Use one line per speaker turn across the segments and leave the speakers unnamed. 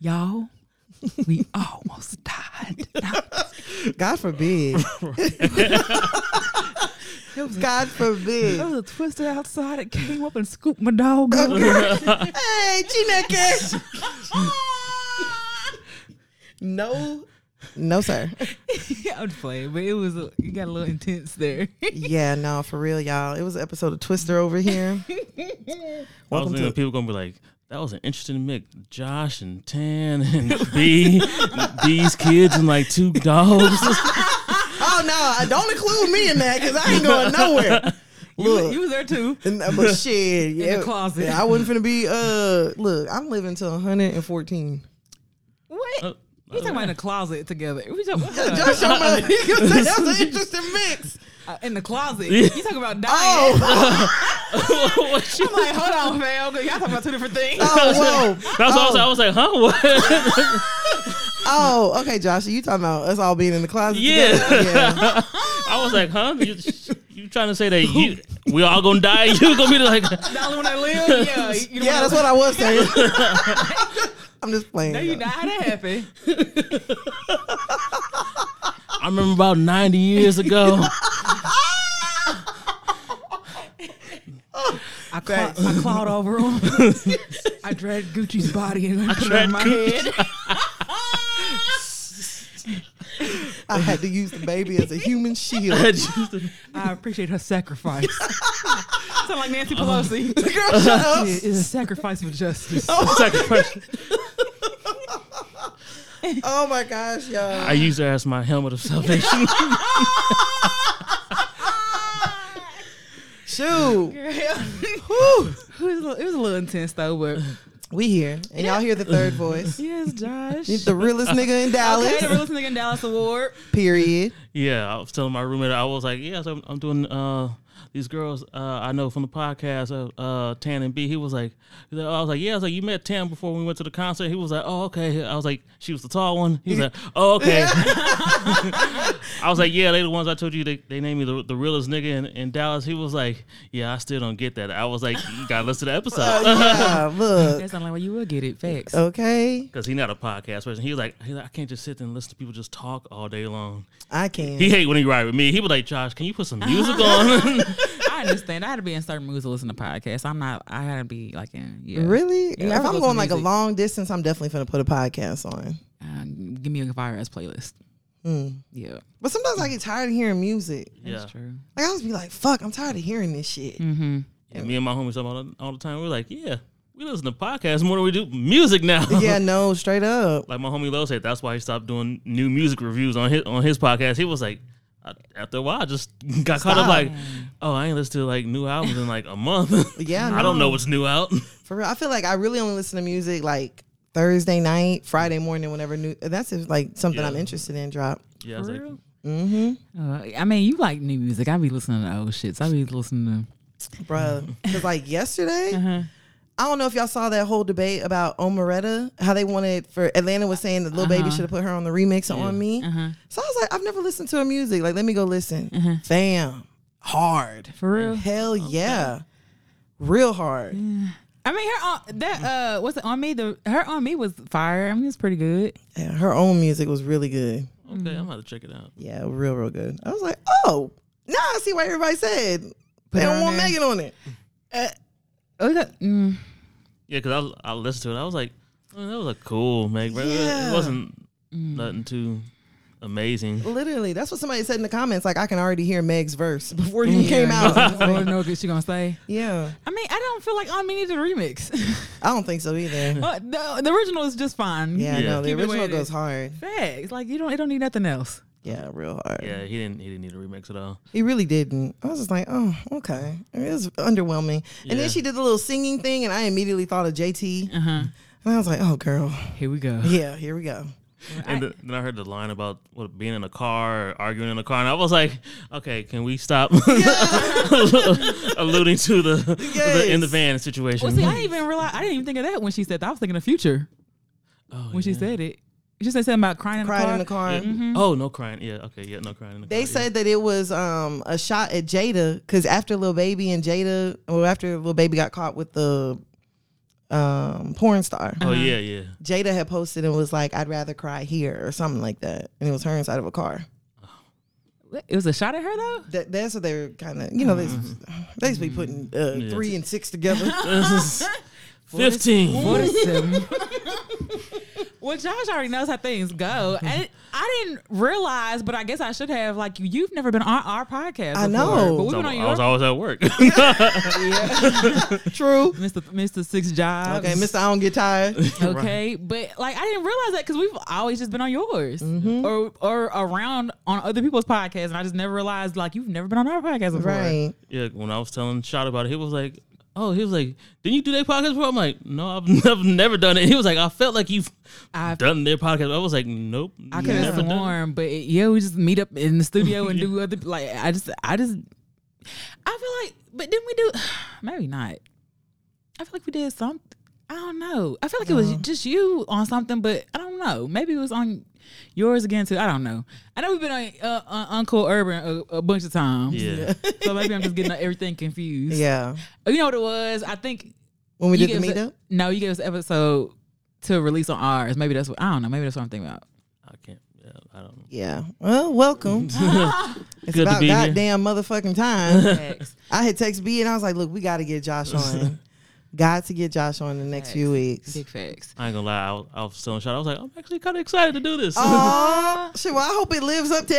Y'all, we almost died.
God forbid.
There was, a, there
God forbid.
was a twister outside that came up and scooped my dog up.
hey, Gina Cash. no, no, sir.
I'm just playing, but it was a, it got a little intense there.
Yeah, no, for real, y'all. It was an episode of Twister over here.
I was
Welcome
thinking
to.
people gonna be like, that was an interesting mix. Josh and Tan and B, these kids and like two dogs.
Oh no, don't include me in that because I ain't going nowhere. Look,
you was there too.
And, uh, but shit, yeah,
closet.
yeah, I wasn't finna be. Uh, look, I'm living till 114.
What?
Uh,
we talking about in the closet together. We talking
Josh, your mother, you said that was an interesting mix.
uh, in the closet.
Yeah.
You talking about dying?
Oh,
What she-
I'm like, hold on, fam. 'cause Y'all talking about two different things.
oh, whoa,
That's what I was like. I was like, huh? What?
oh. Okay, Josh, you talking about us all being in the closet?
Yeah.
together? yeah.
I was like, huh? You, you trying to say that you we all gonna die? You gonna be like,
The only one that lives. Yeah, you- you the
Yeah,
one
that's
that-
what I was saying. I'm just playing.
Now you
y'all.
die. How that happened?
I remember about ninety years ago.
I, claw, I clawed over him. I dragged Gucci's body and I put it on my
Gucci's-
head.
I had to use the baby as a human shield.
I just-
I appreciate her sacrifice. Sound like Nancy Pelosi. Oh,
Girl, shut up.
It is a sacrifice for justice.
it's like a person-
Oh my gosh, y'all.
I used her as my helmet of salvation.
Shoot.
Whew. It was, a little, it was a little intense though, but
We here. And y'all hear the third voice.
yes, Josh.
The realest nigga in Dallas.
Okay, the realest nigga in Dallas award.
Period.
Yeah, I was telling my roommate, I was like, yeah, so I'm, I'm doing uh, these girls uh, I know from the podcast, uh, uh, Tan and B. He was like, "Oh," I was like, yeah, I was like, you met Tan before we went to the concert. He was like, oh, okay. I was like, she was the tall one. He was like, oh, okay. I was like, yeah, they the ones I told you they, they named me the, the realest nigga in, in Dallas. He was like, yeah, I still don't get that. I was like, you gotta listen to the episode.
Uh-huh. Yeah, look.
That sound like well, you will get it. Facts.
Okay.
Cause he's not a podcast person. He was like, he like, I can't just sit there and listen to people just talk all day long.
I can.
He hate when he ride with me. He was like, Josh, can you put some music on?
I understand. I had to be in certain moods to listen to podcasts. I'm not. I had to be like in yeah.
Really?
Yeah, I
if I'm
listen
going
to
like a
music.
long distance, I'm definitely finna put a podcast on.
Um, give me a fire ass playlist. Hmm. Yeah,
But sometimes I get tired of hearing music.
yeah.
that's true.
Like I was be like, fuck, I'm tired of hearing this shit.
Yeah, me and my homies talk about it all the time. We're like, yeah, we listen to podcasts more than we do music now.
Yeah, no, straight up.
like my homie Lo said, that's why he stopped doing new music reviews on his on his podcast. He was like, I, after a while, I just got caught up like, oh, I ain't listened to like new albums in like a month.
Yeah,
I don't
no.
know what's new out.
For real. I feel like I really only listen to music like Thursday night, Friday morning, whenever new that's if, like something
Yeah.
I'm interested in drop.
yeah, I was like,
Uh, I mean, you like new music. I be listening to old shits. I be listening
Bruh. Cause like yesterday,
to. Uh-huh.
I don't know if y'all saw that whole debate about Omaretta, how they wanted for Atlanta was saying that Lil Baby should have put her on the remix of on me. So I was like, I've never listened to her music. Like, let me go listen. Fam, hard.
For real.
Hell yeah. Real hard.
I mean, her on that uh, what's it on me? The her on me was fire. I mean, it's pretty good.
Yeah, her own music was really good.
okay, I'm about to check it out.
Yeah, real, real good. I was like, oh, now I see why everybody said they
it
don't
on
want
there.
Megan on it.
Oh, we got- mm,
Yeah, because I I listened to it. I was like, oh, that was a cool make. bro.
Yeah.
It wasn't nothing too amazing.
Literally, that's what somebody said in the comments. Like, I can already hear Meg's verse before
Mm.
you came
I
out.
don't know what she gonna say.
yeah,
I mean, I don't feel like on me needs a remix.
I don't think so either.
But the, the original is just fine.
Yeah,
Yeah.
no, the
Keep it the way
original
it
goes
is.
hard.
Facts. Like you don't. It don't need nothing else.
Yeah, real hard.
Yeah, he didn't he didn't need a remix at all.
He really didn't. I was just like, oh, okay. It was underwhelming. And
Yeah.
then she did the little singing thing, and I immediately thought of JT.
Uh-huh.
And I was like, oh, girl.
Here we go.
Yeah, here we go.
And th- then I heard the line about what being in a car, or arguing in a car, and I was like, "Okay, can we stop alluding to the, the in the
Yes.
van situation?"
Well, see, I didn't even realize. I didn't even think of that when she said that. I was thinking of future
oh,
when she said it. She said something about crying in
Cried in
the
the
car.
car.
yeah. "Oh, no crying." Yeah, okay, yeah, no crying. In the
They
car, yeah.
said that it was um, a shot at Jada because after Lil Baby and Jada, well, after Lil Baby got caught with the um, porn star.
uh-huh.
Oh yeah, yeah.
Jada had posted and was like, "I'd rather cry here" or something like that, and it was her inside of a car.
What? It was a shot at her though.
That, that's what they were kind of, you know, they
Mm-hmm.
they just be putting uh, three and six together.
Fifteen.
What is them? well, Josh already knows how things go, and I didn't realize, but I guess I should have. Like you, you've never been on our podcast.
I
before,
know.
but we've
I
been on
was
yours,
always at work.
True.
Mr. Mr. Six Jobs.
Okay, Mister, I don't get tired.
Okay, but like I didn't realize that because we've always just been on yours
Mm-hmm.
or or around on other people's podcasts, and I just never realized like you've never been on our podcast before.
right.
yeah, when I was telling Shot about it, he was like, "Oh, he was like, didn't you do their podcast before?" I'm like, "No, I've never, never done it." He was like, "I felt like you've
I've-
done their podcast." I was like, "Nope,
I could have
never done."
sworn, but it, yeah, we just meet up in the studio and do other like I just I just I feel like, but didn't we do? Maybe not. I feel like we did some. I don't know. I feel like it was just you on something, but I don't know. Maybe it was on yours again too. I don't know. I know we've been on, uh, on Uncle Urban a, a bunch of times,
Yeah,
so maybe I'm just getting everything confused. Oh,
Yeah.
You know what it was? I think
When we
you
did the
gave us a-
meetup.
no, you gave us an episode to release on ours. Maybe that's what I don't know. Maybe that's what I'm thinking about.
I can't. Yeah, I don't. know.
Yeah. Well, welcome. it's
Good to
about
be here.
goddamn motherfucking time.
Facts.
I had text B and I was like, look, we got to get Josh on. got to get Josh on in the next few weeks.
Big facts.
I ain't gonna lie. I was, I was still in shot. I was like, I'm actually kind of excited to do this.
Oh, Aw, shit. Well, I hope it lives up to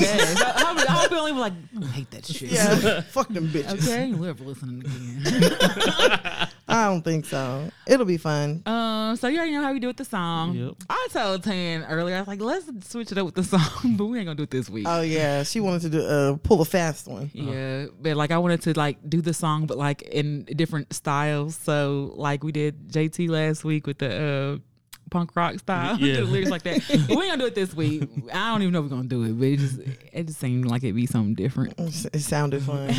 Yes. I, I, hope- I hope you don't even like "Mm, hate that shit.
yeah. Fuck them bitches.
Okay, we're ever listening again.
I don't think so. It'll be fun.
um, so you already know how we do with the song.
Yep.
I told Tan earlier, I was like, let's switch it up with the song, but we ain't gonna do it this week.
Oh yeah, she wanted to do, uh, pull a fast one.
yeah, but like I wanted to like do the song, but like in different styles. So like we did JT last week with the uh, punk rock style,
Yeah.
yeah. lyrics like that. But we ain't gonna do it this week. I don't even know if we're gonna do it, but it just it just seemed like it'd be something different.
It sounded fun.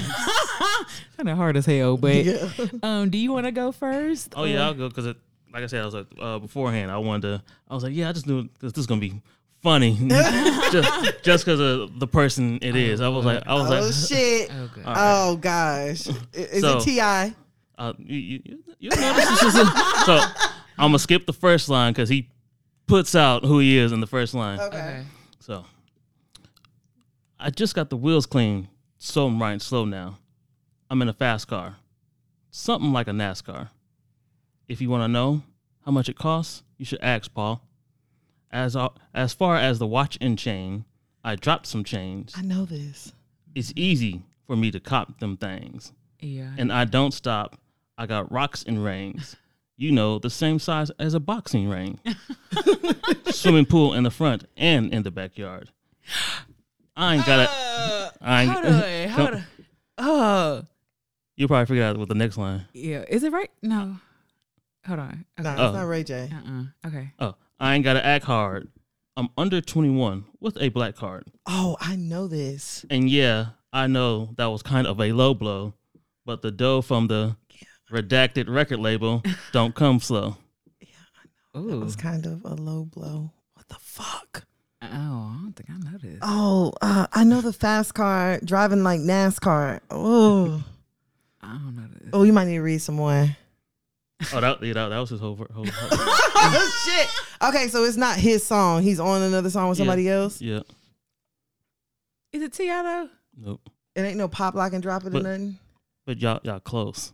Kind of hard as hell, but
Yeah.
um, do you want to go first?
Oh yeah, I'll go because like I said, I was like uh, beforehand. I wanted to. I was like, yeah, I just knew this, this is gonna be funny, just just because of the person it is. I was like, I was
Oh
like,
shit.
Oh, God.
Oh gosh. I- Is
So-
it Ti?
uh, you, you, you- you know, this is just- so I'm gonna skip the first line because he puts out who he is in the first line.
Okay.
So I just got the wheels clean, so I'm riding slow now. I'm in a fast car, something like a NASCAR. If you want to know how much it costs, you should ask Paul. As as far as the watch and chain, I dropped some change.
I know this.
It's easy for me to cop them things,
Yeah.
Mm-hmm. and I don't stop. I got rocks and rings. You know, the same size as a boxing ring. Swimming pool in the front and in the backyard. I ain't got it.
Uh,
I ain't,
hold on. Hold on. Oh,
You'll probably figure out what the next line.
yeah. Is it right? No. Hold on.
Nah,
Okay.
Oh.
it's not Ray J.
Uh-uh. Okay.
Oh, I ain't gotta act hard. I'm under 21 with a black card.
Oh, I know this.
And yeah, I know that was kind of a low blow, but the dough from the redacted record label don't come slow.
It
Ooh.
was kind of a low blow. What the fuck?
Oh, I don't think I know this.
Oh, uh, I know the fast car driving like NASCAR. Oh,
I don't know this.
oh, you might need to read some more.
Oh, that, yeah, that, that was his whole. whole, whole
oh shit. Okay, so it's not his song. He's on another song with
Yeah.
somebody else.
yeah,
Is it T.I. though?
nope.
It ain't no pop lock and drop it or
But-
nothing.
But y'all, y'all close.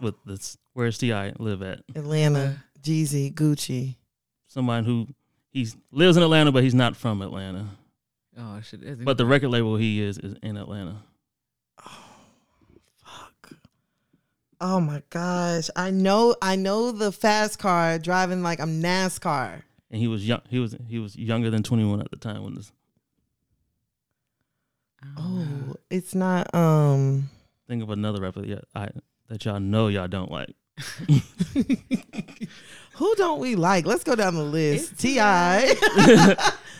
With this, where's Ti live at?
Atlanta, Jeezy, Gucci.
Someone who he lives in Atlanta, but he's not from Atlanta.
Oh, shit. Is it-
But the record label he is is in Atlanta.
Fuck. Oh my gosh. I know I know the fast car driving like I'm NASCAR.
and he was young. He was he was younger than 21 at the time when this
I don't
Oh,
know.
it's not um
think of another rapper that, I, that y'all know y'all don't like.
who don't we like? Let's go down the list.
It's
T.I.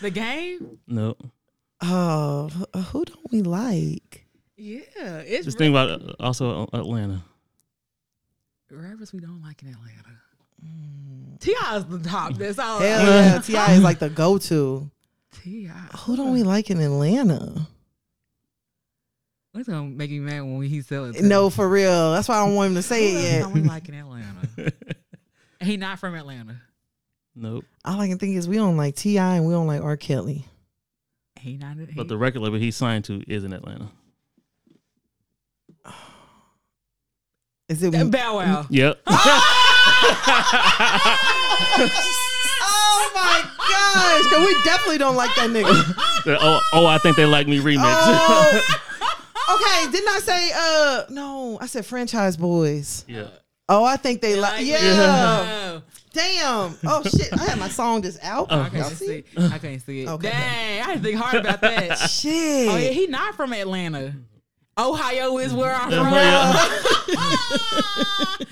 The game?
No,
oh, who don't we like?
Yeah. It's
just think about uh, also uh, Atlanta.
rappers we don't like in Atlanta. T.I. is the top. That's all.
Hell yeah, T.I. is like the go to.
T.I.
Who don't we like in Atlanta?
What's gonna make you mad when he sell it? to
No, for real. That's why I don't want him to
Who
say it
else
yet.
don't we like in Atlanta. he not from Atlanta.
Nope.
All I can think is we don't like Ti and we don't like R. Kelly.
He not. He,
But the record label he's signed to is in Atlanta.
Is it?
Bow Wow.
Yep.
oh my gosh! 'cause we definitely don't like that nigga.
oh, oh, I think they like me remix.
Oh. Okay, didn't I say? Uh, no, I said franchise boys.
yeah.
Oh, I think they like. Yeah.
Uh, Yeah.
Damn. Oh shit! I had my song just out.
I
Y'all
can't
see?
see. I can't see it.
Okay.
Dang, I had to think hard about that.
Shit.
oh yeah, he not from Atlanta. Ohio is where I'm from.
Yeah.
Ah!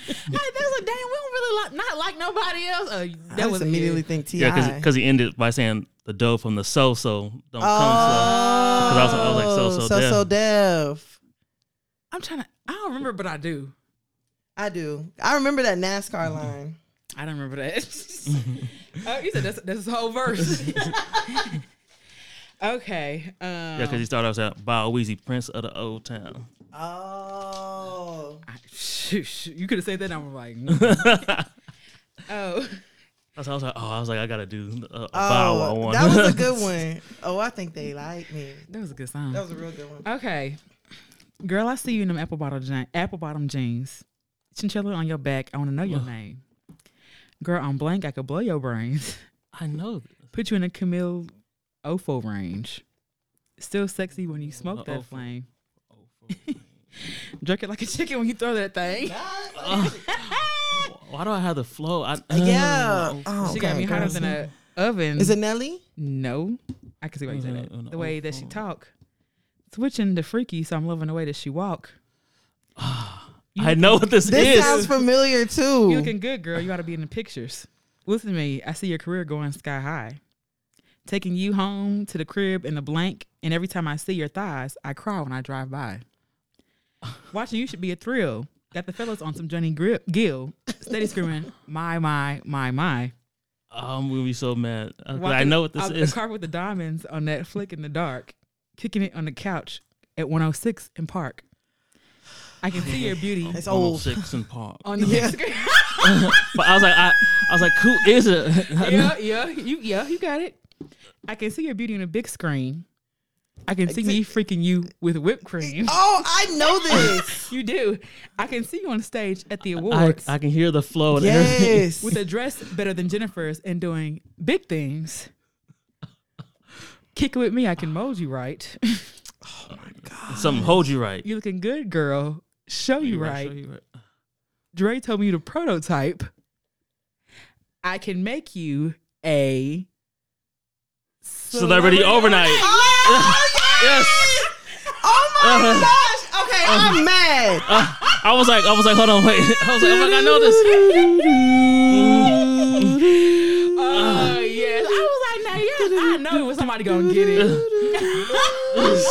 Hey, that's like, damn, we don't really like, not like nobody else. Uh,
I
that
just
was
immediately think Ti.
Yeah, because he ended by saying the dough from the so so don't come
oh,
I was- I was like, so, so
so so deaf.
I'm trying to. I don't remember, but I do.
I do. I remember that NASCAR line.
I don't remember that. oh, you said that's, that's his whole verse. okay. Um,
so. Yeah, because he started off saying Bow Weezy, Prince of the Old Town.
Oh.
I- shoosh, you could have said that. and I'm like, oh,
That's how I was like, oh, I was like, I gotta do a, a Bow Wow
Oh,
one.
that was a good one. Oh, I think they like me.
that was a good song.
That was a real good one.
Okay, girl, I see you in them apple bottom jeans. Apple bottom jeans, chinchilla on your back. I want to know your name. Girl, I'm blank. I could blow your brains.
I know.
Put you in a Camille Ofo range. Still sexy when you smoke that
Ofo.
flame. Jerk it like a chicken when you throw that thing.
Uh, Why do I have the flow? I, uh,
Yeah. Oh,
she got
okay,
me hotter
girls.
than a oven.
Is it Uh-huh, Nelly?
No, I can see why you said
Mhm,
that.
and
The way that she
awful.
talk, switching to freaky, so I'm loving the way that she walk.
I know what this,
This
is.
sounds familiar too.
You looking good, girl. You ought to be in the pictures. Listen to me. I see your career going sky high. Taking you home to the crib in the blank, and every time I see your thighs, I cry when I drive by. Watching you should be a thrill. Got the fellas on some Johnny Gri- Gill, steady screaming, my, my, my, my.
I'm gonna be so mad. I, I
Walking
know what this
out
is.
The car with the diamonds on that flick in the dark, kicking it on the couch at 106 in Park. I can see your beauty
It's old.
Six and Park.
on the big screen.
But I was like, I, I was like, who is it?
yeah, yeah, you, yeah, you got it. I can see your beauty on a big screen. I can see me freaking you with whipped cream.
Oh, I know this.
You do. I can see you on stage at the
I,
awards
I can hear the flow and everything.
yes.
with a dress better than Jennifer's and doing big things. Kick it with me, I can mold you right.
Something hold you right.
you looking good, girl. Show you right.
Show you right.
Dre told me to prototype. I can make you a
Celebrity overnight.
oh,
Yes.
oh my gosh. Okay, I'm mad.
Uh, I was like, I was like, hold on, wait. I was like, oh my god, I know this.
Oh yes, I was like, now yes, I know it was somebody gonna get it. Uh-huh.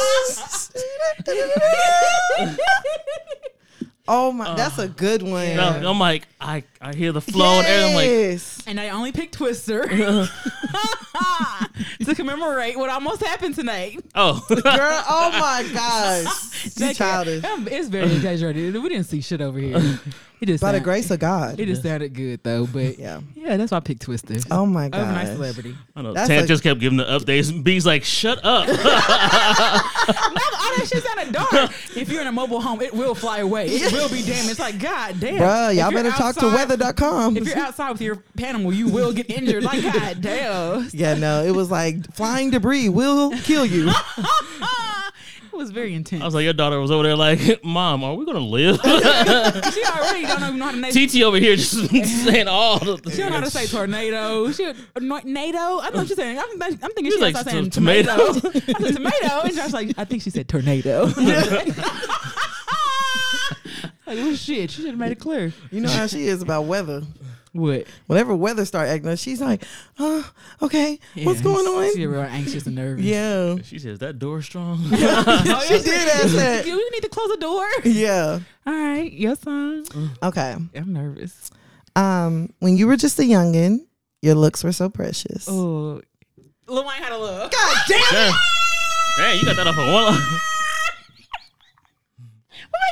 oh my, that's a good one.
No, I'm like, I, I hear the flow and everything.
Yes.
And I only picked Twister to commemorate what almost happened tonight.
I'm like, oh,
Girl, oh my gosh. You
Thank you.
childish.
Um, It's very exaggerated. We didn't see shit over here. It just
By the
sound-
grace of
It
God.
just sounded good though, but yeah,
Yeah.
that's why I picked Twister.
Oh my
Overnight
gosh.
celebrity.
I know.
That's
Tan
a-
just kept giving the updates. B's like, shut up.
Now all that shit's out of dark. If you're in a mobile home, it will fly away. It will be damaged. It's like, God damn.
Bruh,
If
y'all
you're
better talk to
outside-
weather.com.
If you're outside with your animal, you will get injured. Like, God damn.
Yeah, no, it was like flying debris will kill you.
it was very intense.
I was like, your daughter was over there, like, mom, are we gonna live?
she already don't even know how to name.
TT over here just saying all the
She don't know how to say tornado. She a NATO. I don't know what she's saying. I'm, I'm thinking
She's
she's
like,
like, saying
"Tomato."
tomato. I said tomato, and Josh's like, I think she said tornado. like, oh shit, she should have made it clear.
You know how she is about weather.
What?
Whenever weather start acting up, she's like, uh, okay, what's going
She's
on?
real anxious and nervous.
Yeah.
She says that door strong.
Oh,
She did ask that.
You need to close the door.
Yeah.
All right, yes, son.
Okay.
I'm nervous.
Um, when you were just a youngin', your looks were so precious.
Oh, Lil Wayne had a look.
God damn.
Damn, you got that off of one.
made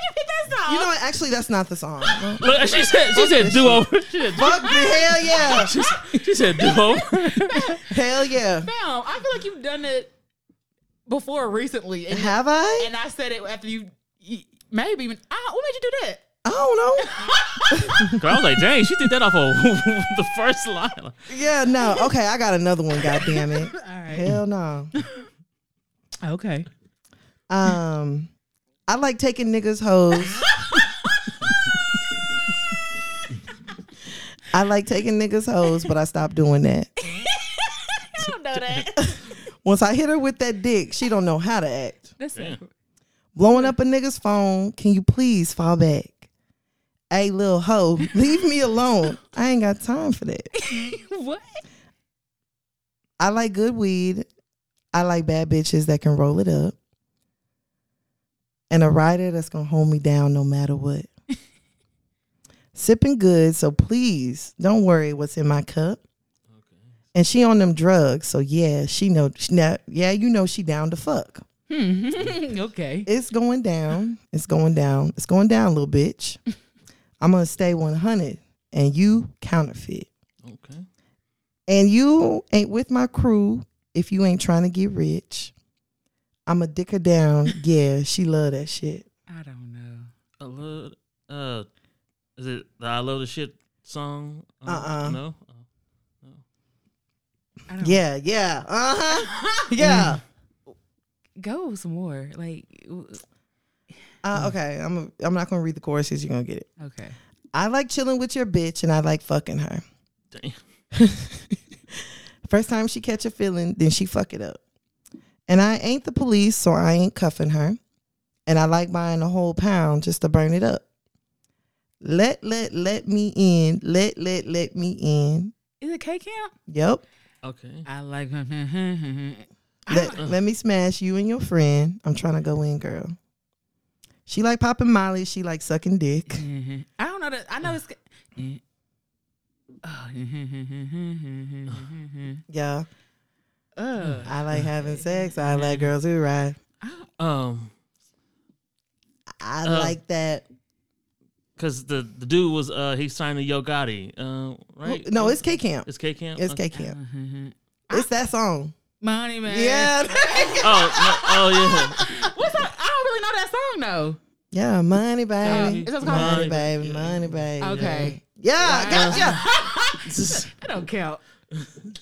you pick that song?
You know what? Actually, that's not the song.
Look, she said, she said do over. She said,
Fuck the hell yeah.
she said do over.
Hell yeah.
Fam, I feel like you've done it before recently, and,
Have I?
and I said it after you. you- Maybe even. I, what made you do that?
I don't know.
Girl, I was like, dang, she did that off of the first line.
Yeah, no. Okay, I got another one, god damn it.
All right.
Hell no.
Okay.
Um I like taking niggas hoes. I like taking niggas hoes, but I stopped doing that.
I don't know that.
Once I hit her with that dick, she don't know how to act.
That's it.
Blowing up a nigga's phone, can you please fall back? Hey, little hoe, leave me alone. I ain't got time for that.
what?
I like good weed. I like bad bitches that can roll it up. And a rider that's gonna hold me down no matter what. Sipping good, so please don't worry what's in my cup. And she on them drugs, so yeah, she know. She, now, yeah, you know she down to fuck.
Hmm. okay.
It's going down. It's going down. It's going down, little bitch. I'm gonna stay 100, and you counterfeit.
Okay.
And you ain't with my crew if you ain't trying to get rich. I'm a dick her down. Yeah, she love that shit.
I don't know.
I love, uh, is it the I Love the Shit song? Uh,
Uh-uh.
No? Uh,
I don't
Yeah, yeah. Uh-huh. Yeah.
Go some more. Like, w-
Uh, okay, I'm I'm not going to read the chorus cuz you're going to get it.
okay.
I like chilling with your bitch and I like fucking her.
Damn.
First time she catch a feeling, then she fuck it up. And I ain't the police, so I ain't cuffing her. And I like buying a whole pound just to burn it up. Let let let me in. Let let let me in.
Is it K Camp?
Yep.
Okay.
I like.
Let, let me smash you and your friend. I'm trying to go in, girl. She like popping Molly. She like sucking dick.
Mhm. I don't know that. I know it's. Mm. Oh.
Yeah.
Ugh.
I like having sex. I like girls who ride.
Um,
I
Uh.
like that.
cause the, the dude was, uh, he signed to Yo Gotti, uh, right?
No, it's K Camp.
It's K Camp?
It's K Camp. It's that song.
Money man.
Yeah.
Oh, no, oh, yeah.
What's up? I don't really know that song though.
Yeah, money baby.
Money,
It's just called-
Money
money,
baby,
yeah.
money baby.
Okay.
Yeah, gotcha.
I don't count.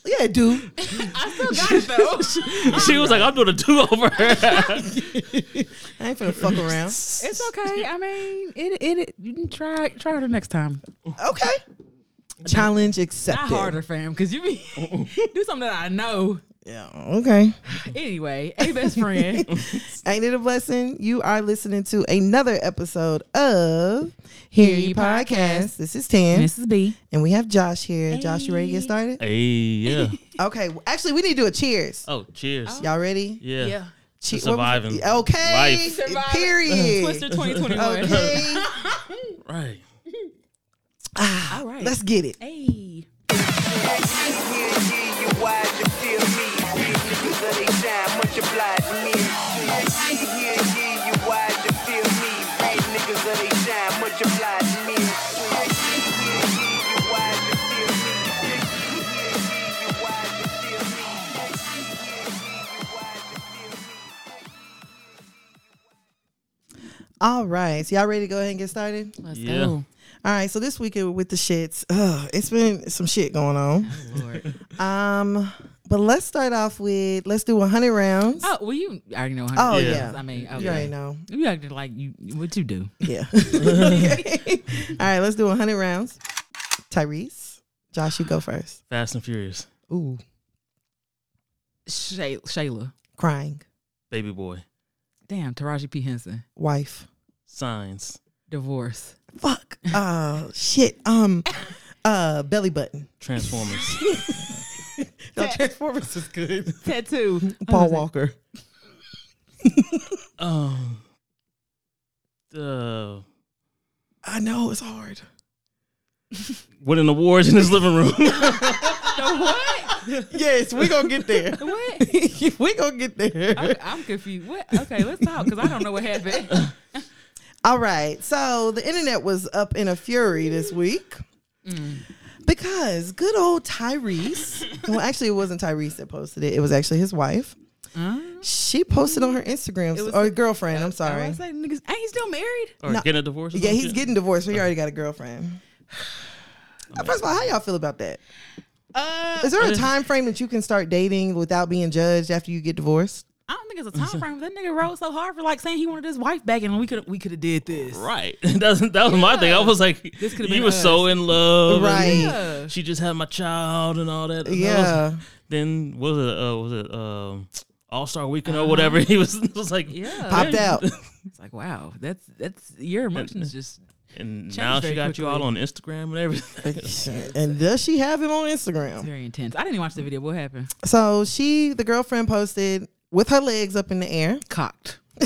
Yeah, dude.
I still got it though.
She was like, I'm doing a do over.
I ain't finna fuck around.
it's okay. I mean, it it, you can try try harder next time.
Okay. Challenge
Not
accepted.
harder, fam, because you be do something that I know.
Yeah, okay.
Anyway, a best friend.
Ain't it a blessing? You are listening to another episode of Hear You Podcast. This is Tan,
Mrs. B.
and we have Josh here. Josh, you ready to get started?
hey, yeah.
Okay. well, Actually, we need to do a cheers.
Oh, cheers.
Y'all ready?
Yeah.
Che- what was it?
surviving
Okay.
life.
Surviving. Twister
Period.
2021.
Okay.
Right.
All right.
Let's get it.
hey.
All right. So y'all ready to go ahead and get started?
Let's
Yeah.
go.
All right. So this weekend with the shits, ugh, it's been some shit going on.
Oh, Lord.
Um, but let's start off with let's do 100 rounds.
Oh, well, you already know.
Oh,
How
yeah.
Yeah.
I mean, okay.
You already know.
You acting like you what you do.
Yeah. Okay. All right. Let's do 100 rounds. Tyrese, Josh, you go first.
Fast and Furious.
Ooh,
Shay- Shayla.
crying.
Baby Boy.
Damn, Taraji P. Henson.
Wife.
Signs.
Divorce.
Fuck. Oh, shit. Um, uh, belly button.
Transformers.
No, Transformers is good.
Tattoo.
Paul Walker.
um. Uh,
I know it's hard.
winning awards in his living room.
The what?
Yes, we gonna get there.
What?
we gonna get there.
I'm, I'm confused. What? Okay, let's talk because I don't know what happened.
All right. So the internet was up in a fury this week Mm. because good old Tyrese, well, actually, it wasn't Tyrese that posted it, it was actually his wife.
Uh-huh.
She posted on her Instagram,
was-
or girlfriend, I'm
I
sorry.
was like, niggas, ain't he still married?
Or
No.
getting a divorce? or
Yeah,
some
he's
shit?
getting divorced, but he already got a girlfriend. First of all, how y'all feel about that?
Uh,
Is there a time frame that you can start dating without being judged after you get divorced?
I don't think it's a time frame. That nigga rolled so hard for like saying he wanted his wife back, and we could we could have did this.
Right. That's, that was my thing. I was like,
This could've
you
been
were
us.
so in love. and
Yeah.
She just had my child and all that. And I was-
Yeah.
then what was it? Uh, was it um, All Star Weekend or whatever? He was was like,
Uh-huh. Yeah.
Popped out.
It's like wow, that's that's your emotions just
And now she
very
got you all
quickly.
on Instagram and everything.
and does she have him on Instagram?
very intense. I didn't even watch the video. What happened?
So she, the girlfriend, posted with her legs up in the air.
Cocked.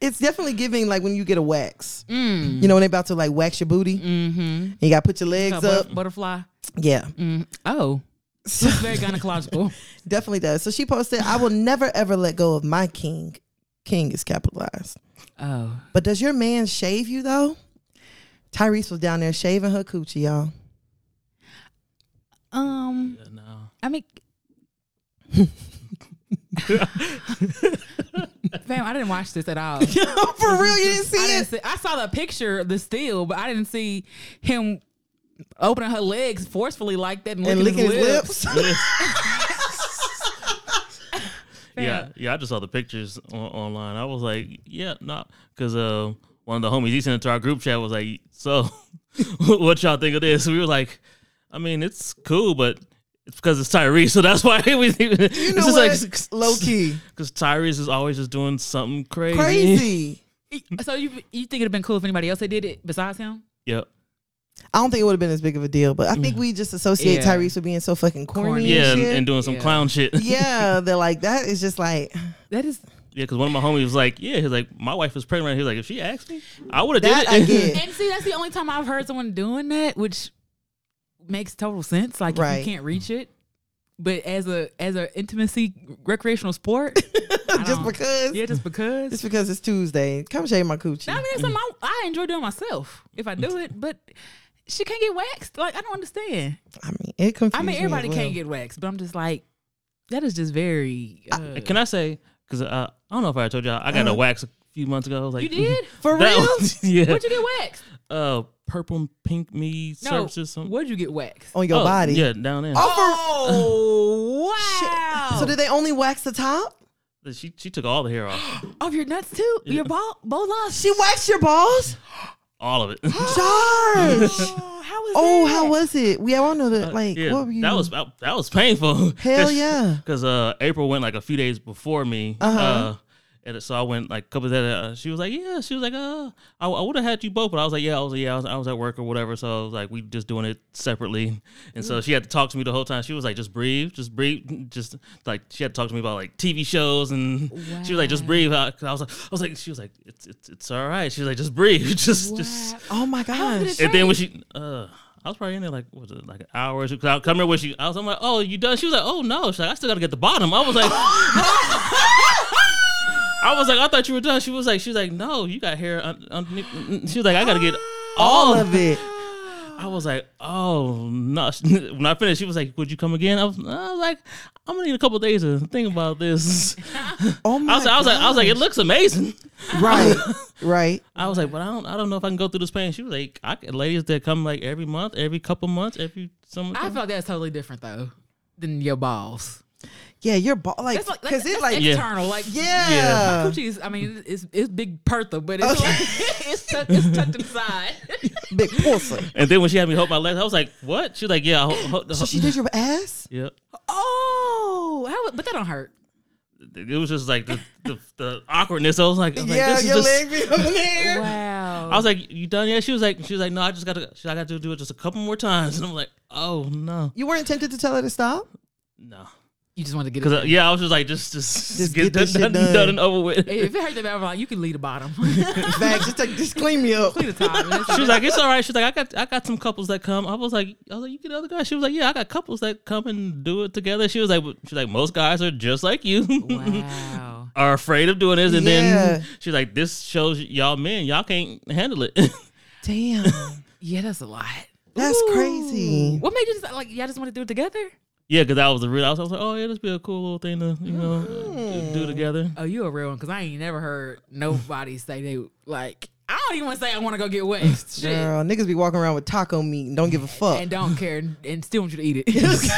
It's definitely giving like when you get a wax.
Mm,
You know when they about to like wax your booty. Mm-hmm. You got to put your legs up.
But- butterfly.
Yeah,
Mm. Oh, it's very gynecological.
definitely does. So she posted, "I will never ever let go of my king. King is capitalized.
Oh,
But does your man shave you though? Tyrese was down there shaving her coochie, y'all.
um,
Yeah, no.
I mean, fam, I didn't watch this at all.
For real, you didn't see
I
it.
didn't see. I saw the picture, the still, but I didn't see him opening her legs forcefully like that and licking,
and licking
his, lips.
Yeah, yeah. I just saw the pictures on, online. I was like, yeah, no, because uh, one of the homies he sent it to our group chat was like, so what y'all think of this? We were like, I mean, it's cool, but it's because it's Tyrese, so that's why we.
You know what? Low key,
because Tyrese is always just doing something crazy.
crazy.
So you you think it'd been cool if anybody else had did it besides him?
Yep.
I don't think it would have been as big of a deal, but I think we just associate
Mm. Yeah.
Tyrese with being so fucking corny.
Corny.
and
Yeah, and,
shit.
and doing some
Yeah.
clown shit. Yeah,
yeah, they're like that is just like
That is
because one of my homies was like, yeah, he's like, my wife is pregnant. He was like, if she asked me, I would have did
that
it.
I get.
And see, that's the only time I've heard someone doing that, which makes total sense. Like
Right.
if you can't reach it, but as a as a intimacy recreational sport, I
just
don't-
because,
yeah, just because.
just because it's Tuesday, come shave my coochie.
I mean, it's something I, I enjoy doing myself if I do it, but she can't get waxed. Like I don't understand.
I mean, it confused
I mean,
me as
everybody
well.
can't get waxed, but I'm just like, that is just very. Uh,
Can I say? Because uh, I don't know if I told y'all, I got a wax a few months ago. I was like,
Uh-huh. you did?
for
That
real.
was- yeah.
What'd you get waxed?
uh, purple and pink me
No.
services. Something.
What'd you get waxed?
on your
Oh,
body.
Yeah, down there.
Oh
Shit.
wow!
So did they only wax the top?
She she took all the hair off,
of your nuts too? Your ball, bolas?
She waxed your balls,
all of it.
George.
Oh, how was
oh,
that?
how was it? We all know that. Like,
Uh, yeah,
what were you?
that was that, that was painful.
Hell yeah. Uh-huh.
Because uh, April went like a few days before me. uh and so I went like a couple of days. Uh, she was like, "Yeah." She was like, "Uh, I, I would have had you both, but I was like, yeah, I was like, yeah, I was, I was at work or whatever." So I was like, "We just doing it separately." And so she had to talk to me the whole time. She was like, "Just breathe, just breathe, just like." She had to talk to me about like TV shows, and she was like, "Just breathe." I, 'cause I was like, "I was like," she was like, "It's it's, it's all right." She was like, "Just breathe, just just."
oh my
How did
gosh.
it
And then when she, uh, I was probably in there like what was it like an hour or two. Cause I come here when she, I was I'm like, oh, you done? She was like, oh no, she's like, I still gotta get the bottom. I was like, I was like, I thought you were done. She was like, she was like, no, you got hair un- underneath. Mm, She was like, I gotta get all,
All of it.
I was like, oh no. When I finished, she was like, would you come again? I was, I was like, I'm gonna need a couple days to think about this.
Oh my.
I was, I was like, I was like, it looks amazing.
right, right.
I was like, but I don't, I don't know if I can go through this pain. She was like, I can, ladies that come like every month, every couple months, every some.
I felt that's totally different though than your balls.
Yeah, your ball, like,
That's
because
like that's,
it's
that's
like,
Yeah.
external. Like
yeah.
my coochie is. I mean, it's it's big Pertha, but it's like, it's, tucked, it's tucked inside.
big porcelain.
and then when she had me hold my legs, I was like, what? She was like, yeah, I ho- ho-
So Oh, she did your ass?
yeah.
oh, how, but that don't hurt.
It was just like the, the, the awkwardness. I was like, I was like,
yeah,
this is
your
just-
leg be up in there.
Wow.
I was like, you done yet? She was like, she was like, no, I just got to, she I got to do it just a couple more times. And I'm like, oh no,
You weren't tempted to tell her to stop?
no,
you just wanted to get
because
it.
uh, yeah, I was just like, just, just,
Just
get,
get this
done,
shit
done,
done.
done and over with.
Hey, if it hurt that bad, I'm like, you can leave the bottom.
In fact, just, take, just clean me up.
Leave the top.
She was like, "It's all right." She's like, "I got, I got some couples that come." I was like, "I was like, you get other guys." She was like, "Yeah, I got couples that come and do it together." She was like, "She's like, most guys are just like you."
wow.
are afraid of doing this, and
Yeah.
then she's like, "This shows y'all men, y'all can't handle it."
Damn,
Yeah, that's a lot.
that's
Ooh.
crazy.
What made you decide, like y'all just want to do it together?
yeah, because that was the real. I was, I was like, "Oh yeah, this be a cool little thing to you know uh, do together."
Oh, you a real one because I ain't never heard nobody say they like. I don't even want to say I want to go get waxed, shit,
Girl, niggas be walking around with taco meat and don't give a fuck.
and don't care, and, and still want you to eat it.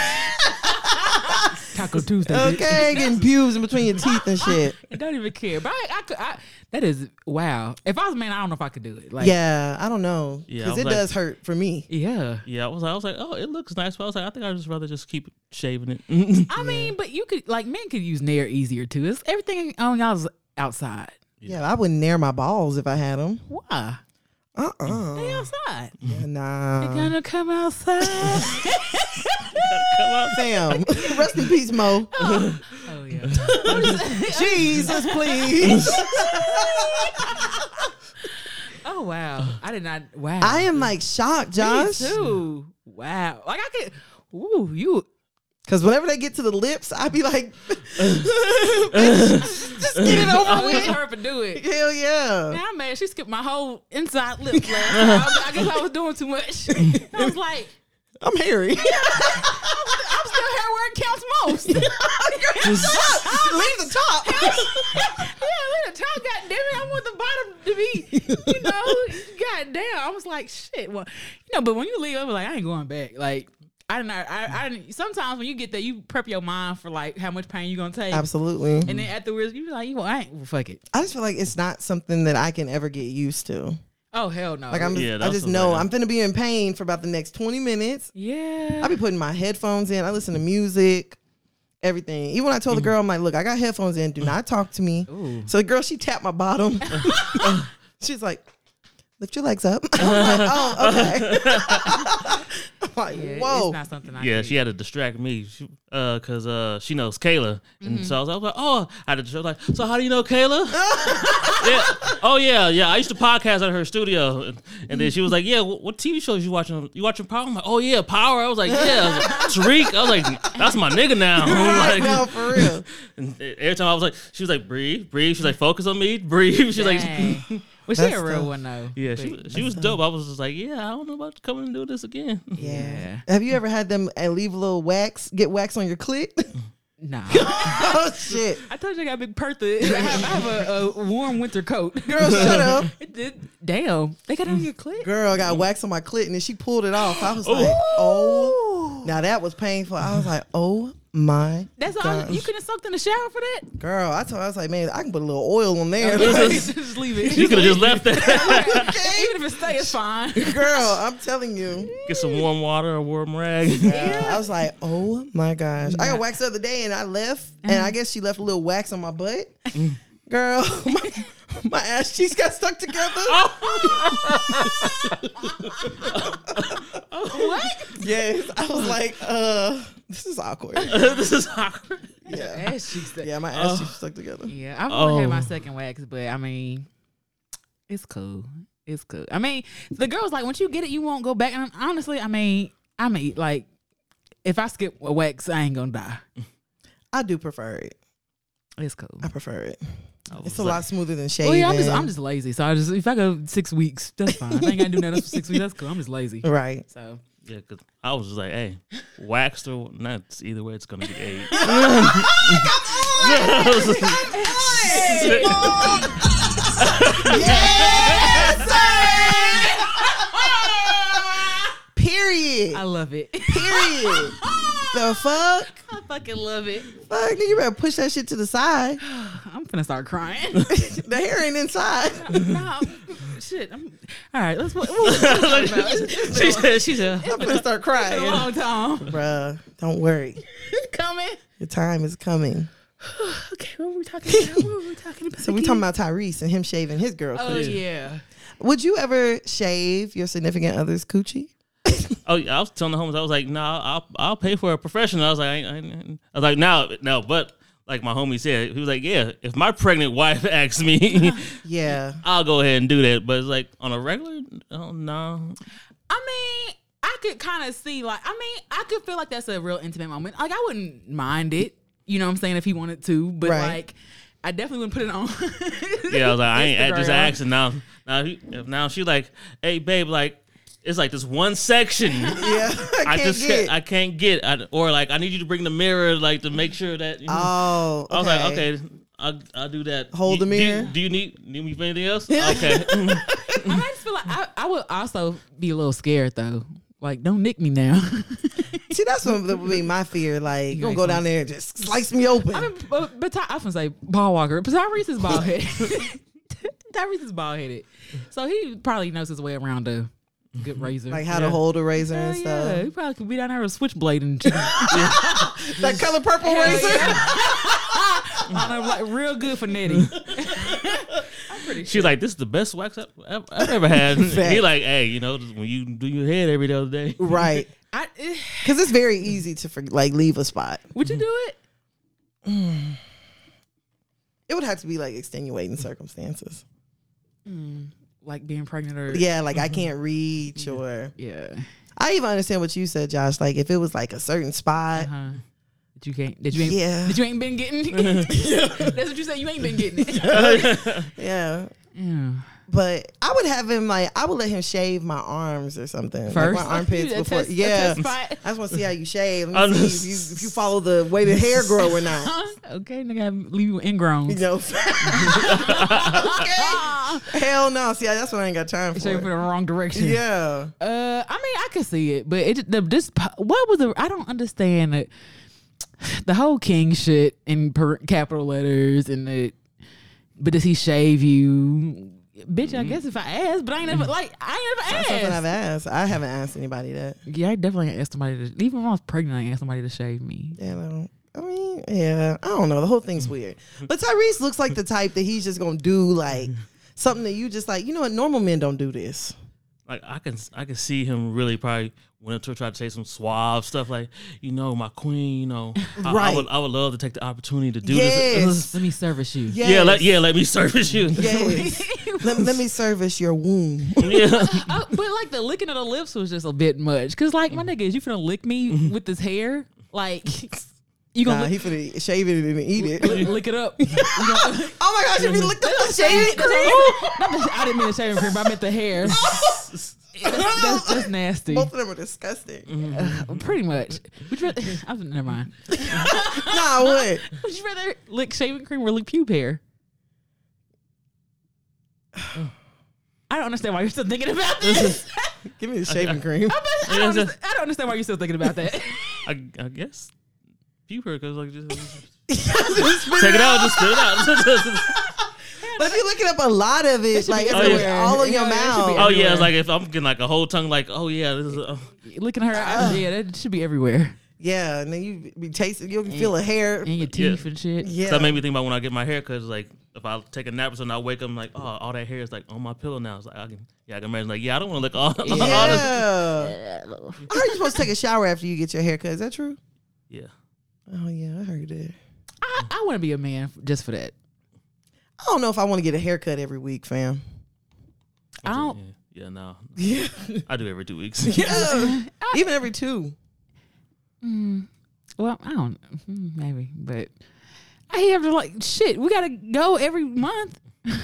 Taco Tuesday, bitch.
Okay, getting pubes in between your teeth and shit.
And don't even care. But I, I could. I, that is wow. If I was a man, I don't know if I could do it. Like,
Yeah, I don't know.
Yeah, I
Because
was
it
like-
does hurt for me.
yeah.
Yeah, I was, I was like, "Oh, it looks nice," but I was like, "I think I'd just rather just keep shaving it."
I mean, but you could like men could use nair easier too. It's everything on y'all's outside.
Yeah, I wouldn't nair my balls if I had them.
Why?
Uh uh
They outside.
Nah.
Gonna come outside.
Come on.
Sam, rest in peace, Mo.
oh yeah.
Jesus, please.
Oh wow. I did not. Wow.
I am like shocked,
Me
Josh.
too. Wow. Like I could. Ooh, you.
Because whenever they get to the lips, i be like, "Bitch, just get it
I
over
wish
with.
her to do it.
Hell yeah.
Now I'm mad. She skipped my whole inside lip last time. I guess I was doing too much. I was like,
I'm hairy.
I'm still here where it counts most.
Leave the top.
yeah, look at the top. God damn it, I want the bottom to be, you know, god damn. I was like, shit. Well, you know, but when you leave, I was like, I ain't going back. Like, I didn't. I, I didn't. Sometimes when you get there, you prep your mind for like how much pain you gonna take,
Absolutely.
and then afterwards you be like, well, I ain't. Well, fuck it.
I just feel like it's not something that I can ever get used to.
Oh hell no.
Like I'm,
Yeah,
I
that's
just
the
know
thing.
I'm finna be in pain for about the next 20 minutes.
yeah.
I be putting my headphones in. I listen to music, everything. Even when I told the girl, I'm like, look, I got headphones in. Do not talk to me.
Ooh.
So the girl, she tapped my bottom. She's like, lift your legs up. I'm like, oh, okay. I'm like,
Yeah,
whoa.
It's not something I.
Yeah,
could-
she had to distract me she, uh, cause uh, she knows Kayla,
Mm-hmm.
and so I was, I was like, oh, I had to distract, like, so how do you know Kayla? yeah, oh yeah, yeah. I used to podcast at her studio, and, and then she was like, yeah, what, what TV shows you watching? on- You watching Power? I'm like, oh yeah, Power. I was like, yeah, I was like, Tariq. I was like, that's my nigga now. I'm
Right,
like-
no, for real.
and every time I was like, she was like, breathe, breathe. She's like, focus on me, breathe. She's like.
Dang. well, she
That's
a
tough.
real one though.
Yeah, she, she was dope. I was just like, yeah, I don't know about coming and do this again.
Yeah.
Yeah.
Have you ever had them and leave a little wax, get wax on your clit?
Nah.
oh shit.
I told you I got a big Pertha. I have, I have a, a warm winter coat.
Girl, shut up.
It did. Damn, they got it on your clip.
Girl I got wax on my clit and then she pulled it off. I was like, oh. Now that was painful. I was like, oh my
That's all.
gosh.
You couldn't have soaked in the shower for that.
Girl, I told her, I was like, man, I can put a little oil on there.
just leave it.
You could have just left that.
Even if it stays, it's fine.
Girl, I'm telling you.
Get some warm water or warm rag.
Girl, I was like, oh my gosh. I got wax the other day and I left, and I guess she left a little wax on my butt. Girl, my, my ass cheeks got stuck together.
what?
Yes. I was like, uh, this is awkward.
this is awkward.
Yeah.
Ass cheeks. that-
Yeah, my ass cheeks stuck together.
Yeah, I've only had
Oh.
my second wax, but I mean, it's cool. It's cool. I mean, the girl's like, once you get it, you won't go back. And I'm- honestly, I mean, I mean, like, if I skip a wax, I ain't gonna die.
I do prefer it.
It's cool.
I prefer it.
I was
It's a
like-
lot smoother than shaving.
Well, yeah, I'm just, I'm just lazy. So I just, if I go six weeks, that's fine. I ain't gotta do nothing else for six weeks. That's cool. I'm just lazy.
right.
So
Yeah, 'cause I was just like, hey, waxed or nuts, either way, it's gonna be eight. I was like-
Period.
I love it.
Period. the fuck?
I fucking love it.
Fuck, nigga, you better push that shit to the side.
I'm finna start crying.
The hair ain't inside.
no, shit. I'm, all right, let's. What, what, what, what,
she said, she said,
I'm gonna start
a
crying.
long time
Bruh, don't worry.
coming.
Your time is coming.
Okay, what were we talking about? What were we talking about?
So we talking about Tyrese and him shaving his girl.
Oh yeah.
Would you ever shave your significant other's coochie?
oh, yeah, I was telling the homies, I was like, nah, I'll, I'll pay for a professional. I was like, I, ain't- I, ain't- I was like, no, no, but like my homie said, he was like, yeah, if my pregnant wife asks me,
Yeah.
I'll go ahead and do that. But it's like on a regular, oh no,
I mean, I could kind of see like I mean, I could feel like that's a real intimate moment. Like I wouldn't mind it, you know what I'm saying, if he wanted to, but
Right.
like I definitely wouldn't put it on.
Yeah, I was like, I ain't I just
Instagram.
asking now. Now, he- if now she like, hey babe, like it's like this one section.
Yeah, I can't
I just
get.
can't, I can't get I, or like I need you to bring the mirror like to make sure that you know.
oh,
I was like okay I'll, I'll do that
Hold
Do-
the
do you-
mirror.
do you need need me for anything else okay
I might just feel like I, I would also be a little scared though. Like, don't nick me now.
See, that's what that would be my fear. Like you gonna
make
go
sense.
down there and just slice me open.
I mean, but, but Ty, I often say Paul Walker, but Tyrese is bald headed. Tyrese is bald headed, so he probably knows his way around a good razor.
like how to hold a razor
Hell
and
yeah,
stuff.
he probably could be down there with a switchblade and shit.
That color purple razor.
on a, like real good for netting.
she's like this is the best wax I've, I've, I've ever had he
Fact.
like hey you know when you do your head every other day
Right,
I, eh,
because it's very easy to for, like leave a spot.
would you do it?
It would have to be like extenuating circumstances.
Like being pregnant or
Yeah, like I can't reach or
yeah.
I even understand what you said, Josh. Like if it was like a certain spot,
Uh, that you can't. That you ain't.
Yeah.
That you ain't been getting. That's what you say. You ain't been getting it.
yeah.
Yeah.
But I would have him like I would let him shave my arms or something.
First?
like my armpits
A
before.
test- a
yeah,
test spot?
I just want to see how you shave.
I'm
Let me
just-
see if you, if you follow the way the hair grow or not.
Huh? okay, nigga, I leave you ingrown.
You know,
Ah,
hell no. See, that's what I ain't got time for.
Show you for the wrong direction.
Yeah,
Uh, I mean, I could see it, but it just- the, this po- what was the I don't understand it. The whole king shit in per, capital letters and the. But does he shave you, bitch?
Mm-hmm.
I guess if I asked, but I ain't never like I ain't
something
never asked.
I've asked. I haven't asked anybody that.
Yeah, I definitely ain't asked somebody to. Even when I was pregnant, I ain't asked somebody to shave me.
You know. I mean, yeah, I don't know. The whole thing's weird. But Tyrese looks like the type that he's just gonna do like something that you just like. You know what? Normal men don't do this.
like I can I can see him really probably went up to her, tried to say some suave stuff like you know my queen you know I- I,
Right.
would I would love to take the opportunity to do
Yes.
this
Let me service you.
Yes.
yeah let yeah let me service you
Yes. let, let me service your womb.
yeah
Uh, but like the licking of the lips was just a bit much. Cause like my
Mm.
nigga, is you finna lick me with this hair? Like you gonna
Mm-hmm.
lick,
Nah, he finna shave it and eat it.
li- lick it up? You gonna-
Oh my gosh, if you looked up the shaving cream,
Not the- I didn't mean the shaving cream. but I meant the hair. That's, that's, that's nasty.
both of them are disgusting.
Pretty much. Would you rather? I was, never mind.
Nah, what?
Would you rather lick shaving cream or lick pube hair? I don't understand why you're still thinking about this.
Give me the shaving cream.
I don't, understand, I don't understand why you're still thinking about that.
I, I guess puberty because like just, take it out, just spit it out.
But if you're looking up a lot of it, like
be
everywhere,
everywhere.
all in
Yeah,
your
it should be
mouth.
oh yeah,
Everywhere.
it's like if I'm getting like a whole tongue, like oh yeah, this is uh,
Licking her, out, yeah, that should be everywhere.
Yeah, and then you be tasting, you'll feel a hair.
and your
Yeah.
teeth and shit.
Yeah.
that made me think about when I get my hair cut. it's Like if I take a nap or something, I wake up I'm like oh all that hair is like on my pillow now. It's like I can yeah I can imagine like yeah I don't want to look all yeah. all this
Yeah. I heard you're supposed to take a shower after you get your hair cut. Is that true?
yeah.
Oh, yeah, I heard that.
I, I want to be a man f- just for that.
I don't know if I want to get a haircut every week, fam.
I don't.
Yeah, yeah, no.
Yeah.
I do every two weeks.
Even every two.
Mm. Well, I don't. hmm, Maybe, but I have to like shit. We gotta go every month.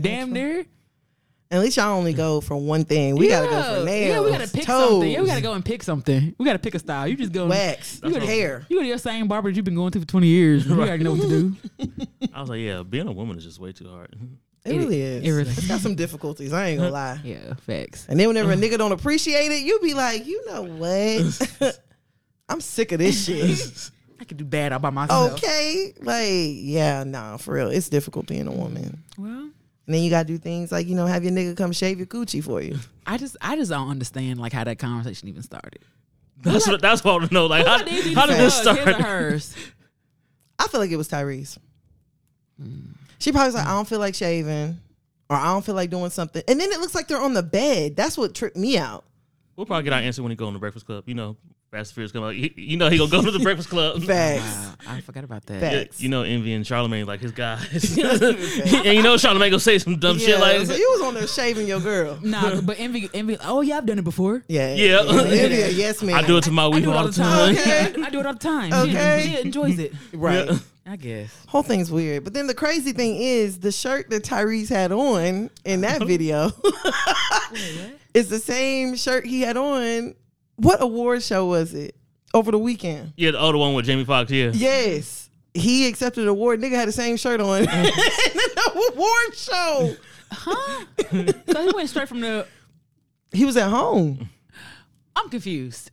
Damn near.
At least y'all only go for one thing. We gotta go for nails.
Yeah, we gotta pick
toes,
something. Yeah, we gotta go and pick something. We gotta pick a style. You just go.
wax,
You gotta,
hair.
You go to your same barber that you've been going to for twenty years. You already know what to do.
I was like, yeah, being a woman is just way too hard.
It,
It-
really is.
it really-
it's got some difficulties. I ain't gonna lie.
Yeah, facts.
And then whenever
Mm.
a nigga don't appreciate it, you be like, you know what? I'm sick of this shit.
I could do bad all by myself.
okay, like yeah, nah, for real, it's difficult being a woman.
Well,
And then you gotta do things like you know have your nigga come shave your coochie for you.
I just I just don't understand like how that conversation even started.
That's what that's what I want to know. Like, how,
Who got these
how did this
drugs? His or
start?
hers?
I feel like it was Tyrese.
Mm.
She probably was like, I don't feel like shaving, or I don't feel like doing something. And then it looks like they're on the bed. That's what tripped me out.
We'll probably get our answer when he go on the Breakfast Club. You know, Fast and Furious come out. You, you know, he gonna go to the Breakfast Club.
Facts.
Wow, I forgot about that.
Facts.
Yeah, you know, Envy and Charlemagne like his guys. and you know, Charlemagne gonna say some dumb shit like,
so you was on there shaving your girl.
Nah, but envy, envy. Oh yeah, I've done it before.
Yeah.
Yeah.
It'd be a yes, man.
I do it to my
I
weave
do it
all the time.
Okay.
I do it all the time.
Okay.
She, she enjoys it.
Right.
I guess.
Whole thing's weird. But then the crazy thing is the shirt that Tyrese had on in that video is the same shirt he had on. What award show was it? Over the weekend.
Yeah, the other one with Jamie Foxx. Yeah.
Yes. He accepted an award. Nigga had the same shirt on. in the award show.
Huh? so he went straight from the.
He was at home.
I'm confused.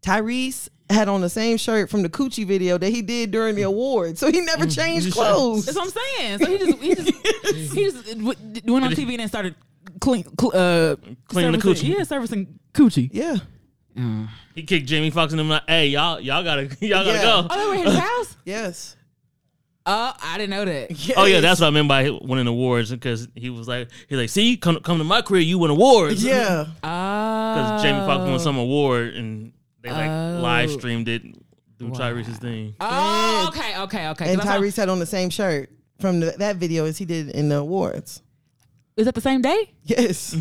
Tyrese had on the same shirt from the Coochie video that he did during the award. So he never changed clothes.
That's what I'm saying. So he just he just he just w- went on TV and then started clean cl- uh,
Cleaning the
servicing-
coochie.
Yeah, servicing coochie. Uh.
Yeah.
He kicked Jamie Foxx in the mouth. Hey, y'all, y'all gotta, y'all gotta
Yeah.
go.
Oh, they were at his house.
Yes.
Oh, I didn't know that.
Oh yeah, that's what I meant by winning awards because he was like, he's like, see, come come to my career, you win awards.
Yeah.
Because
because Jamie Foxx won some award and they like
Oh.
live streamed it through Tyrese's thing.
Oh, okay, okay, okay.
And
'Cause I saw-
Tyrese had on the same shirt from the, that video as he did in the awards.
is that the same day?
Yes.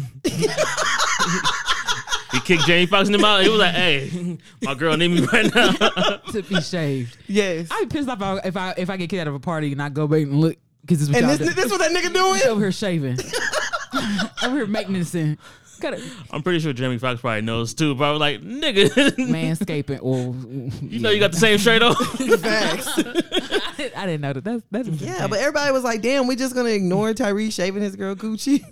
He kicked Jamie Foxx in the mouth. He was like, "Hey, my girl need me right now."
to be shaved.
Yes.
I'd be pissed off if I, if I if I get kicked out of a party and I go back and look because it's what
and
y'all
this,
do.
this what that nigga doing?
over here shaving, over here maintenancing, gotta
I'm pretty sure Jamie Foxx probably knows too. Probably like, "Nigga,
manscaping. Or
you know you got the same shirt on."
Facts.
I didn't, I didn't know that. That's that's
Yeah, but everybody was like, damn, we just gonna ignore Tyrese shaving his girl Gucci.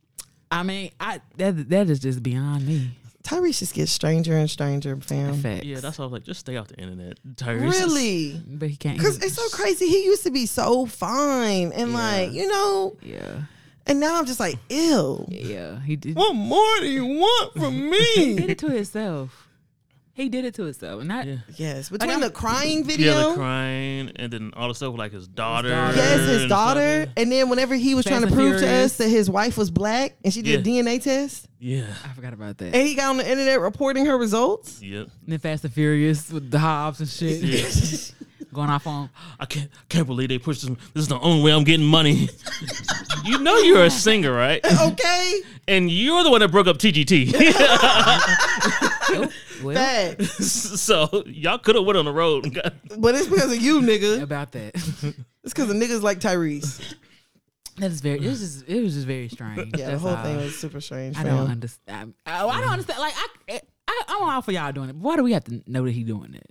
I mean, I that that is just beyond me.
Tyrese just gets stranger and stranger, fam.
Facts.
Um, yeah, that's why I was like, just stay off the internet, Tyrese. is-
Really?
but he can't.
Cause it's so crazy. He used to be so fine and like, you know,
yeah,
and now I'm just like, ew.
yeah. He did,
What more do you want from
he
me?
did it to himself. He did it to himself, and I.
Yeah.
yes, between
I'm-
the crying video.
Yeah, the crying and then all the stuff with, like his daughter.
daughter.
Yes, his
and
daughter.
stuff.
And then whenever he was
Fast
trying to
and
prove to
Furious.
us that his wife was black and she did
Yeah.
DNA test
Yeah.
I forgot about that.
and he got on the internet reporting her results.
Yep.
And then Fast and Furious with the Hobbs and shit,
Yeah.
going off on.
I can't can't believe they pushed this. This is the only way I'm getting money. you know you're a singer, right?
Okay.
And you're the one that broke up TGT.
Oh, well,
Bad.
so y'all could have went on the road.
But it's because of you, nigga.
about that.
It's because of niggas like Tyrese.
That is very. It was just. It was just very strange.
Yeah, the
That's
whole
all.
thing was super strange.
I
fam.
don't understand. I, oh, I don't understand. Like I, I, I'm all for y'all doing it. But why do we have to know that he doing it?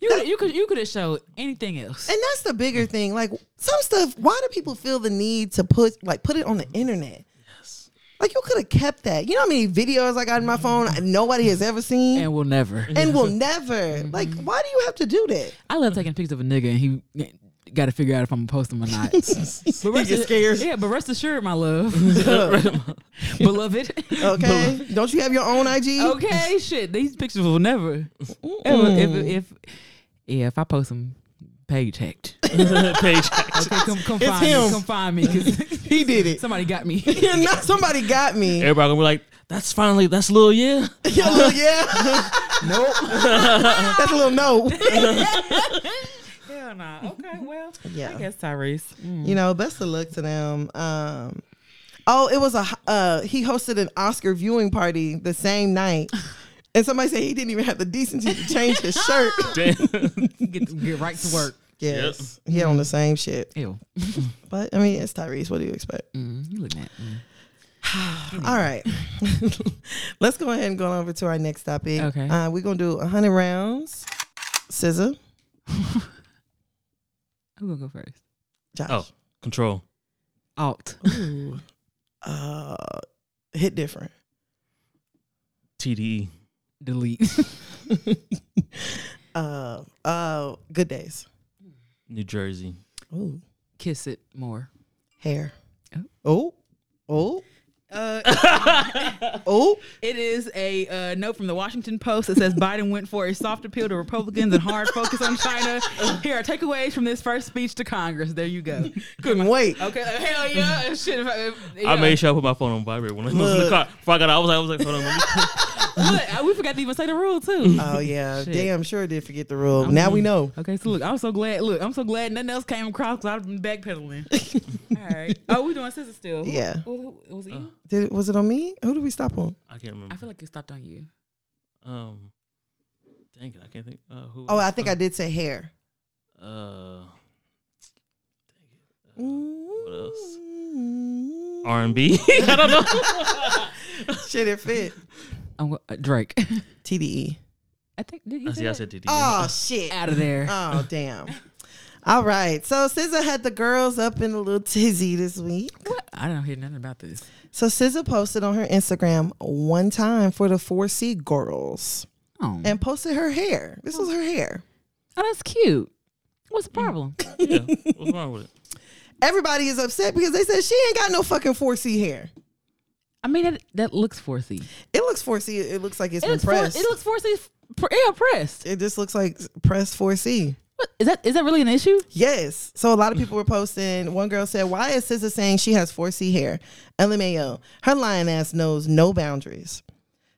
You, could- you could, you could have showed anything else.
And that's the bigger thing. Like some stuff, why do people feel the need to put like put it on the internet? Like you could have kept that. You know how many videos I got in my phone nobody has ever seen and,
And Mm-hmm. we'll never.
will never. Like, why do you have to do that?
I love taking pictures of a nigga, and he got to figure out if I'm gonna post him or not. But rest
get scared.
Yeah, but rest assured, my love, beloved.
Okay. Don't you have your own IG?
Okay, shit. These pictures will never. Ever, if, if, yeah, if I post them, page hacked. Okay,
Page.
come, come
It's
find
him.
me. Come find me, cause
He did it.
somebody got me.
Not somebody got me.
Everybody gonna be like, "That's finally that's Lil Yeah."
Yeah, look, yeah. nope. That's a little no.
Hell nah. Okay, well,
Yeah.
I guess Tyrese.
You know, best of luck to them. Um, oh, it was a h- uh, he hosted an Oscar viewing party the same night, and somebody said he didn't even have the decency to change his shirt.
Damn.
Get, get right to work.
yes, he had on the same shit.
Ew.
But I mean, it's Tyrese. What do you expect?
Mm, you looking at
All right, let's go ahead and go over to our next topic.
Okay.
uh, we're gonna do hundred rounds. Scissor,
Who gonna go first?
Josh.
Oh, control.
Alt.
Ooh. Uh, hit different.
TDE.
Delete.
Uh, uh, good days.
New Jersey.
Ooh,
Kiss it more.
hair. Oh, oh, oh.
Uh, It is a uh, note from the Washington Post that says Biden went for a soft appeal to Republicans and hard focus on China. Here are takeaways from this first speech to Congress. There you go.
Couldn't wait.
Okay, like, hell yeah, shit. If I, if-
I
yeah.
made sure I put my phone on vibrate when I was in the
Look.
car. Before I got out, I was like, I was like, hold on. let me-
Look, I- Uh, we forgot to even say the rule too.
Oh yeah,
Shit.
damn sure did forget the rule. now we know.
Okay, so look, I'm so glad. Look, I'm so glad nothing else came across because I've been backpedaling. All right. Oh, we doing scissors still? Who-
Yeah.
who- who- was it you?
Did it, was it on me? Who did we stop on?
I can't remember.
I feel like it stopped on you.
um, dang it, I can't think. Uh, who?
Oh, I think I did say hair.
Uh, What else? R and B. I don't know.
Mm-hmm. Shit, it fit.
I'm go- uh, Drake.
TDE.
I think did you
I
say
see. I
that?
said E. DD.
Oh shit.
out of there.
Oh damn. All right. So SZA had the girls up in a little tizzy this week.
What? I don't hear nothing about this.
So SZA posted on her Instagram one time for the 4C girls
Oh,
and posted her hair. This was her hair.
oh that's cute. What's the
mm.
problem?
yeah. What's wrong with it?
Everybody is upset because they said she ain't got no fucking 4C hair.
I mean, that, that looks 4C.
It looks 4C. It looks like it's
It
been
looks, four,
pressed.
it looks 4C. Pr- yeah, pressed.
it just looks like pressed 4C.
What, is that is that really an issue?
Yes. So a lot of people were posting. One girl said, Why is SZA saying she has 4C hair? LMAO. Her lion ass knows no boundaries.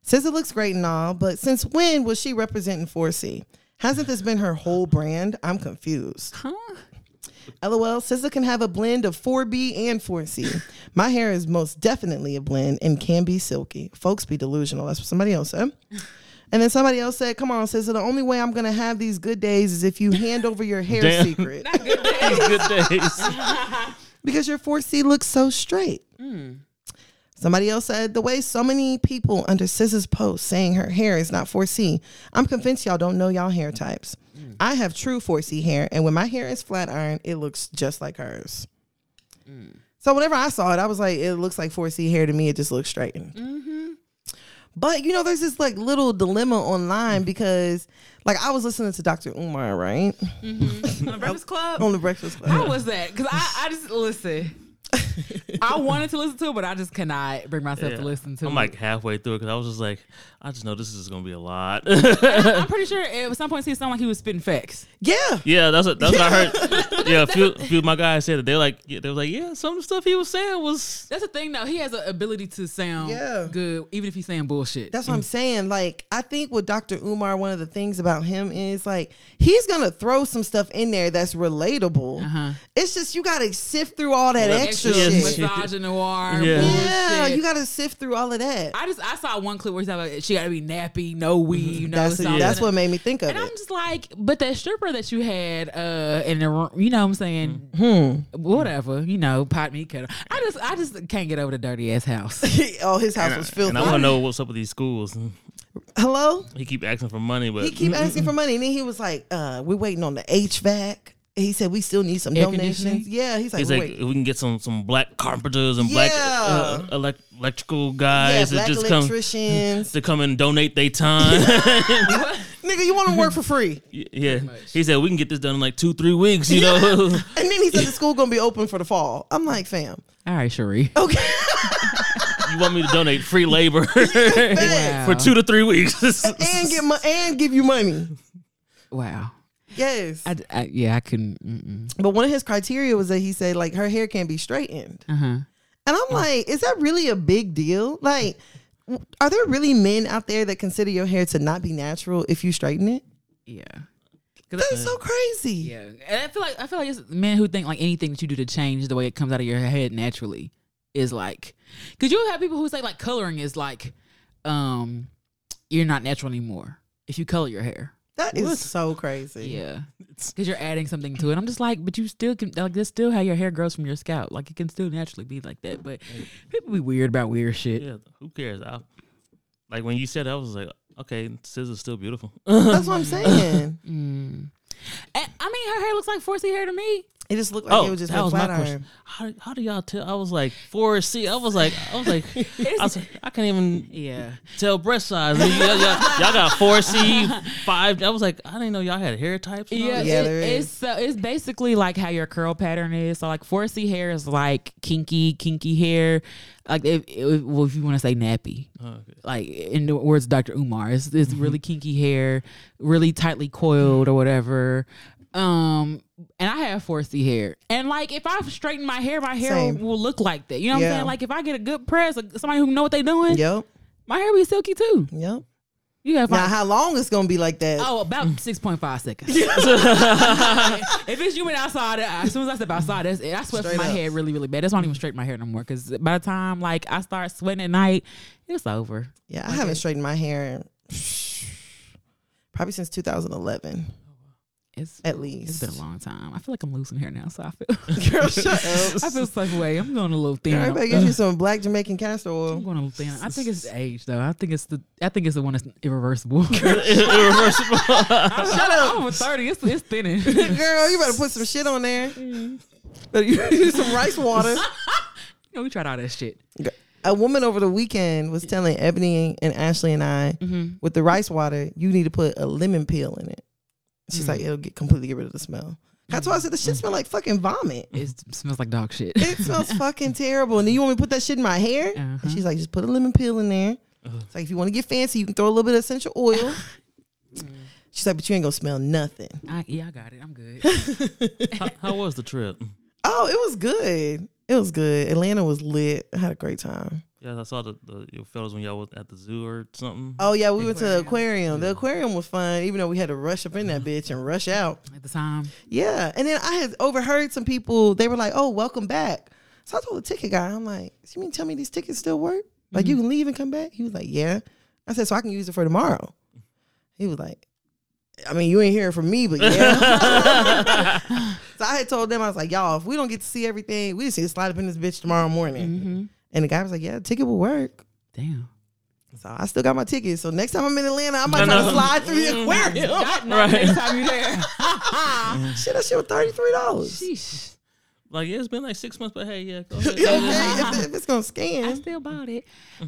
SZA looks great and all, but since when was she representing 4C? Hasn't this been her whole brand? I'm confused.
Huh?
LOL, SZA can have a blend of 4B and 4C. My hair is most definitely a blend and can be silky. Folks be delusional. That's what somebody else said. And then somebody else said, Come on, SZA, the only way I'm going to have these good days is if you hand over your hair
Damn.
secret.
These good days.
because your 4C looks so straight. Somebody else said the way so many people under SZA's post saying her hair is not 4C. I'm convinced y'all don't know y'all hair types. I have true 4C hair, and when my hair is flat iron, it looks just like hers. So whenever I saw it, I was like, it looks like 4C hair to me. It just looks straightened. But you know, there's this like little dilemma online because, like, I was listening to Dr. Umar right
Breakfast Club.
on the Breakfast Club.
How Oh, was that? Because I, I just listen. I wanted to listen to it, but I just cannot bring myself
Yeah.
to listen to
I'm
it.
like halfway through it because I was just like, I just know this is gonna be a lot.
I'm pretty sure at some point he sounded like he was spitting facts.
Yeah,
yeah, that's what that's what I heard. Yeah, a few, a few of my guys said that they were like yeah, they were like, yeah, some of the stuff he was saying was
That's the thing, though. He has an ability to sound
Yeah.
good, even if he's saying bullshit.
That's what I'm saying. Like, I think with Dr. Umar, one of the things about him is like he's gonna throw some stuff in there that's relatable.
Uh-huh.
It's just you gotta sift through all that extra
Extra
shit.
shit.
Misogynoir,
Yeah.
bullshit.
Yeah, you gotta sift through all of that.
I just I saw one clip where he's like, she got to be nappy, no weave, no
Mm-hmm. that's
something.
that's what made me think of
And I'm
it.
just like, but that stripper that you had uh in the room, you know what I'm saying?
Mm-hmm.
Whatever, you know, pot me kettle. I just I just can't get over the dirty ass house.
oh, his house was filthy.
And I want to know what's up with these schools.
Hello?
He keep asking for money, but
He keep asking for money. And then he was like, uh, we're waiting on the HVAC. He said we still need some
Air
donations.
conditioning?
Yeah, he's like,
he's
"We're
like,
waiting."
we can get some some black carpenters and black uh, elect- electrical
yeah,
guys that
black
just come
electricians.
to come and donate their time.
Nigga, you want to work for free?
yeah, he said we can get this done in like two three weeks. You know,
And then he said the school gonna be open for the fall. I'm like, fam.
All right, Cherie.
Okay.
you want me to donate free labor
Facts.
for two to three weeks?
and get mo- and give you money.
Wow.
Yes.
I, I- yeah, I couldn't. Mm-mm.
but one of his criteria was that he said like her hair can't be straightened.
Uh-huh.
And
Mm.
I'm like, is that really a big deal? Like w- are there really men out there that consider your hair to not be natural if you straighten it?
Yeah.
Mm-hmm.
That's so crazy.
Yeah, and I feel like I feel like it's men who think like anything that you do to change the way it comes out of your head naturally is like, because you have people who say like coloring is like, um, you're not natural anymore if you color your hair.
That is so crazy.
Yeah, because you're adding something to it. I'm just like, but you still can like that's still how your hair grows from your scalp. Like it can still naturally be like that. But people be weird about weird shit.
Yeah, who cares? I, like when you said that, I was like, okay, Scissor's still beautiful.
That's what I'm
Mm-hmm.
saying.
Mm. And, I mean, her hair looks like 4C hair to me.
It just looked like
oh,
it was just
that
a
was my
flat
question.
iron.
How, how do y'all tell? I was like four C. I was like, I was like, I, was like, I can't even
Yeah,
tell breast size. Y- y'all, y'all- y'all got four C, five. I was like, I didn't know y'all had hair types. and all
Yeah,
that.
Yeah,
it-
there
it's so it's basically like how your curl pattern is. So like 4C hair is like kinky, kinky hair. Like if, if well, if you want to say nappy, like in the words of Dr. Umar, it's, it's really kinky hair, really tightly coiled or whatever. Um, and I have 4C hair, and like if I straighten my hair, my hair
Same.
will look like that. You know what
Yeah.
I'm saying? Like if I get a good press, like somebody who know what they doing,
Yep.
my hair be silky too.
Yep.
You have
Now how long it's gonna be like that?
Oh,
mm.
about six point five seconds. if it's humid outside, uh, as soon as I step outside, that's it. I sweat from
Straight
my
up.
head really, really bad. That's why I don't even straighten my hair no more. Because by the time like I start sweating at night, it's over.
Yeah, I haven't straightened my hair in, probably since 2011.
It's
at
it's
least.
been a long time. I feel like I'm losing hair now, so I feel
Girl, shut up.
I feel like wait, I'm going a little thin.
Everybody get you some black Jamaican castor
I'm
oil.
going a little thin. I think it's age though. I think it's the I think it's the one that's irreversible.
Irreversible.
I'm, Shut up. I'm over 30. It's, it's thinning.
Girl, you better put some shit on there. But you use some rice water.
You know, we tried all that shit.
A woman over the weekend was telling Ebony and Ashley and I, with the rice water, you need to put a lemon peel in it. She's like, it'll get completely get rid of the smell. That's why I said the shit smell like fucking vomit.
It smells like dog shit.
It smells fucking terrible. And then you want me to put that shit in my hair?
Uh-huh.
And she's like, just put a lemon peel in there. It's like if you want to get fancy, you can throw a little bit of essential oil. She's like, but you ain't gonna smell nothing.
I, yeah, I got it. I'm good.
how, how was the trip?
Oh, it was good. It was good. Atlanta was lit. I had a great time.
Yeah, I saw the, the your fellas when y'all was at the zoo or something.
Oh yeah, we went to the aquarium. Uh-huh. The aquarium was fun, even though we had to rush up in that bitch and rush out.
At the time,
Yeah, and then I had overheard some people. They were like, "Oh, welcome back." So I told the ticket guy, "I'm like, so you mean tell me these tickets still work? Like you can leave and come back?" He was like, "Yeah." I said, "So I can use it for tomorrow." He was like, "I mean, you ain't hearing from me, but yeah." so I had told them, I was like, "Y'all, if we don't get to see everything, we just need to slide up in this bitch tomorrow morning." And the guy was like, "Yeah, the ticket will work."
damn.
So I still got my tickets. So next time I'm in Atlanta, I might try to slide through the
Mm-hmm.
aquarium.
Next time you there.
Shit, that shit was thirty three dollars.
Sheesh.
Like yeah, it's been like six months, but hey, yeah, go ahead.
okay, if, if it's gonna
I
scan,
still bought it.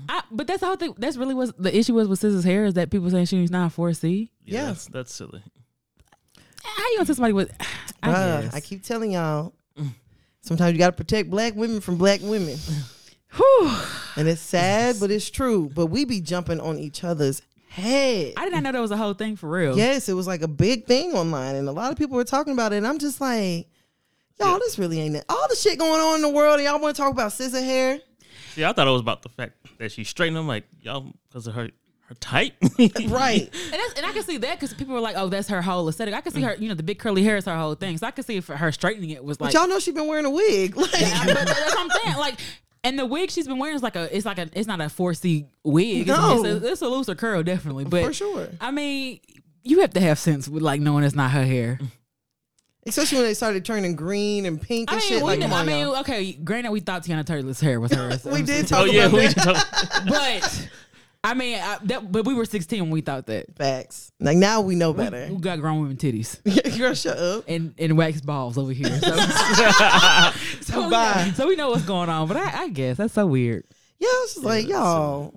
I, but that's the whole thing. That's really what the issue was with Scissor's hair is that people saying she was not 4C.
Yeah.
that's, that's silly.
How you gonna tell somebody with? I
Bruh,
guess. Mm.
I keep telling y'all. Sometimes you gotta protect black women from black women,
Whew.
and it's sad, but it's true. But we be jumping on each other's head.
I did not know that was a whole thing for real.
Yes, it was like a big thing online, and a lot of people were talking about it. And I'm just like, y'all, this really ain't it. All the shit going on in the world, and y'all want to talk about scissor hair?
Yeah, I thought it was about the fact that she straightened. I'm like, y'all, because of her her type.
Right.
And, that's, and I can see that because people were like, "Oh, that's her whole aesthetic." I can see her, you know, the big curly hair is her whole thing. So I can see for her straightening it was like,
Mm. But y'all know she been wearing a wig. Like,
I- but that's what I'm saying. Like, and the wig she's been wearing is like a, it's like a, it's not a four C wig. It's-
No.
it's, a, it's a looser curl, definitely. But
For sure.
I mean, you have to have sense with like knowing it's not her hair.
Especially when they started turning green and pink
I
and
mean,
shit.
we
Like,
did-
come
I
on,
mean,
y'all.
okay, granted, we thought Tiana Turtle's hair was hers,
We did talk
oh yeah,
about
we
that.
talk,
but I mean, I, that, but we were 16 when we thought that.
Facts. Like now we know better.
We got grown women titties.
Girl, shut up.
and and wax balls over here. So, so, we, know,
Bye.
so we know what's going on. But I, I guess that's so weird.
Yeah, I was just like, y'all,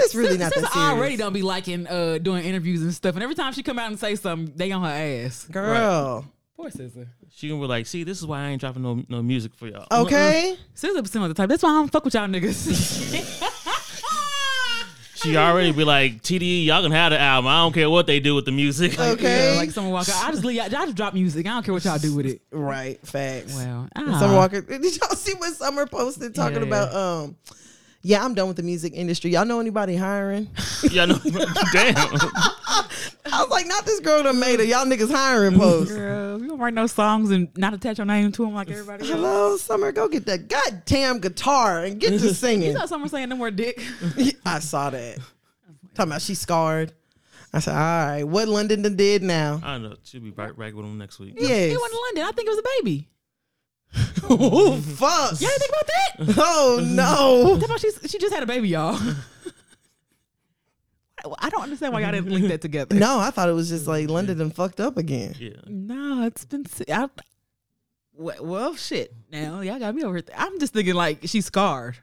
it's really
Sis-
not
sis
that serious.
already don't be liking uh, doing interviews and stuff. And every time she come out and say something, they on her ass.
Girl,
Poor Scissor.
she gonna be like, see, this is why I ain't dropping no no music for y'all.
okay.
Scissor seem like the type. That's why I don't fuck with y'all niggas.
She already be like, TDE, y'all can have the album. I don't care what they do with the music.
Okay.
Yeah, like someone walk out. I just leave. I just drop music. I don't care what y'all do with it.
right. Facts.
Well,
And
ah.
Summer Walker, did y'all see what Summer posted talking
Yeah.
about? Um, yeah, I'm done with the music industry. Y'all know anybody hiring?
y'all know, damn.
I was like, not this girl that made it. Y'all niggas
Mm-hmm.
hiring post.
Girl, you don't write no songs and not attach your name to them like everybody else.
Hello, Summer. Go get that goddamn guitar and get to singing.
You know someone saying no more dick.
I saw that. Talking about she scarred. I said, all right, what London done did now?
I don't know. She'll be right back with them next week.
Yes.
It went to London. I think it was a baby.
oh, fuck.
Y'all didn't think about that?
Oh, no.
Talk about she's, she just had a baby, y'all. I don't understand why y'all didn't link that together.
No, I thought it was just like London done fucked up again.
Yeah.
No, it's been. si- I, well, well, shit. Now y'all got me over. Th- I'm just thinking like she's scarred.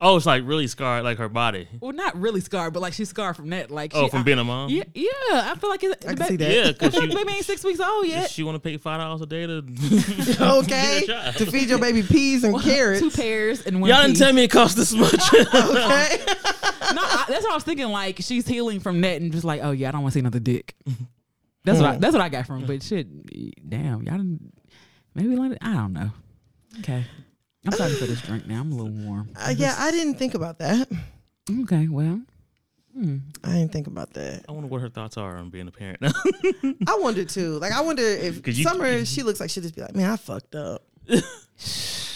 Oh, it's like really scarred, like her body.
Well, not really scarred, but like she's scarred from that. Like,
Oh,
she,
from
I-
being a mom.
yeah, yeah. I feel like it's,
I
the
can see
baby,
that.
Yeah,
I
because
feel like the
she,
baby ain't six weeks old yet.
she want to pay five dollars a day to.
Okay.
Yeah, child.
to feed your baby peas and carrots.
Two pairs and one.
y'all didn't
piece.
tell me it cost this much.
Okay.
No, I, that's what I was thinking. Like she's healing from that, and just like, oh yeah, I don't want to see another dick. That's what I, that's what I got from. it. But shit, damn, y'all didn't, maybe let it. I don't know. Okay, I'm sorry for this drink. Now I'm a little warm.
Uh, yeah, I didn't think about that.
Okay, well,
I didn't think about that.
I wonder what her thoughts are on being a parent.
I wonder too. Like, I wonder if
'Cause you-
Summer, she looks like she'll just be like, man, I fucked up.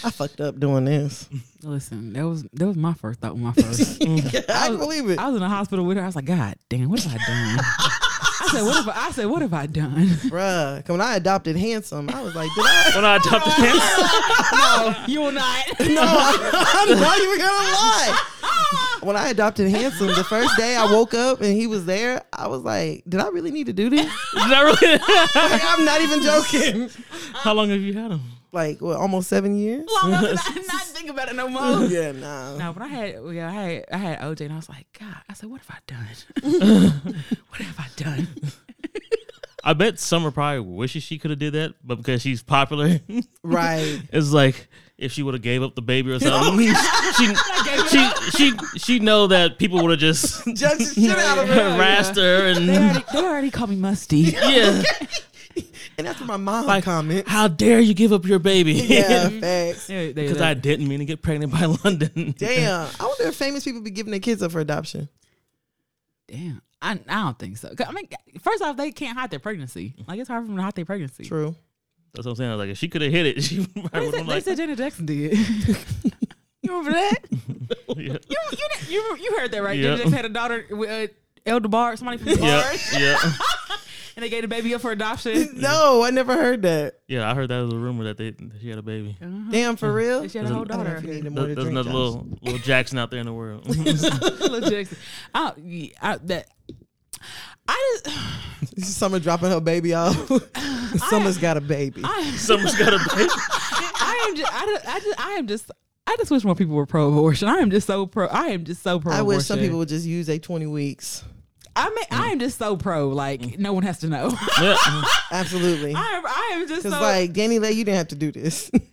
I fucked up doing this.
listen, that was that was my first thought. when My first.
I can believe it.
I was in the hospital with her. I was like, God damn, what have I done? I said, what have I, I said, what have I done?
Bruh, when I adopted handsome, I was like, did I?
When I adopted him,
Oh, you will not.
No, I'm not even gonna lie.
Oh,
When I adopted handsome, the first day I woke up and he was there, I was like, did I really need to do this?
Is that really?
Like, I'm not even joking.
How long have you had him?
Like, what, almost seven years?
Long enough that I not think about it no more.
Yeah, nah.
No, but I had, yeah, I had, I had OJ, and I was like, God, I said, what have I done? what have I done?
I bet Summer probably wishes she could have did that, but because she's popular,
Right.
it's like if she would have gave up the baby or something, she she she she know that people would have just
Judge the shit out of her.
harassed her
They
and
already, they already call me musty.
yeah.
And after my mom
Like,
comment.
How dare you give up your baby?
Yeah, facts.
Because
Because I didn't mean to get pregnant by London.
Damn. I wonder if famous people be giving their kids up for adoption.
damn, I, I don't think so. 'Cause, I mean, first off, they can't hide their pregnancy. Like it's hard for them to hide their pregnancy.
True.
That's what I'm saying. I was like, if she could have hit it, she
They
probably would
said,
have
they
like,
said Janet Jackson did. you remember that?
yeah,
You you didn't- you, you heard that right?
Yeah.
Janet Jackson had a daughter with uh, El Debar, somebody from the
yeah,
bar,
yeah,
and they gave the baby up for adoption.
No, I never heard that.
yeah. I heard that was a rumor that they that she had a baby.
Damn, for real?
Uh-huh. She had a whole
I don't know if
daughter.
you needed more to
There's
drink,
another
Josh.
little little Jackson out there in the world.
Little Jackson. I, yeah, I, that, I just,
Summer dropping her baby off. Summer's got a baby.
Someone's got a baby.
I am just, I, just, I just, I am just, I just wish more people were pro-abortion. I am just so pro. I am just so pro.
I wish some people would just use their 20 weeks.
I mean, I am just so pro. Like no one has to know.
Yeah.
Absolutely.
I am. I am just so.
Because, like, Danny Lay, you didn't have to do this.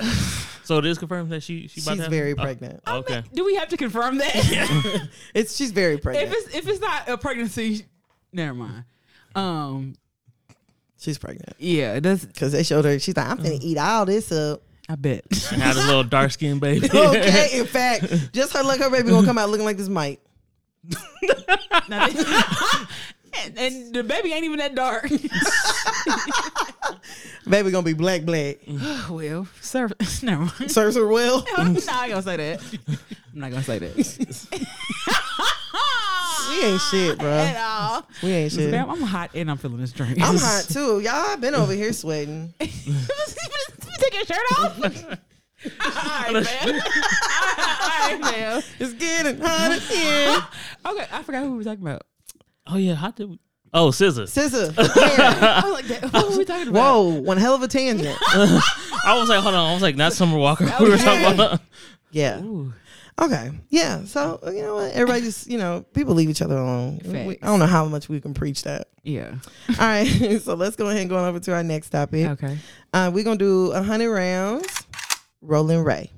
So it is confirmed that she, she about to
She's
have-
very
Oh,
pregnant.
okay.
do we have to confirm that? if
It's She's very pregnant.
it's if it's not a pregnancy, never mind. Um.
She's pregnant.
Yeah. That's.
Because they showed her, she's like, I'm finna eat all this up.
I bet.
And had a little dark skinned baby.
Okay, in fact, just her luck, her baby gonna come out looking like this Mike.
Now they- and, and the baby ain't even that dark.
Baby gonna be black, black. Oh,
well, sir. Never mind.
Serves her well.
I'm not gonna say that. I'm not gonna say that.
We ain't shit, bro.
At all.
We ain't shit.
Ma'am, I'm hot and I'm feeling this drink.
I'm hot too. Y'all I been over here sweating.
Take your shirt off. all right, man. all right, man.
It's getting hot in here.
Okay, I forgot who we were talking about.
Oh yeah, how did we- Oh, scissor.
Scissor. hair.
I was like, that- who were we talking about?
Whoa, one hell of a tangent.
I was like, hold on, I was like, not Summer Walker. We were talking about
Yeah.
Ooh.
Okay. Yeah. So you know what? Everybody just you know people leave each other alone. We- I don't know how much we can preach that.
Yeah.
All right. So let's go ahead and go on over to our next topic.
Okay.
Uh, we're gonna do a hundred rounds. Rolling Ray.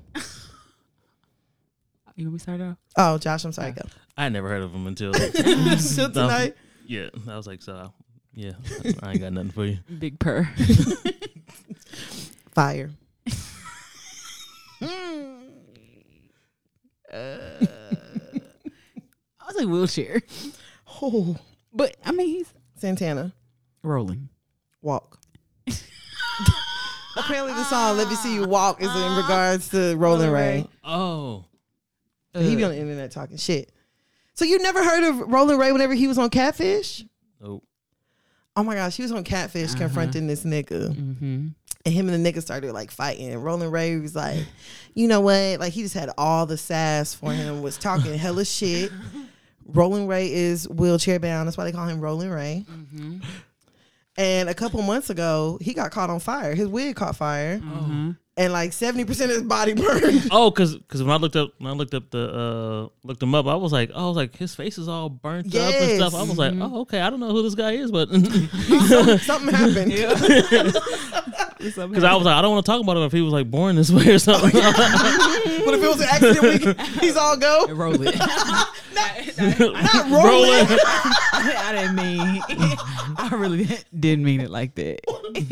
You want me to start off?
Oh, Josh, I'm sorry. Go.
I had never heard of him until
Till
No.
tonight.
Yeah. I was like, so yeah, I ain't got nothing for you.
Big purr.
Fire.
Hmm. Uh, I was like wheelchair,
Oh,
but I mean he's
Santana.
rolling.
Walk. Apparently, the song "Let Me See You Walk" is in regards to Rolling Ray.
Oh.
He be on the internet talking shit. So you never heard of Rolling Ray whenever he was on Catfish?
Oh.
Oh my gosh, he was on Catfish confronting this nigga,
Mm-hmm.
and him and the nigga started like fighting. And Rolling Ray was like, "You know what? Like he just had all the sass for him. Was talking hella shit." Rolling Ray is wheelchair bound. That's why they call him Rolling Ray.
Mm-hmm.
And a couple months ago, he got caught on fire. His wig caught fire,
Mm-hmm.
and like seventy percent of his body burned.
Oh, cause, 'cause when I looked up when I looked up the uh looked him up, I was like, oh, I was like his face is all burnt up and stuff. I was like, oh, okay, I don't know who this guy is, but because
Something happened.
I was like, I don't want to talk about him if he was like born this
Oh,
way or something.
But if it was an accident, we could- he's all go.
Roll it.
Not rolling.
I didn't mean. I really didn't mean it like that.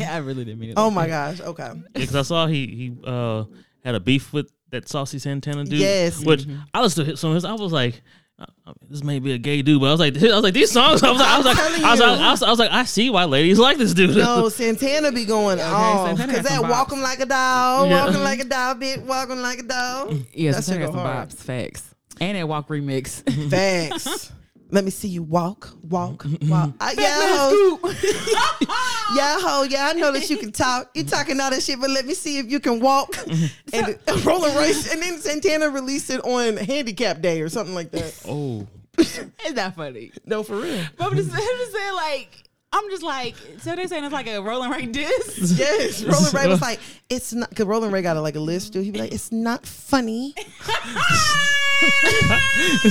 I really didn't mean it.
Oh
like
my gosh. Okay.
because I saw he he uh, had a beef with that saucy Santana dude.
Yes. Mm-hmm.
which I listened to his- some of his. I was like, I- I mean, this may be a gay dude, but I was like, I was like these songs. I was like, I was like, I was, like, I was, I was like, I see why ladies like this dude.
No, Santana be going off
Santana
because
got
that
some
walk
bops.
him like a dog,
Yeah.
walking like a dog, bitch, walking like a dog.
Yes,
That
I
shit
got
go
some
hard.
Mm-hmm. vibes, facts, and that walk remix.
Facts. Let me see you walk, walk, walk. I, yeah, ho, yeah, ho, yeah. I know that you can talk. You talking all that shit, but let me see if you can walk. and Roller Race, and then Santana released it on Handicap Day or something like that.
Oh,
It's not funny.
No, for real.
But I'm just, I'm just saying, like, I'm just like, so they're saying it's like a rolling right disc.
Yes, Roland Ray was like, it's not. Cause Roland Ray got a, like a list too. He'd be like, it's not funny.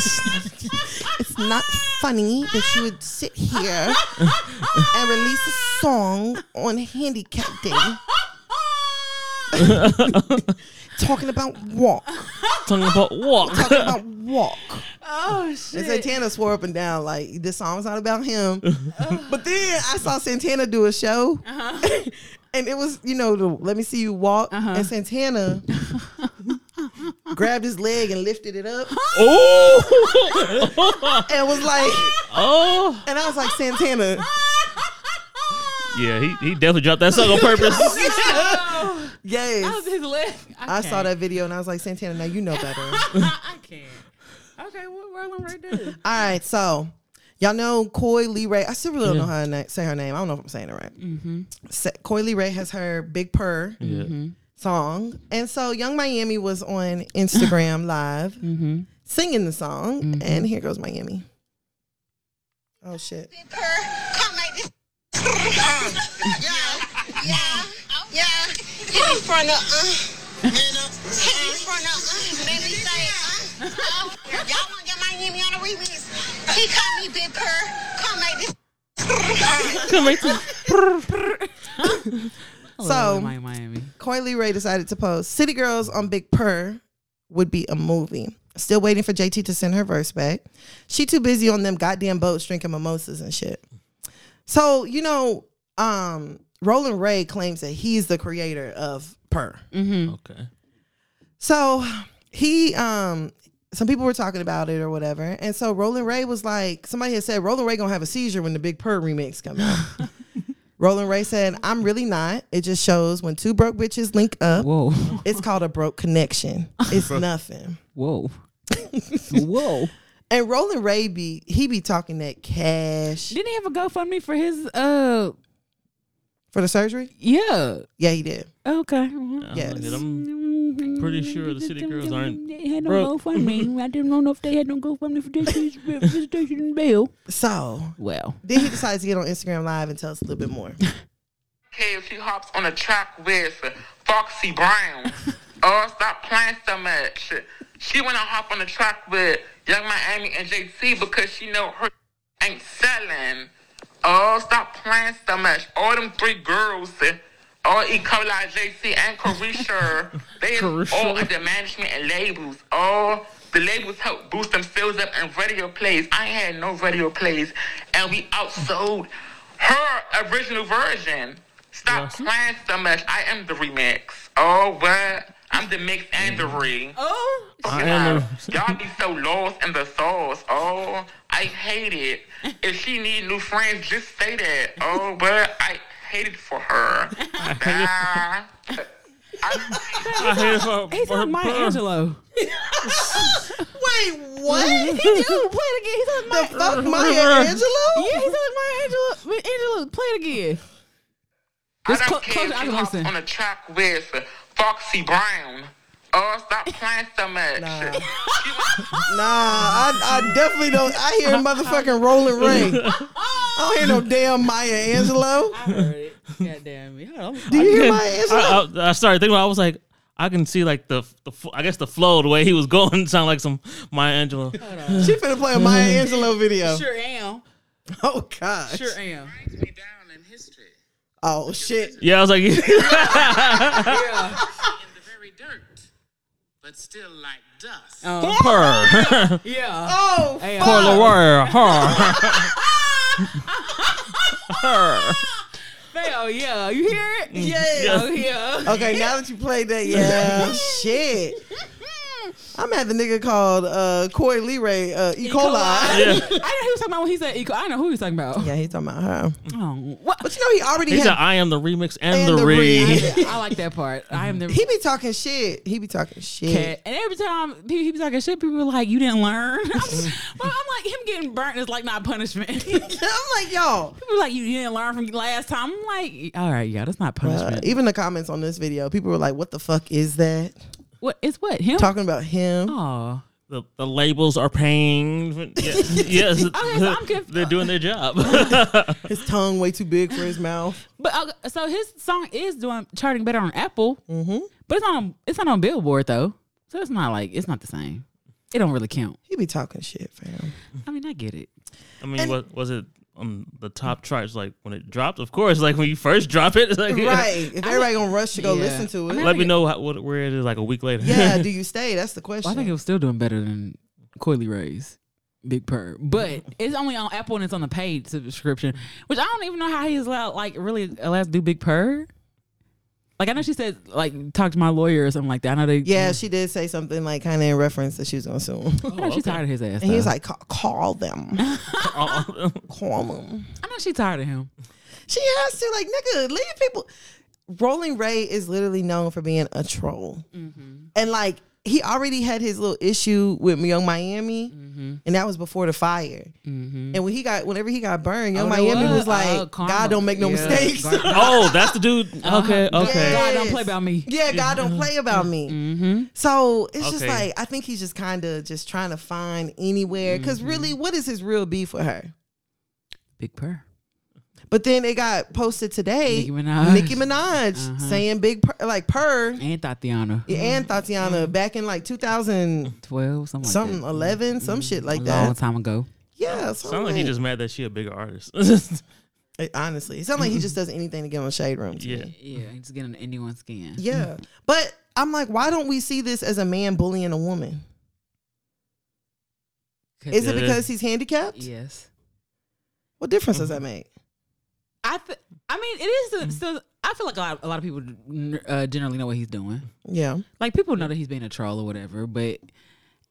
It's not funny that you would sit here and release a song on Handicap Day talking about walk,
talking about walk.
talking about walk.
oh
And
shit!
Santana swore up and down like this song's not about him.
Oh.
but then I saw Santana do a show,
Uh-huh.
and it was you know the "Let Me See You Walk," and Santana grabbed his leg and lifted it up,
oh,
and was like,
oh,
and I was like Santana,
yeah. He, he definitely dropped that song on purpose.
Oh, that was
yes.
his lip.
I saw
can't.
that video and I was like Santana, now you know better.
I can't. Okay, what rolling right disc?
All right, so y'all know Coy Lee Ray. I still really don't know how to na- say her name. I don't know if I'm saying it right. Mm-hmm. Coy Lee Ray has her Big Purr song, and so Young Miami was on Instagram Live singing the song, and here goes Miami. Oh shit!
her. Come like this. yeah, yeah, yeah. Hit me from the uh. Hit me from the uh. Let me say uh. uh. Y'all want to get my Yemi on the remix? He called me Big Purr. Come like this.
Come right to-
So-
my Miami.
Coy Lee Ray decided to post City Girls on Big Purr would be a movie. Still waiting for JT to send her verse back. She too busy on them goddamn boats drinking mimosas and shit. So, you know, um, Roland Ray claims that he's the creator of Purr. Mm-hmm.
okay.
So he um some people were talking about it or whatever. And so Roland Ray was like, somebody had said Roland Ray gonna have a seizure when the Big Purr remix comes out. Roland Ray said, I'm really not. It just shows when two broke bitches link up.
Whoa,
It's called a broke connection. It's nothing.
whoa, whoa!
And Roland Ray be he be talking that cash
Didn't he have a GoFundMe for his? Uh,
for the surgery.
yeah.
Yeah, he did.
Okay.
I'm
Yes.
like, I'm- pretty sure the city girls aren't
They had no
broke.
GoFundMe. I didn't know if they had no GoFundMe for this visitation bill.
So
Well,
then he decides to get on Instagram Live and tell us a little bit more.
KFC hops on a track with Foxy Brown. oh, stop playing so much. She wanna hop on the track with Young Miami and JC because she know her ain't selling. Oh, stop playing so much. All them three girls, all E. coli, JC, and Carisha, they is all under management and labels. All the labels help boost themselves up in radio plays. I had no radio plays, and we outsold her original version. Stop playing so much. I am the remix. Oh, what? I'm the mix and the re.
oh,
I am
God.
the-
Y'all be so lost in the sauce. Oh, I hate it. If she need new friends, just say that. Oh, but I hate it for her. Bye. I-
I hate it for,
he's
for
not
her
Maya
purr.
Angelou.
Wait, what?
He do play it again. He's on
the
Maya.
fuck Maya Angelou?
Yeah, he's on Maya Angelou. Angelou, play it again.
I
Just clo-
don't care
close your
if
eyes
you
and
hop
listen.
on a track with Foxy Brown. Oh, stop playing so much.
Nah.
She wanna
Nah, I, I definitely don't. I hear motherfucking Roland Ray. I don't hear no damn Maya Angelou.
I heard it. God damn me. Hold on.
Do you hear Maya
I,
Angelou?
I, I started thinking. about it, I was like, I can see like the, the fl- I guess the flow, the way he was going, sound like some Maya Angelou.
She finna play a Maya Angelou video.
Sure am.
Oh God.
Sure am.
write me down in history.
Oh shit.
Yeah, I was like,
In the very dirt, but still like dust.
Um,
purr,
yeah.
Oh.
Hey,
fuck.
uh,
purr, purr, purr.
Hell yeah. You hear it?
Mm.
Yes.
Oh yeah.
Okay, now that you played that, yeah, shit. I'm at the nigga called uh, Corey Leray uh, E. coli.
Yeah.
I know he was talking about when he said eco. I know who he was talking about.
Yeah, he's talking about her.
Oh, what?
But you know, he already
He said,
had.
"I am the remix and,
And
the,
the
re."
re.
I like that part. I am the
he be talking shit. He be talking shit.
cat. And every time he, he was talking shit, people were like, "You didn't learn." I'm, just- well, I'm like, him getting burnt is like not punishment. people
I'm like, y'all.
were like, "You didn't learn from last time." I'm like, "All right, yeah, that's not
Uh,
punishment.
even the comments on this video, people were like, "What the fuck is that?"
what? It's what him?
Talking about him.
Oh,
The, the labels are paying. Yeah. yes,
so I'm conf-
they're doing their job.
Oh.
His tongue way too big for his mouth.
but uh, so his song is doing charting better on Apple, mm-hmm. but it's not on it's not on Billboard though, so it's not like it's not the same. It don't really count.
He be talking shit, fam.
I mean, I get it.
I mean, what was it on the top charts? Like when it dropped, of course. Like when you first drop it, it's like
Right. If everybody gonna rush to go
Yeah.
listen to
I
it,
mean-
Let me know how, what, where it is like a week later.
yeah. Do you stay? That's the question.
Well, I think it was still doing better than Coily Ray's Big Purr, but it's only on Apple and it's on the paid subscription, which I don't even know how he's allowed, like, really allowed to do Big Purr. Like, I know she said, like, talk to my lawyer or something like that. I know they.
yeah, she did say something like kind of in reference that she was gonna sue him.
I know she's tired of his ass.
And he was
though.
like, "Ca- call them,
Oh,
call them.
I know she's tired of him.
She has to, like, nigga, leave people. Rolling Ray is literally known for being a troll.
Mm-hmm.
And, like, he already had his little issue with Young Miami,
Mm-hmm.
and that was before the fire. And when he got, whenever he got burned, Young
Oh, there
Miami
was-
was like,
oh, karma.
God don't make no
Yeah.
mistakes.
oh, that's the dude. Uh-huh. Okay, okay.
God, don't
Yes.
play about me. Mm-hmm.
Yeah, God don't play about me. So it's just
Okay.
like I think he's just kind of just trying to find anywhere because
Mm-hmm.
really, what is his real beef with her?
Big Purr.
But then it got posted today.
Nicki Minaj. Uh-huh.
Nicki Minaj saying big purr, like purr
And Tatiana.
and Tatiana back in like 2000
12, something. like
something,
that.
11, some shit like
A long
that.
time ago.
Yeah, so I'm
Sounds like he
like-
just mad that she a bigger artist.
it- honestly, it sounds like he just does anything to get on shade room. To
yeah.
Me.
Yeah, he's getting an anyone's skin.
Yeah, but I'm like, why don't we see this as a man bullying a woman? Is it
Yeah.
because he's handicapped?
Yes.
What difference does
Mm-hmm.
that make?
I th- I mean, it is a- still. I feel like a lot, a lot of people uh, generally know what he's doing.
Yeah,
Like people know that he's being a troll or whatever, but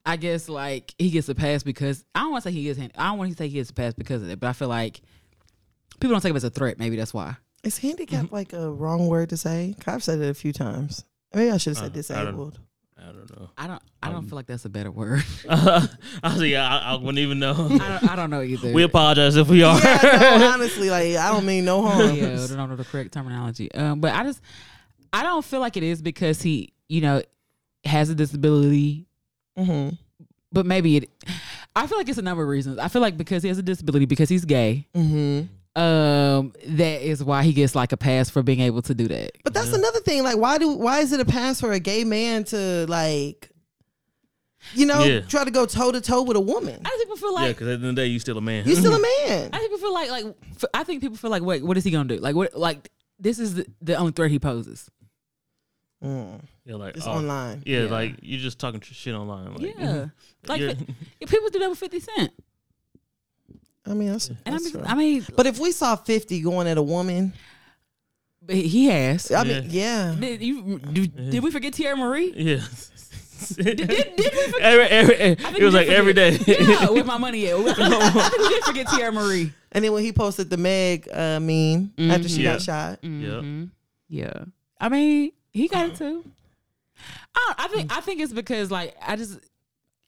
I guess like he gets a pass because I don't want to say he is. hand- I don't want to say he gets a pass because of that, but I feel like people don't take him as a threat. Maybe that's why.
is handicapped
Mm-hmm.
like a wrong word to say? 'Cause I've said it a few times. Maybe I should have
Uh,
said
I don't-
disabled.
I don't know.
I don't. I don't feel like that's a better word.
I was like, yeah, I, I wouldn't even know.
I don't, I don't know either.
We apologize if we are.
yeah, no, honestly, like I don't mean no harm.
yeah, I don't know the correct terminology. Um, but I just I don't feel like it is because he, you know, has a disability
Mhm.
but maybe it i feel like it's a number of reasons i feel like because he has a disability because he's gay
Mm-hmm.
um that is why he gets like a pass for being able to do that
But that's another thing. Like, why do why is it a pass for a gay man to like, you know,
Yeah.
try to go toe to toe with a woman?
i just people feel
yeah,
like
because at the end of the day, you still a man.
You still a man.
i think people feel like like f- i think people feel like wait what is he gonna do like what like this is the, the only threat he poses
You're like,
It's
oh.
online.
Yeah,
Yeah.
like you're just talking tr- shit online. Like, mm-hmm.
yeah mm-hmm. like
Yeah.
fi- if people do that with 50 cent
I mean, that's,
and I
that's
mean,
true.
I mean
but if we saw fifty going at a woman,
but he has
I mean, yeah.
did, you, do, did we forget Tierra Marie?
Yeah. did,
Did, did we forget?
every, every, it
we did
was like every day.
forget- Yeah, with my money. at? I think we did forget Tierra Marie.
And then when he posted the Meg uh, meme after she
Yeah.
got shot,
Mm.
Yeah.
Yeah. I mean, he got it too. I, don't, I think I think it's because like I just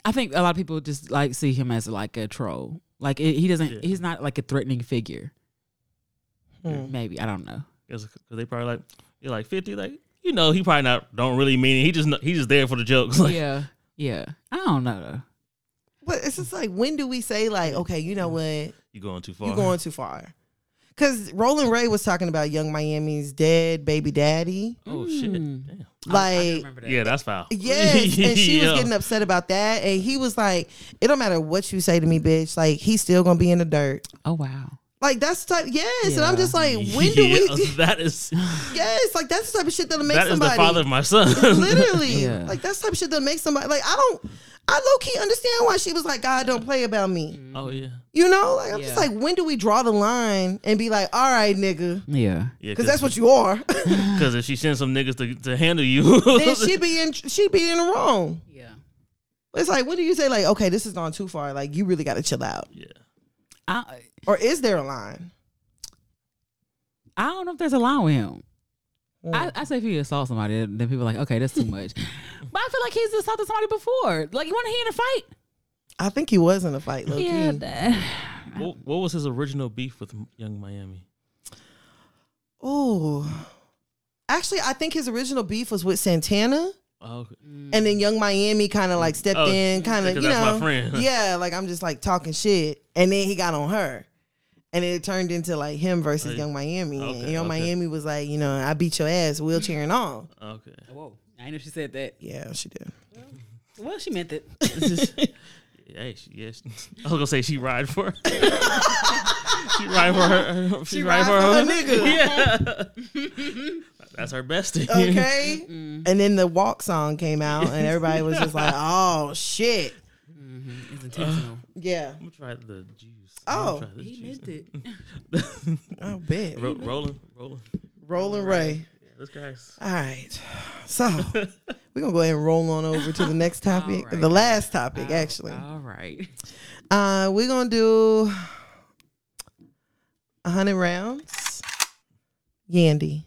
I think a lot of people just like see him as like a troll. Like it, he doesn't he's not like a threatening figure. Maybe I don't know.
Because they probably like you're like fifty, like you know he probably not don't really mean it. He just kn- he's just there for the jokes. Like,
yeah. Yeah. I don't know. though.
but it's just like, when do we say like, okay, you know what?
you going too far.
You're going too far. Because Roland Ray was talking about Young Miami's dead baby daddy.
oh shit! Damn.
Oh,
Like,
Yeah, that's foul.
yes. And she
Yeah.
was getting upset about that. And he was like, it don't matter what you say to me, bitch. Like, he's still going to be in the dirt.
Oh wow.
Like, that's the type. Yes. And I'm
Yeah.
just like, when do
Yeah,
we.
That is
Yes. Like, that's the type of shit that'll make
that is the
somebody.
father of my son.
literally.
Yeah.
Like, that's the type of shit that'll make somebody. Like, I don't. I low key understand why she was like, God, don't play about me.
oh yeah,
You know? Like, I'm just
Yeah.
like, when do we draw the line and be like, all right, nigga?
Yeah.
yeah.
Because that's what you are.
Because if she sends some niggas to, to handle you,
then she be in she be in the wrong.
Yeah.
But it's like, what do you say? Like, okay, this has gone too far. Like, you really got to chill out.
Yeah.
I
Or is there a line?
I don't know if there's a line with him. I, I say if he assaults somebody, then then people are like, okay, that's too much. but I feel like he's assaulted somebody before. Like, you want to hear in a fight?
I think he was in a fight, low
Yeah.
key.
that-
What, what was his original beef with Young Miami?
Oh, actually, I think his original beef was with Santana,
Oh, okay.
and then Young Miami kind of like stepped
Oh,
in, kind of
because
you
that's my
know,
friend.
yeah, like I'm just like talking shit, and then he got on her, and it turned into like him versus
Hey.
Young Miami, and
Okay,
Young
okay.
Miami was like, you know, I beat your ass, wheelchair and all.
okay.
Whoa. I know she said that.
Yeah, she did.
Well, she meant it.
Hey, she, yes. I was gonna say she ride for. she ride for her. her- She, ride, for her.
nigga.
That's her bestie.
Okay, and then the walk song came out, and everybody was just like, "Oh shit!"
It's intentional.
Yeah,
I'm gonna try the juice. I'm
Oh.
gonna try this
he
juice.
meant it.
I bet.
Ro- rolling, rolling.
Rolling Ray.
Yeah, this guy's.
All right. So we're gonna go ahead and roll on over to the next topic.
All right.
The last topic, actually.
All right.
Uh we're gonna do a hundred rounds. Yandy.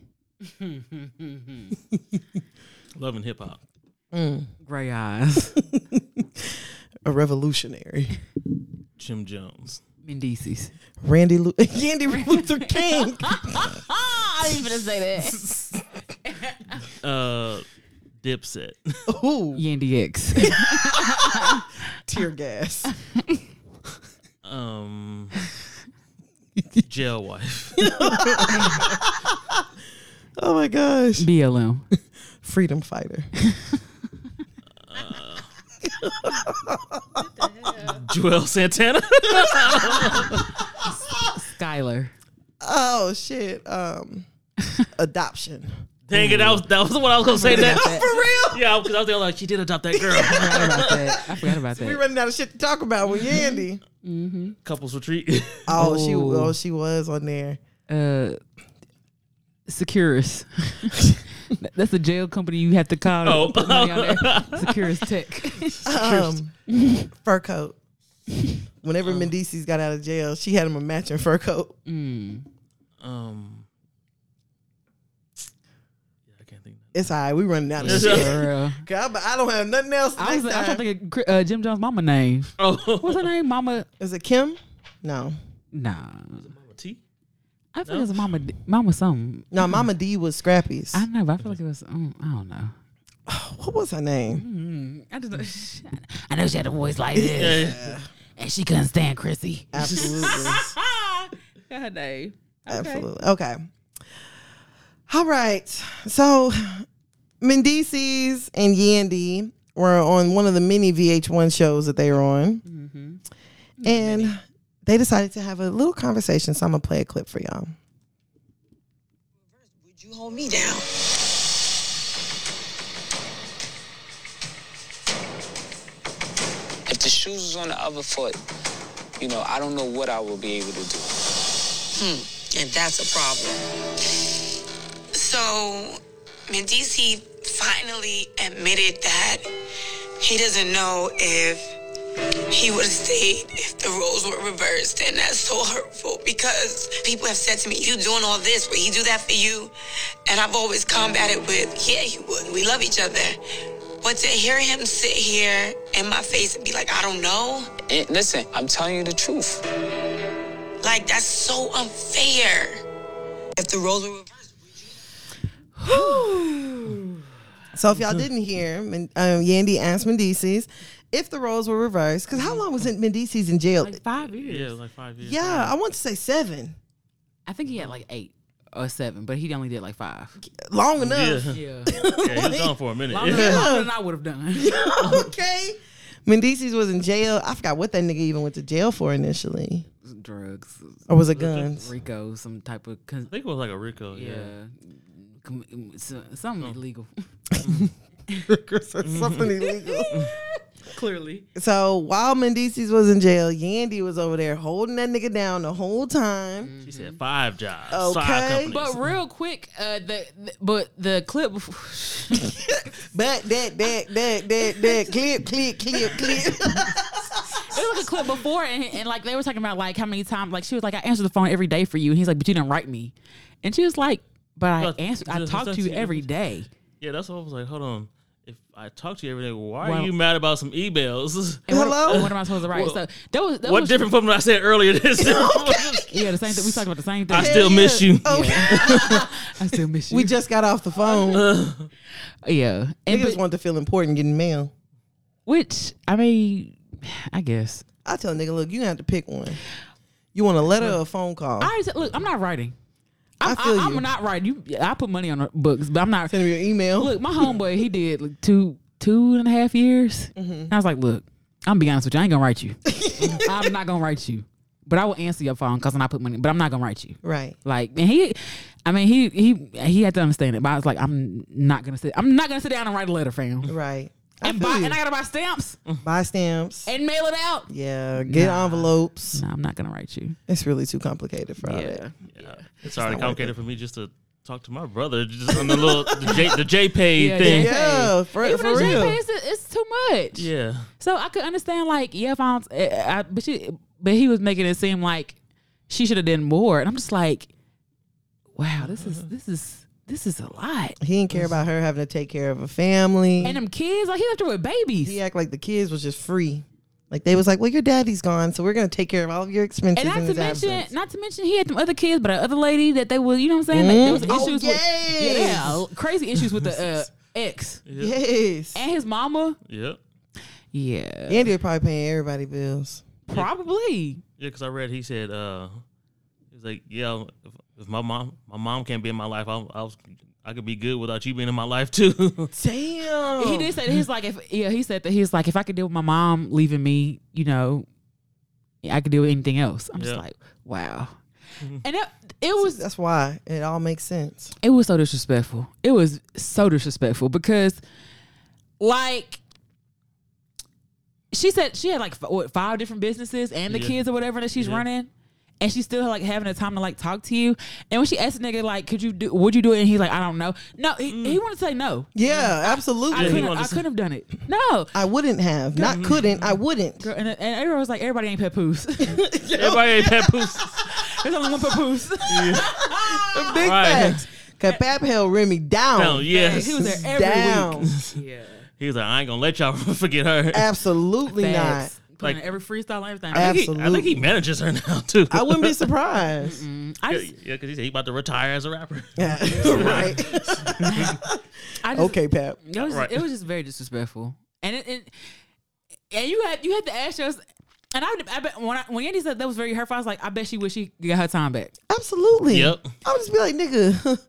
Loving hip hop.
Gray eyes.
A revolutionary.
Jim Jones.
Mendices.
Randy Lu- Yandy Luther King.
Ah, I didn't even say that.
Uh, Dipset.
Ooh,
Yandy X.
tear gas.
Um, jail wife.
Oh my gosh.
BLM.
Freedom fighter.
Joel Santana.
Skylar.
Oh shit. Um adoption.
Dang it, that was that was the one I was gonna say next.
that.
For real?
Yeah, because I was there like she did adopt that girl.
I forgot about that. I forgot about
We
that.
running out of shit to talk about with Yandy.
Couples retreat.
Oh, she
Oh.
oh she was on there.
uh Securus. That's a jail company you have to call.
Oh.
Oh. Put money on there. Securus Tech.
um, fur coat.
Oh.
Whenever Mendices got out of jail, she had him a matching fur coat.
Hmm.
um, yeah, I can't think.
It's all right. We running out of
Yeah.
shit.
Girl.
God, but I don't have nothing else.
I was
next
I was trying
time.
to think of Cri- uh, Jim Jones' mama name.
Oh,
What's her name? Mama?
Is it Kim? No.
Nah.
T.
I feel
No?
it's Mama. D- Mama something.
No, Mama D was Scrappy's.
I know, but I feel like it was. Um, I don't know.
what was her
Mm.
name?
I just. I know she had a voice like this,
Yeah.
and she couldn't stand Chrissy.
Absolutely.
her name.
Absolutely. Okay. All right. So Mendices and Yandy were on one of the many VH1 shows that they were on. And they decided to have a little conversation. So I'm going to play a clip for y'all.
Would you hold me down?
If the shoes was on the other foot, you know, I don't know what I will be able to do.
And that's a problem. So, Mendici finally admitted that he doesn't know if he would have stayed if the roles were reversed. And that's so hurtful because people have said to me, You doing all this, would he do that for you? And I've always combated with, Yeah, he would. We love each other. But to hear him sit here in my face and be like, I don't know,
And listen, I'm telling you the truth.
like, that's so unfair. If the roles were reversed,
So if y'all didn't hear, Men- um, Yandy asked Mendices if the roles were reversed. Because how long was it Mendices in jail?
Like five years.
Yeah, it was like five years.
yeah, I want to say seven.
I think he had like eight or seven, but he only did like five.
Long
Yeah,
enough.
yeah,
Yeah.
he was gone for a minute.
Longer,
Yeah.
longer than I would have done.
okay. Mendices was in jail. I forgot what that nigga even went to jail for initially.
Drugs,
Or was it guns?
Rico, some type of. Con-
I think it was like a Rico. Yeah.
yeah. Oh. Com- so- something illegal.
or something illegal.
Clearly.
So while Mendices was in jail, Yandy was over there holding that nigga down the whole
Mm.
time.
She said five jobs.
Okay.
Side companies.
But real quick, uh, the, the but the clip.
But that that that that that clip clip clip clip.
It was a clip before, and, and like they were talking about like how many times, like she was like, I answer the phone every day for you, and he's like, but you didn't write me, and she was like, but I
Look,
answer, I
just-
talk to
just-
you every day.
yeah, that's what I was like. Hold on. If I talk to you every day, why
Well-
are you mad about some emails?
And what-
Hello?
and What, am I supposed to write? so that was that
what
was,
different from what I said earlier? This
Yeah, the same thing. We talked about the same thing.
I still miss you.
Okay.
I still miss you.
We just got off the phone.
yeah, and
Niggas
but,
want to feel important getting mail.
which I mean, I guess
I tell a nigga, look, you gonna have to pick one. You want a letter or a phone call?
I already said, look, I'm not writing.
I
I'm, I
feel you.
am not writing. You, I put money on books, but I'm not.
Send him your email.
Look, my homeboy, he did like two two and a half years.
Mm-hmm.
And I was like, look, I'm gonna be honest with you, I ain't gonna write you. I'm not gonna write you, but I will answer your phone because I put money. But I'm not gonna write you.
Right.
Like, and he, I mean, he he he had to understand it. But I was like, I'm not gonna sit. I'm not gonna sit down and write a letter, fam.
Right. I
And buy,
feel you. Mm-hmm.
and I gotta buy stamps
buy stamps.
and mail it out.
Yeah, get envelopes.
No, I'm not gonna write you.
It's really too complicated for all that.
It's
not
already
worth
complicated for me just to talk to my brother just on the little the, J, the JPay
Yeah,
thing.
yeah.
Yeah.
Yeah, for,
Even
for
the
real.
JPay, it's, it's too much. So I could understand, like, yeah, if I, don't, I, I but she, but he was making it seem like she should have done more, and I'm just like, wow, this is this is this is a lot.
He didn't care about her having to take care of a family.
And them kids, like, he left her with babies,
he act like the kids was just free. Like they was like, well, your daddy's gone, so we're gonna take care of all of your expenses.
and not
in
to
his
mention,
absence.
not to mention, he had some other kids, but the other lady that they was, you know what I'm saying? Like, there was
Mm. Oh,
issues with, yeah,
yes.
crazy issues with the uh, ex
yes,
and his mama.
Yep.
Yeah,
Andy was probably paying everybody bills.
probably.
Yeah, because I read he said uh, he was like, yeah, if, if my mom my mom can't be in my life, I, I was I could be good without you being in my life too.
Damn,
Oh.
He did say that he's like if yeah he said that he's like if I could deal with my mom leaving me you know I could deal with anything else I'm just
Yeah. Mm-hmm.
like wow and it it was
That's why it all makes sense.
it was so disrespectful it was so disrespectful because like she said she had like f- what, five different businesses and the
Yeah.
kids or whatever that she's
Yeah.
running. And she's still like having the time to like talk to you. And when she asked the nigga like, "Could you do? Would you do it?" and he's like, "I don't know." No, he, he wanted to say no.
Yeah,
I
absolutely.
Mm. he
couldn't.
wanted
I
to say-
could have done it. No,
I wouldn't have, not couldn't. I wouldn't.
Girl, and, and everyone was like, everybody ain't papoose. There's
Everybody ain't papoose.
only one papoose.
Big
Right.
facts. Ah. Cause Pap held Remy down.
No, yes.
he was there every
down.
week. Yeah.
He was like, I ain't gonna let y'all forget her.
Absolutely
Facts. Putting
Like-
in every freestyle and everything.
I
Ab-
think he- I think he
absolutely.
manages her now too.
not. I wouldn't be surprised.
I
yeah,
just,
because he said he about to retire as a rapper.
right.
I just,
Okay, Pap.
It was,
Right.
it was just very disrespectful, and it, it, and you had you had to ask us. And I, would- I bet when I, when Andy said that was very hurtful, I was like, I bet she wish she got her time back.
Absolutely.
Yep.
I would just be like, nigga.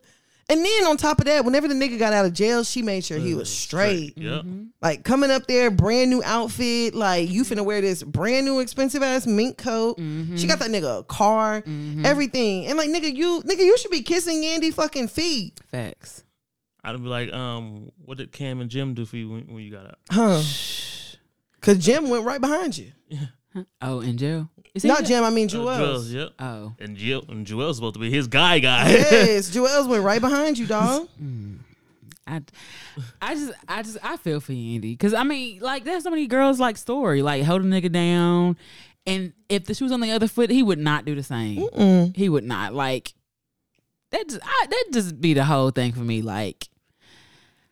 And then on top of that, whenever the nigga got out of jail, she made sure he was straight.
Yep.
Like coming up there, brand new outfit. Like you finna wear this brand new expensive ass mink coat. She got that nigga a car, everything. And like nigga, you nigga, you should be kissing Yandy fucking feet.
Facts.
I'd be like, um, what did Cam and Jim do for you when, when you got out?
Huh. Cause Jim went right behind you.
Oh, in jail. Is he
Not
in jail?
Jim, I mean
Uh,
Jewels.
Yep.
Oh,
And Jill and Joel's supposed to be his guy guy.
yes, Jewels went right behind you, dog.
I, I just, I just, I feel for you, Andy, because I mean, like, there's so many girls like story, like hold a nigga down, and if the shoes on the other foot, he would not do the same. He would not like that. Just, I, that just be the whole thing for me. Like,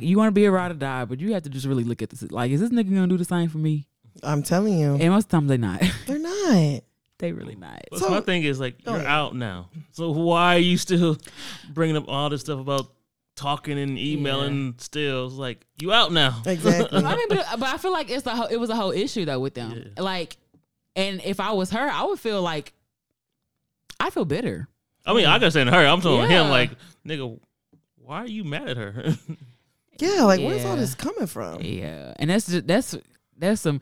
you want to be a ride or die, but you have to just really look at this. Like, is this nigga gonna do the same for me?
I'm telling you.
And most of the time, they not.
They're not.
they really not.
But
So-
my thing is like, you're out now. So why are you still bringing up all this stuff about talking and emailing? Still, it's like you out now.
Exactly.
I mean, but, but I feel like it's a whole, it was a whole issue though with them. Like, and if I was her, I would feel like I feel bitter.
I mean, I gotta say to her, I'm telling
Yeah.
him like, nigga, why are you mad at her?
Yeah, like where's all
Yeah.
this coming from?
Yeah, and that's just, that's that's some.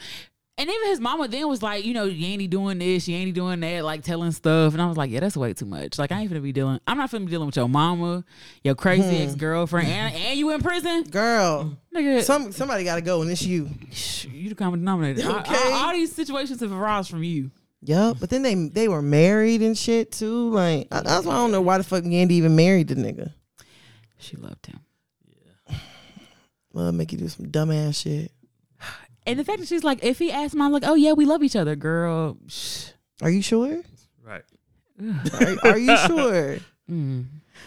And even his mama then was like, you know, Yanny doing this, Yanny doing that, like telling stuff. And I was like, yeah, that's way too much. Like, I ain't finna be dealing. I'm not finna be dealing with your mama, your crazy ex girlfriend, and, and you in prison.
Girl,
Nigga,
some somebody got to go, and it's you.
you the common denominator. All-
Okay.
All, all these situations have arisen from you.
Yup. But then they they were married and shit too. Like I, that's why I don't know why the fuck Yandy even married the nigga.
She loved him.
Well, make you do some dumbass shit.
And the fact that she's like, if he asked mom, like, oh yeah, we love each other, girl. Shh.
Are you sure?
Right.
Are, are you sure?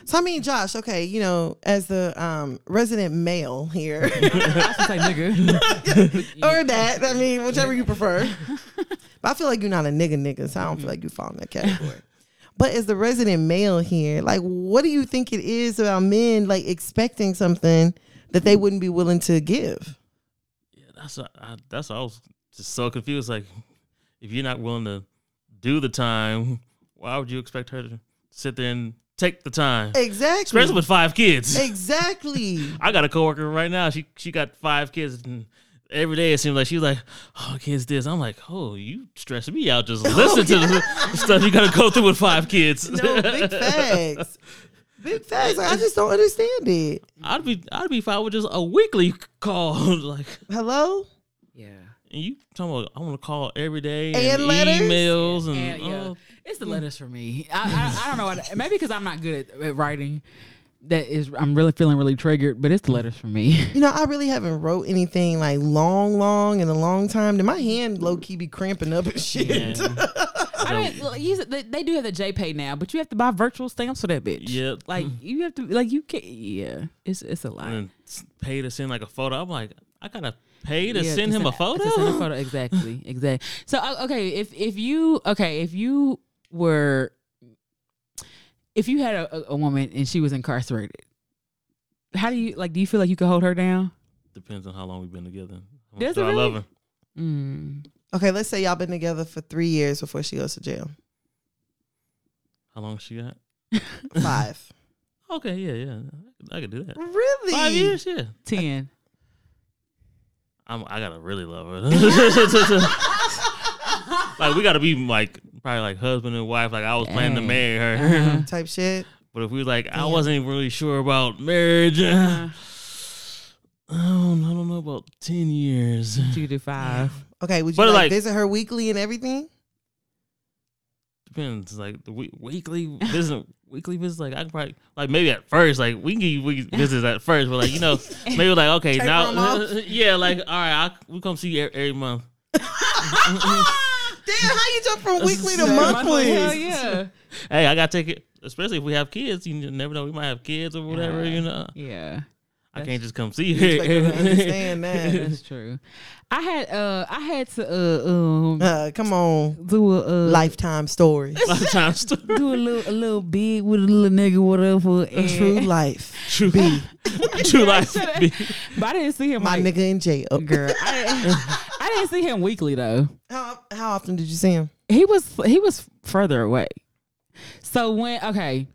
So I mean, Josh. Okay, you know, as the um, resident male here,
I should say nigga.
or that. I mean, whichever you prefer. but I feel like you're not a nigga nigga, so I don't feel like you fall in that category. But as the resident male here, like, what do you think it is about men like expecting something that they wouldn't be willing to give?
That's what I, that's what I was just so confused. Like, if you're not willing to do the time, why would you expect her to sit there and take the time?
Exactly.
Especially with five kids.
Exactly.
I got a coworker right now. She she got five kids, and every day it seems like she's like, "Oh, kids, this." I'm like, "Oh, you stressing me out just listen to the stuff you got to go through with five kids."
Oh, no big facts. Big facts. Like, I just don't understand it.
I'd be I'd be fine with just a weekly call, like,
Hello.
yeah.
and you talking about I want to call every day
And
and,
letters?
emails and
Yeah, yeah.
oh,
It's the letters for me. I, I, I don't know. What, maybe because I'm not good at, at writing. That is, I'm really feeling really triggered. But it's the letters for me.
You know, I really haven't wrote anything like long, long in a long time. Then my hand low key be cramping up and shit.
oh,
I mean, like, you- they, they do have the JPay now, but you have to buy virtual stamps for that bitch.
Yep.
Like you have to, like you can't. Yeah, it's it's a lot.
and s- pay to send like a photo. I'm like, I gotta pay to
Yeah,
send him a
to
photo.
to send a photo, exactly, exactly. So uh, okay, if if you okay, if you were, if you had a, a- a woman and she was incarcerated, how do you like? Do you feel like you could hold her down?
Depends on how long we've been together. How much
Does it
do I love
really?
her.
Mm.
Okay, let's say y'all been together for three years before she goes to jail.
How long she got?
Five.
Okay, yeah, yeah, I could do that.
really?
Five years, yeah.
Ten.
I'm, I gotta really love her. like we gotta be like probably like husband and wife. Like I was planning to
Dang. Uh-huh.
marry her,
Mm-hmm. Type shit.
but if we like, I wasn't even really sure about marriage.
Uh-huh.
I don't, I don't know about ten years.
Two to five.
Okay, would you
But,
like,
like-
visit her weekly and everything?
Depends. Like the we- weekly visit, weekly visits. Like I could probably like maybe at first, like we can give you weekly visits at first, but like you know, maybe like okay now, yeah, like all right, I, we come see you every, every month.
Ah, Damn, how you jump from weekly to
Hell
monthly?
yeah.
Hey, I gotta take it. Especially if we have kids, you never know. We might have kids or whatever. You know,
Yeah.
I can't just come see
Like, I don't
her.
understand that.
That's true. I had uh I had to uh um
Uh, come on,
do a uh,
lifetime story,
Lifetime story.
do a little a little big with a little nigga whatever. And
true life.
True. True life. B.
but I didn't see him
My
like,
nigga in jail,
girl. I didn't, I didn't see him weekly though.
How how often did you see him?
He was he was further away. So when okay,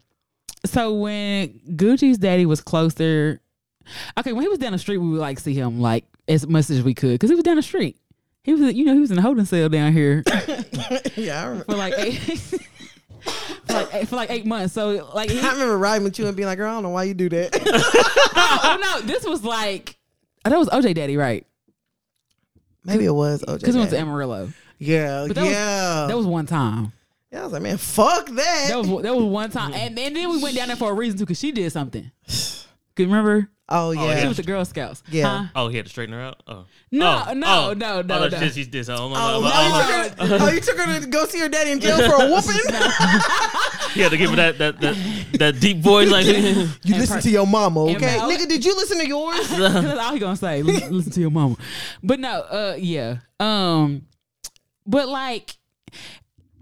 so when Gucci's daddy was closer, okay, when he was down the street, we would like see him like as much as we could because he was down the street. He was you know he was in a holding cell down here.
Yeah, I remember.
for like eight, for like eight, for like eight months. So like, he,
I remember riding with you and being like, girl, I don't know why you do that.
oh no, this was like oh, that was OJ Daddy, right?
Maybe it was OJ.
Because we went to
Daddy. Oh.
Amarillo.
yeah,
But that was-
yeah.
That was one time.
yeah, I was like, man, fuck that.
That was that was one time, and, and then we went down there for a reason too, because she did something. Could remember?
oh
She
yeah.
was the Girl Scouts.
Yeah.
Huh?
Oh, he had to straighten her out. Oh.
No, no,
oh. oh.
no,
Oh,
no,
that's
no.
just- She did something.
Oh,
Oh,
no,
oh, oh.
you took her, oh, you took her to go see her daddy in jail for a whooping?
He had to give her that that that, that deep voice. Like,
You listen to your mama,
and
okay?
Mel-
Nigga, did you listen to yours?
'Cause that's all he gonna say. Listen, listen to your mama. But no, uh, yeah. Um, but like,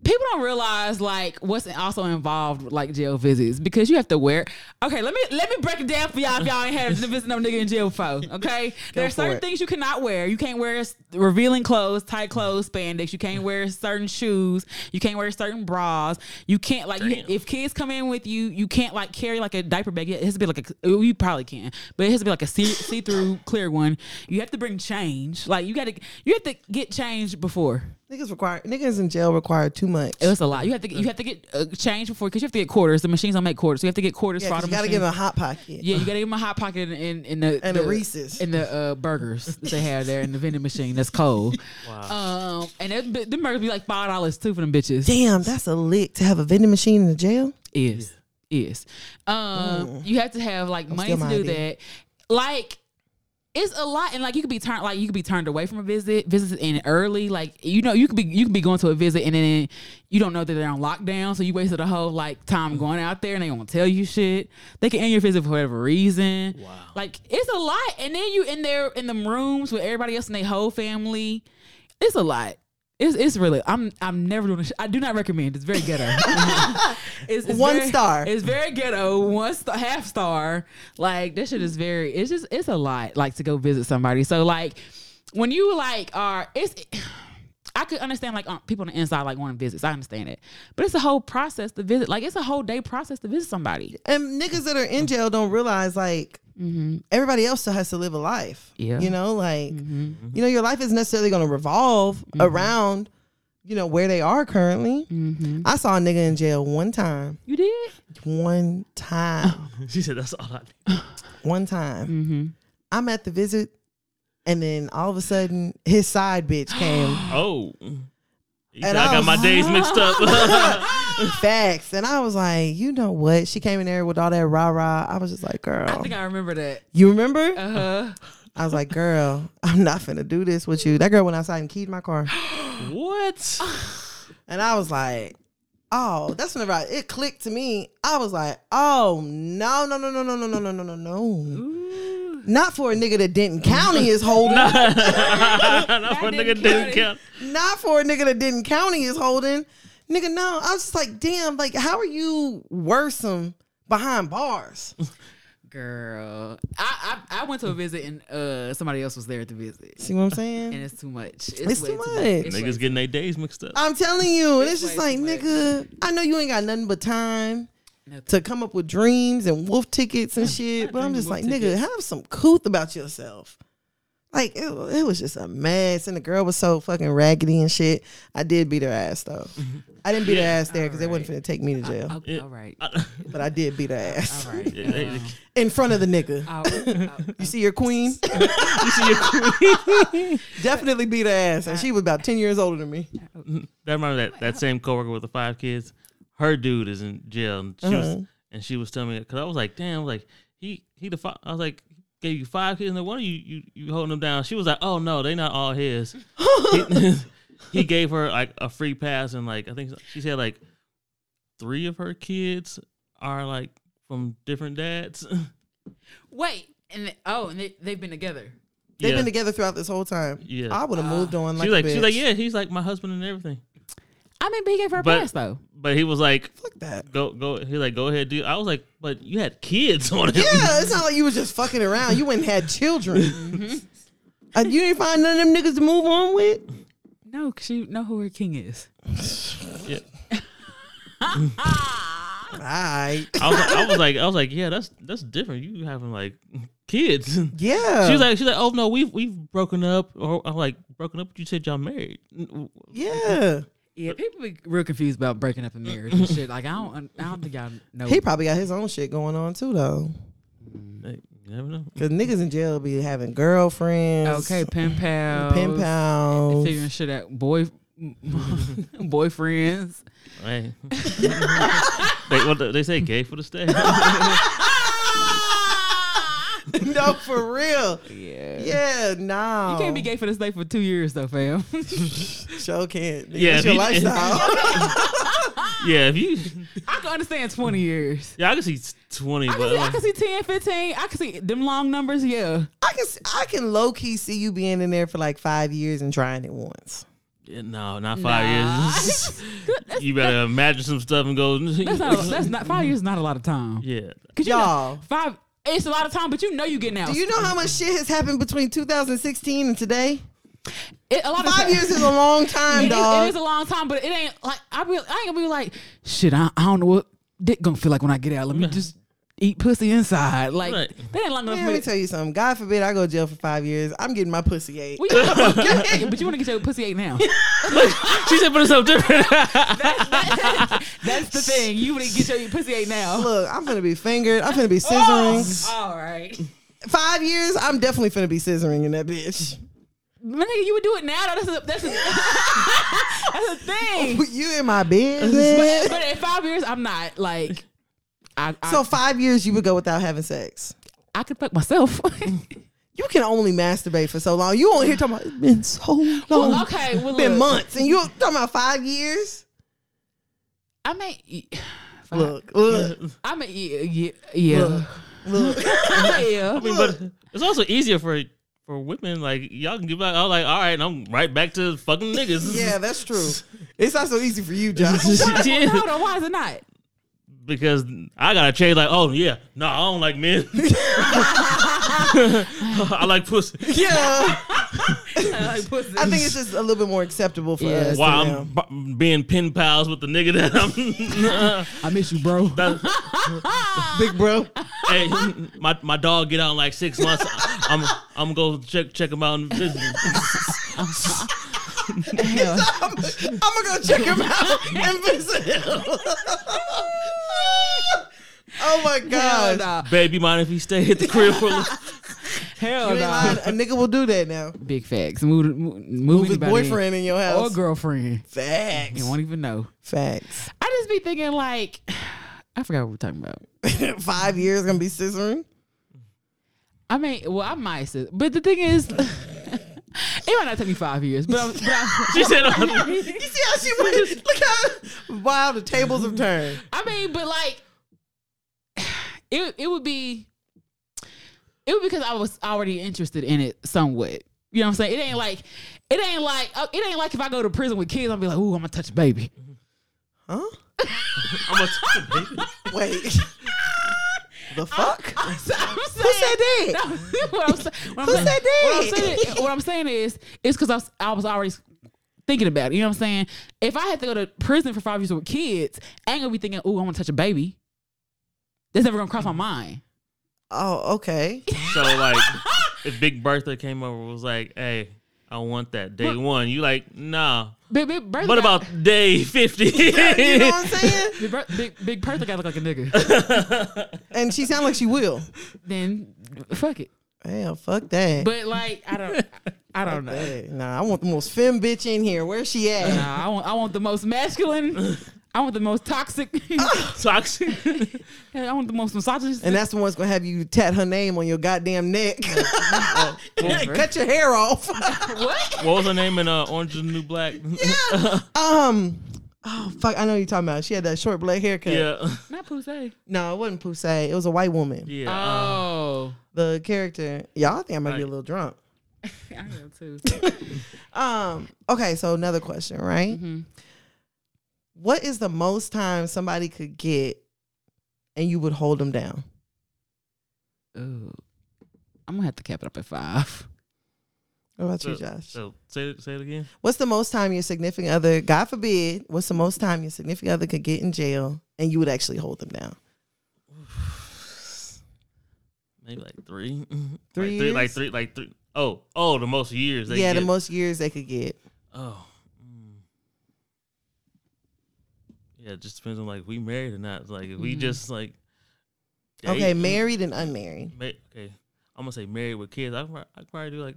people don't realize like what's also involved with like jail visits because you have to wear. Okay, let me let me break it down for y'all if y'all ain't had to visit no nigga in jail before. Okay, there are
for
certain
it.
things you cannot wear. You can't wear s- revealing clothes, tight clothes, spandex. You can't wear certain shoes. You can't wear certain bras. You can't like you, if kids come in with you, you can't like carry like a diaper bag. It has to be like a oh, you probably can, but it has to be like a see see through clear one. You have to bring change. Like you got to you have to get change before.
Niggas require niggas in jail require too much.
It was a lot. You have to you have to get uh, change before because you have to get quarters. The machines don't make quarters, so you have to get quarters
Yeah,
for
'cause
all the
you
machines.
gotta give them a hot pocket.
yeah, you gotta give them a hot pocket and and, and the
And
the,
a Reese's.
and the uh, burgers that they have there in the vending machine that's cold. Wow. Um, and it, the burgers be like five dollars too for them bitches.
Damn, that's a lick to have a vending machine in the jail.
Is is um you have to have like money
steal
to
Mm. my
do
idea.
that. Like it's a lot and like you could be turned like you could be turned away from a visit visits in early like you know you could be you could be going to a visit and then you don't know that they're on lockdown so you wasted a whole like time going out there and they won't tell you shit they can end your visit for whatever reason wow like it's a lot and then you in there in them rooms with everybody else and their whole family it's a lot it's, it's really I'm I'm never doing this. I do not recommend. It's very ghetto. it's, it's
One
very-
star.
It's very ghetto. One star, half star. Like this shit is very. It's just it's a lot. Like to go visit somebody. So like when you like are it's. I could understand like um, people on the inside like wanting visits. I understand it, but it's a whole process to visit. Like it's a whole day process to visit somebody.
And niggas that are in jail don't realize like Mm-hmm. everybody else still has to live a life.
Yeah.
You know, like you know, your life isn't necessarily gonna revolve around, you know, where they are currently. I saw a nigga in jail one time.
You did.
One time.
She said that's all I need.
one time.
Mm-hmm.
I'm at the visit, and then all of a sudden, his side bitch came.
Oh. He said,
And
I
I
got
was-
my days mixed up.
Facts. And I was like, you know what? She came in there with all that rah rah. I was just like,
I
girl,
think I remember that.
you remember?
Uh huh.
I was like, girl, I'm not finna do this with you. That girl went outside and keyed my car.
what?
And I was like, oh, that's whenever I, it clicked to me. I was like, oh, no, no, no, no, no, no, no, no, no, no, no. Not for a nigga that Denton County is holding.
Not for a
didn't
nigga
count.
didn't count.
not for a nigga that Denton County is holding. Nigga, no. I was just like, damn, like, how are you worrisome behind bars?
Girl, I, I I went to a visit and uh somebody else was there at the visit.
See what I'm saying?
and it's too much. It's,
It's
way
too much.
It's way
Niggas getting their days mixed up.
I'm telling you, and it's
It's
just
way
like,
too much.
nigga, I know you ain't got nothing but time
Nothing.
to come up with dreams and wolf tickets and shit, but I'm just
wolf
like, nigga,
tickets.
have some couth about yourself. Like it, wa- it was just a mess, and the girl was so fucking raggedy and shit. I did beat her ass though. I didn't beat her ass there because they wasn't finna take me to jail,
Uh, Okay, Uh, all right. All
but I did beat her ass
right.
Yeah, they-
in front of the nigga.
I'll- I'll-
You see your queen?
you see your
Definitely beat her ass, and she was about ten years older than me.
that remember that, that same coworker with the five kids. Her dude is in jail, and she
Uh-huh.
was and she was telling me because I was like, damn, like he he the fi- I was like gave you five kids, and then one of you you you holding them down. She was like, oh no, they not all his. he, he gave her like a free pass, and like I think she said like three of her kids are like from different dads.
Wait, and they- oh, and they, they've been together.
They've
Yeah.
been together throughout this whole time.
Yeah.
I
Ah.
would have moved on. Like,
She's like
a bitch.
she's like yeah, he's like my husband and everything.
I mean, but he gave her a
But-
pass though.
But he was like,
Fuck that.
go go. He's like, go ahead, dude. I was like, but you had kids on him.
Yeah, it's not like you was just fucking around. You went and had children. Uh, you didn't find none of them niggas to move on with.
No, cause you know who her king is.
Yeah.
All right.
I was, I was like, I was like, yeah, that's that's different. You having like kids. She
Yeah.
was like, she's like, oh no, we've we've broken up, or I'm like broken up. But you said y'all married.
yeah.
Yeah, people be real confused about breaking up a marriage and shit. Like I don't, I don't think y'all know.
He probably got his own shit going on too though.
Like, you never know.
Cause niggas in jail be having girlfriends.
okay, pen pals,
Pen pals.
figuring shit out, boy, boyfriends.
Hey. they, what the- they say gay for the stay.
no, for real.
Yeah.
Yeah, nah.
You can't be gay for this day for two years though, fam.
Sure can't. Yeah,
Yeah,
That's
if
your
you-
lifestyle.
yeah, if you,
I can understand twenty years.
yeah, I can see twenty,
I can,
but
see, I
like,
can see 10, 15. I can see them long numbers. Yeah.
I can I can low key see you being in there for like five years and trying it once.
Yeah, No, not five years. you better imagine some stuff and go.
That's not. That's not five years. Is not a lot of time.
yeah.
'Cause you know,
Y'all.
five. It's a lot of time, but you know you getting out.
Do you know how much shit has happened between 2016 and today?
It- a lot of
Five
ti-
years is a long
It
time,
is-
dog.
it is a long time, but it ain't like I be. I ain't gonna be like shit. I, I don't know what dick gonna feel like when I get out. Let me just eat pussy inside. Like
Right.
that ain't long enough.
Man,
for
let me
it.
tell you something. God forbid I go to jail for five years. I'm getting my pussy ate.
Well, you- yeah, but you want to get your pussy ate now.
She said, but it's so different.
That's the thing. You want to get your pussy ate now. Oh,
Look, I'm gonna be fingered. I'm gonna be scissoring.
All right,
Five years, I'm definitely finna be scissoring in that bitch.
my nigga, you would do it now. Though. That's a, that's a, that's a thing.
You in my business.
But, but at five years, I'm not like. I, I,
So five years you would go without having sex.
I could fuck myself.
You can only masturbate for so long. You on here talking about it's been so long.
well, okay, well,
It's been
look.
months. And you talking about five years?
I mean,
Look, look,
I mean, yeah, yeah,
look.
yeah. yeah.
I mean, but it's also easier for for women. Like y'all can get back. I was like, all right, and I'm right back to fucking niggas.
Yeah, that's true. It's not so easy for you, Josh.
Yeah.
Hold on, why is it not?
because I gotta change. Like, oh yeah, no, I don't like men. I like pussy.
yeah.
Like pussy.
I think it's just a little bit more acceptable for us.
Why
than them.
I'm b- being pen pals with the nigga that I'm.
I miss you, bro.
that-
big bro?
hey, my my dog get out in like six months. I'm I'm gonna go check check him out. And visit him.
I'm, I'm gonna go check him out and visit him. oh my
Hell
god!
nah.
Baby, mind if he stay at the crib for? a little-
Hell
You ain't lying.
nah.
A nigga will do that now.
Big facts. Move, move, move
Move his
anybody in.
boyfriend in your
or
house.
girlfriend.
Facts.
You won't even know.
Facts.
I just be thinking like, I forgot what we're talking about.
Five years gonna be scissoring.
I mean, well, I might, sis- but the thing is, it might not take me five years, but I'm, but I'm,
she said,
You see how she went? Look how wow the tables have turned.
I mean, but like, it it would be, it would be because I was already interested in it somewhat. You know what I'm saying? It ain't like, it ain't like, uh, it ain't like if I go to prison with kids, I'm be like, ooh, I'm gonna touch a baby.
Huh?
I'm a baby.
Wait. the fuck?
I'm saying,
said that?
No, what I'm sa- what I'm
Who
saying-
said that?
What I'm saying, what I'm saying is, it's because I, was- I was already thinking about it. You know what I'm saying? If I had to go to prison for five years with kids, I ain't gonna be thinking, "Ooh, I want to touch a baby." That's never gonna cross my mind.
Oh, okay.
So like, if Big Bertha came over, and was like, "Hey, I want that day one." You like, nah.
Big, big Bertha
What
got-
about day fifty?
You know what I'm saying?
Big, Ber- big, big Bertha got to look like a nigga?
And she sounds like she will.
then fuck it.
Damn, fuck that.
But like, I don't, I don't know.
Hey, nah, I want the most femme bitch in here. Where's she at?
Nah, I want, I want the most masculine. I want the most toxic.
Toxic.
I want the most misogynist.
And that's the one's gonna have you tat her name on your goddamn neck. Cut your hair off.
what?
What was her name in uh, Orange is the New Black?
um, oh fuck, I know you're talking about. She had that short black haircut.
yeah,
Not Poussey.
No, it wasn't Poussey. It was a white woman.
yeah. uh,
Oh,
The character. Y'all I think I might be a
Right.
little drunk.
I am too.
Um, okay, so another question, right?
Mm-hmm.
What is the most time somebody could get and you would hold them down?
Ooh. I'm gonna have to cap it up at five.
What about
so,
you, Josh?
so say it, say it again.
What's the most time your significant other, God forbid, what's the most time your significant other could get in jail and you would actually hold them down?
Maybe like three,
Three
like three, like
years?
three, like three. Oh, oh, the most years. They
yeah,
get.
the most years they could get.
Oh. mm. Yeah, it just depends on like we married or not. It's Like if we just like
Okay,
date-
married and unmarried.
Ma- okay, I'm gonna say married with kids. I prob- I probably do like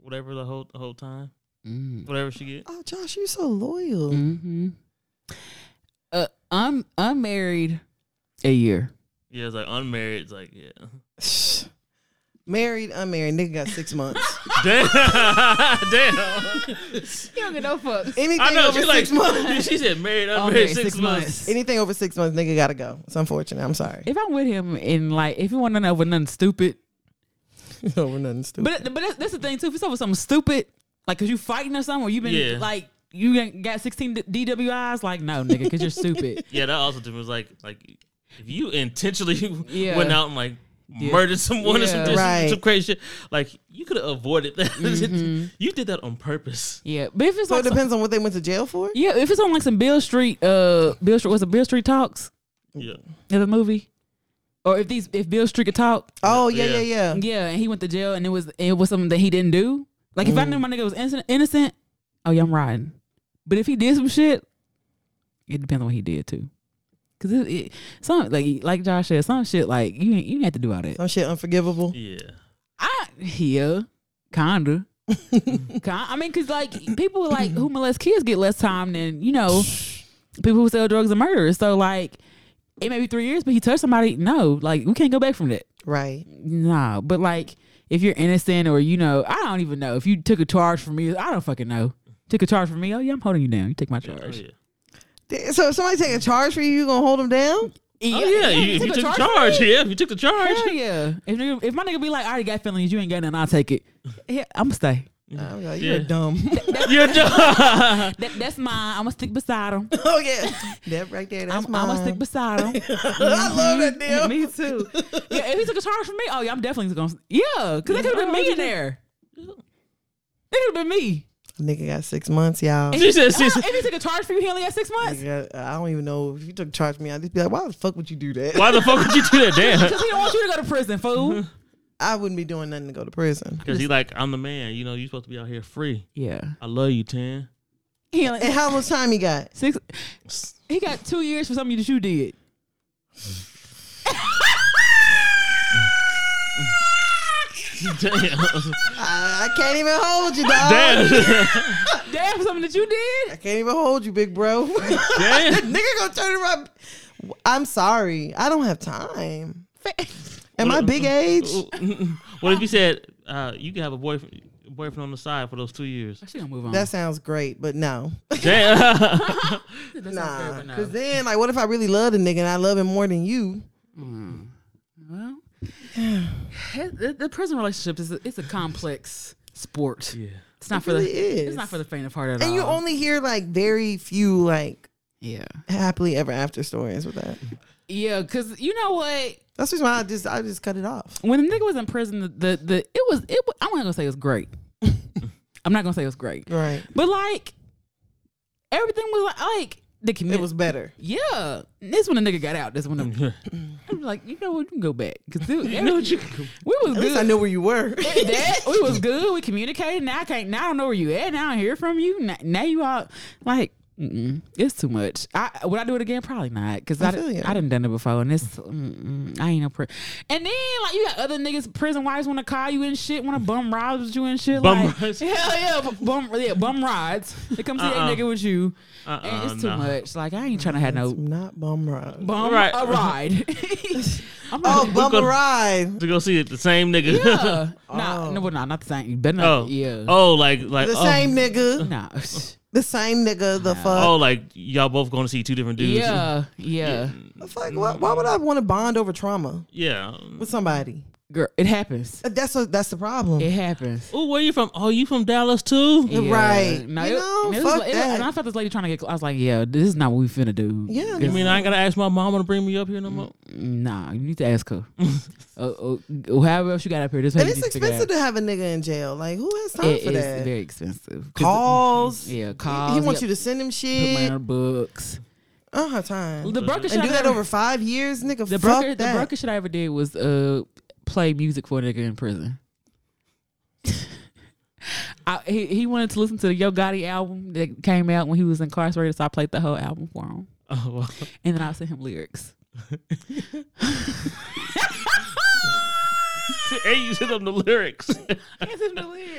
whatever the whole the whole time,
Mm.
whatever she get.
Oh, Josh, you're so loyal.
hmm Uh, I'm unmarried a year.
Yeah, it's like unmarried. It's like yeah, Mm.
Married, unmarried, nigga got six months.
damn, damn.
You don't get no fucks.
Anything
I know
over
she
six
like
months.
she said Oh, married unmarried
Unmarried
six, months.
Anything over six months, nigga gotta go. It's unfortunate. I'm sorry.
If I'm with him and like, if you want to know over nothing stupid,
over nothing stupid.
but but that's, that's the thing too. If it's over something stupid, like cause you fighting or something, or you've been
Yeah.
like you ain't got 16 D- DWIs? Like, no, nigga, because you're stupid.
Yeah, that also was like like if you intentionally
Yeah.
went out and like murdered someone or
Yeah.
some,
Right.
some crazy shit, like you could have avoided that. you did that on purpose.
Yeah, but if it's
So it
like, some-
depends on what they went to jail for.
yeah, if it's on like some Bill Street, uh, Bill Street, what's it, Bill Street Talks
Yeah.
in the movie, or if these, if Bill Street could talk,
Oh yeah,
Yeah.
yeah, yeah.
yeah, and he went to jail, and it was, it was something that he didn't do. Like, if I
Mm.
knew my nigga was innocent, innocent, oh yeah, I'm riding. But if he did some shit, it depends on what he did too. Cause it, it some like like Josh said, some shit like you ain't- you ain't have to do all that.
Some shit unforgivable.
Yeah.
I yeah, kinda. Kin- I mean, cause like people like who molest kids get less time than you know people who sell drugs and murder. So like it may be three years, but he touched somebody. No, like we can't go back from that.
Right.
Nah, but like if you're innocent or you know, I don't even know if you took a charge from me. I don't fucking know. Took a charge from me. Oh yeah, I'm holding you down. You take my
Oh,
charge.
yeah.
So if somebody take a charge for you, you gonna hold them down?
Yeah,
Oh, yeah.
yeah,
you, if you took the
from me?
charge, yeah. If you took the charge,
Hell yeah. If, nigga- if my nigga be like, I already got feelings, you ain't got nothing, I'll take it. Yeah, I'm gonna stay.
I'm like, you're
Yeah.
dumb.
you're done.
That, that's mine. I'm gonna stick beside him.
oh yeah, that right there. That's
I'm,
mine.
I'm gonna stick beside him.
I love that deal.
me too. Yeah, if he took a charge from me, oh yeah, I'm definitely gonna. Yeah, Oh, because that could have been me in there. That could have been me.
Nigga got six months, y'all.
she said, she
Huh,
said,
if he took a charge from you, he only got six months.
Nigga, I don't even know if you took charge from me. I'd just be like, why the fuck would you do that?
"Why the fuck would you do that, damn?"
Because he don't want you to go to prison, fool.
I wouldn't be doing nothing to go to prison.
Because he like, I'm the man. You know, you supposed to be out here free.
Yeah,
I love you, Tan.
he only
And how much time he got?
six. He got two years for something that you did.
Damn.
I, I can't even hold you, dog.
Damn.
Damn, for something that you did.
I can't even hold you, big bro.
Damn.
Nigga gonna turn around. I'm sorry. I don't have time. Am I big age?
What if you said uh, you could have a boyfriend, boyfriend on the side for those two years?
She gonna move on.
That sounds great, but no.
Damn.
That's not fair,
Nah.
but no.
Cause then like what if I really love the nigga and I love him more than you?
Well, the, the prison relationship is a, it's a complex sport.
yeah.
It's not for
really
the it's
is.
not for the faint of heart at all.
And you only hear like very few like
yeah
happily ever after stories with that.
yeah because you know what
That's the reason why I just I just cut it off.
when the nigga was in prison the the, the it was it wa- I'm not gonna say it was great. I'm not gonna say it was great,
Right.
but like everything was like, like the
It
community
was better.
yeah. This when the nigga got out. This when I'm, I'm like you know what you can go back because you know what you we was
At
good.
least I knew where you were.
that we was good. We communicated. Now I can't. Now I don't know where you at. Now I hear from you. Now, now you all like mm-mm, it's too much. I would I do it again? Probably not because I
I feel
di-
you.
I didn't done it before and it's mm-mm, I ain't no pri- And then like you got other niggas prison wives want to call you and shit want to bum rob you and shit.
Bum
like,
rides?
Hell yeah, bu- bum yeah bum rides. They come see
Uh-uh.
that nigga with you. and
Uh-uh,
it's too
nah.
much. Like I ain't trying to have no.
Not bum ride.
Bum
Right.
a ride. I'm
Oh,
not-
bum
gonna-
ride.
To go see the same nigga.
yeah. Nah, no, well, nah, not the same. You better not.
oh.
Yeah.
Oh, like like
The
oh,
same nigga.
Nah.
The same nigga. The
Oh,
fuck.
like y'all both going to see two different dudes.
Yeah, yeah.
It's like why, why would I want to bond over trauma
Yeah.
with somebody? Uh,
Girl, it happens.
That's a, that's the problem.
It happens.
Oh, where you from? Oh, you from Dallas too?
Yeah.
Right.
No,
You
it,
know,
and it
fuck
was, it-
that.
and I felt this lady trying to get. cl- I was like, yeah, this is not what we finna do.
Yeah,
You mean I ain't gotta ask my mama to bring me up here no more?
Nah, you need to ask her. uh, uh, however else you got up here, this
and it's expensive to have a nigga in jail. Like who has time for that?
very expensive. 'Cause
calls.
Yeah,
He
calls,
wants
yeah.
you to send him
the- Put money
shit.
on her books.
I don't have time.
The broker
and do that over five years, nigga.
the
fuck
broker. The
that.
broker shit I ever did was uh play music for a nigga in prison. I, he, he wanted to listen to the Yo Gotti album that came out when he was incarcerated, so I played the whole album for him.
Oh, well.
and then I'll send him lyrics.
hey, you sent them the lyrics.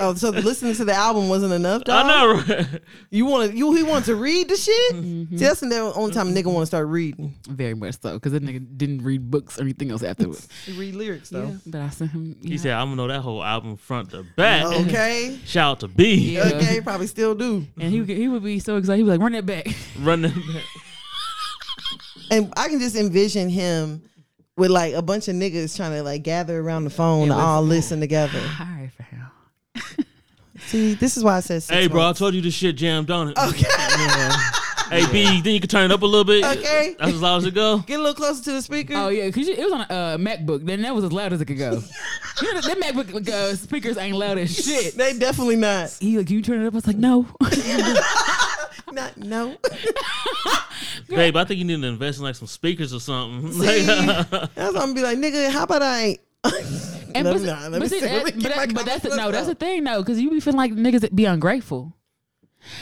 oh, so listening to the album wasn't enough, dog.
I know. right?
You want to? You he want to read the shit?
Mm-hmm.
See, that's the only time a nigga want to start reading.
Very much so, because that nigga didn't read books or anything else afterwards.
You read lyrics
yeah,
though.
but I sent him.
He
You know,
said, "I'm gonna know that whole album front to back."
Okay.
Shout out to B.
Yeah.
Okay, probably still do.
and he would, get- he would be so excited. He was like, "Run that back."
Run that back.
And I can just envision him with like a bunch of niggas trying to like gather around the phone to all listen together.
All right, fam.
See, this is why I said six
Hey, bro, I
months.
told you this shit jammed on it.
Okay.
Hey, B, then you can turn it up a little bit.
Okay.
That's as loud as it go.
Get a little closer to the speaker.
Oh yeah, cause you, it was on a uh, MacBook. Then that was as loud as it could go. you know, that MacBook uh, speakers ain't loud as shit.
They definitely not.
He like, can you turn it up? I was like, no.
Not no.
Babe, I think you need to invest in like some speakers or something.
See, that's
Like,
what I'm gonna be like, nigga. How about I ain't?
And
Let
but,
me not. Let
but
me
see,
see. Let me
that-
get
but
my
that- but that's the,
confidence
no, that's the
up.
thing though, because you be feeling like niggas be ungrateful.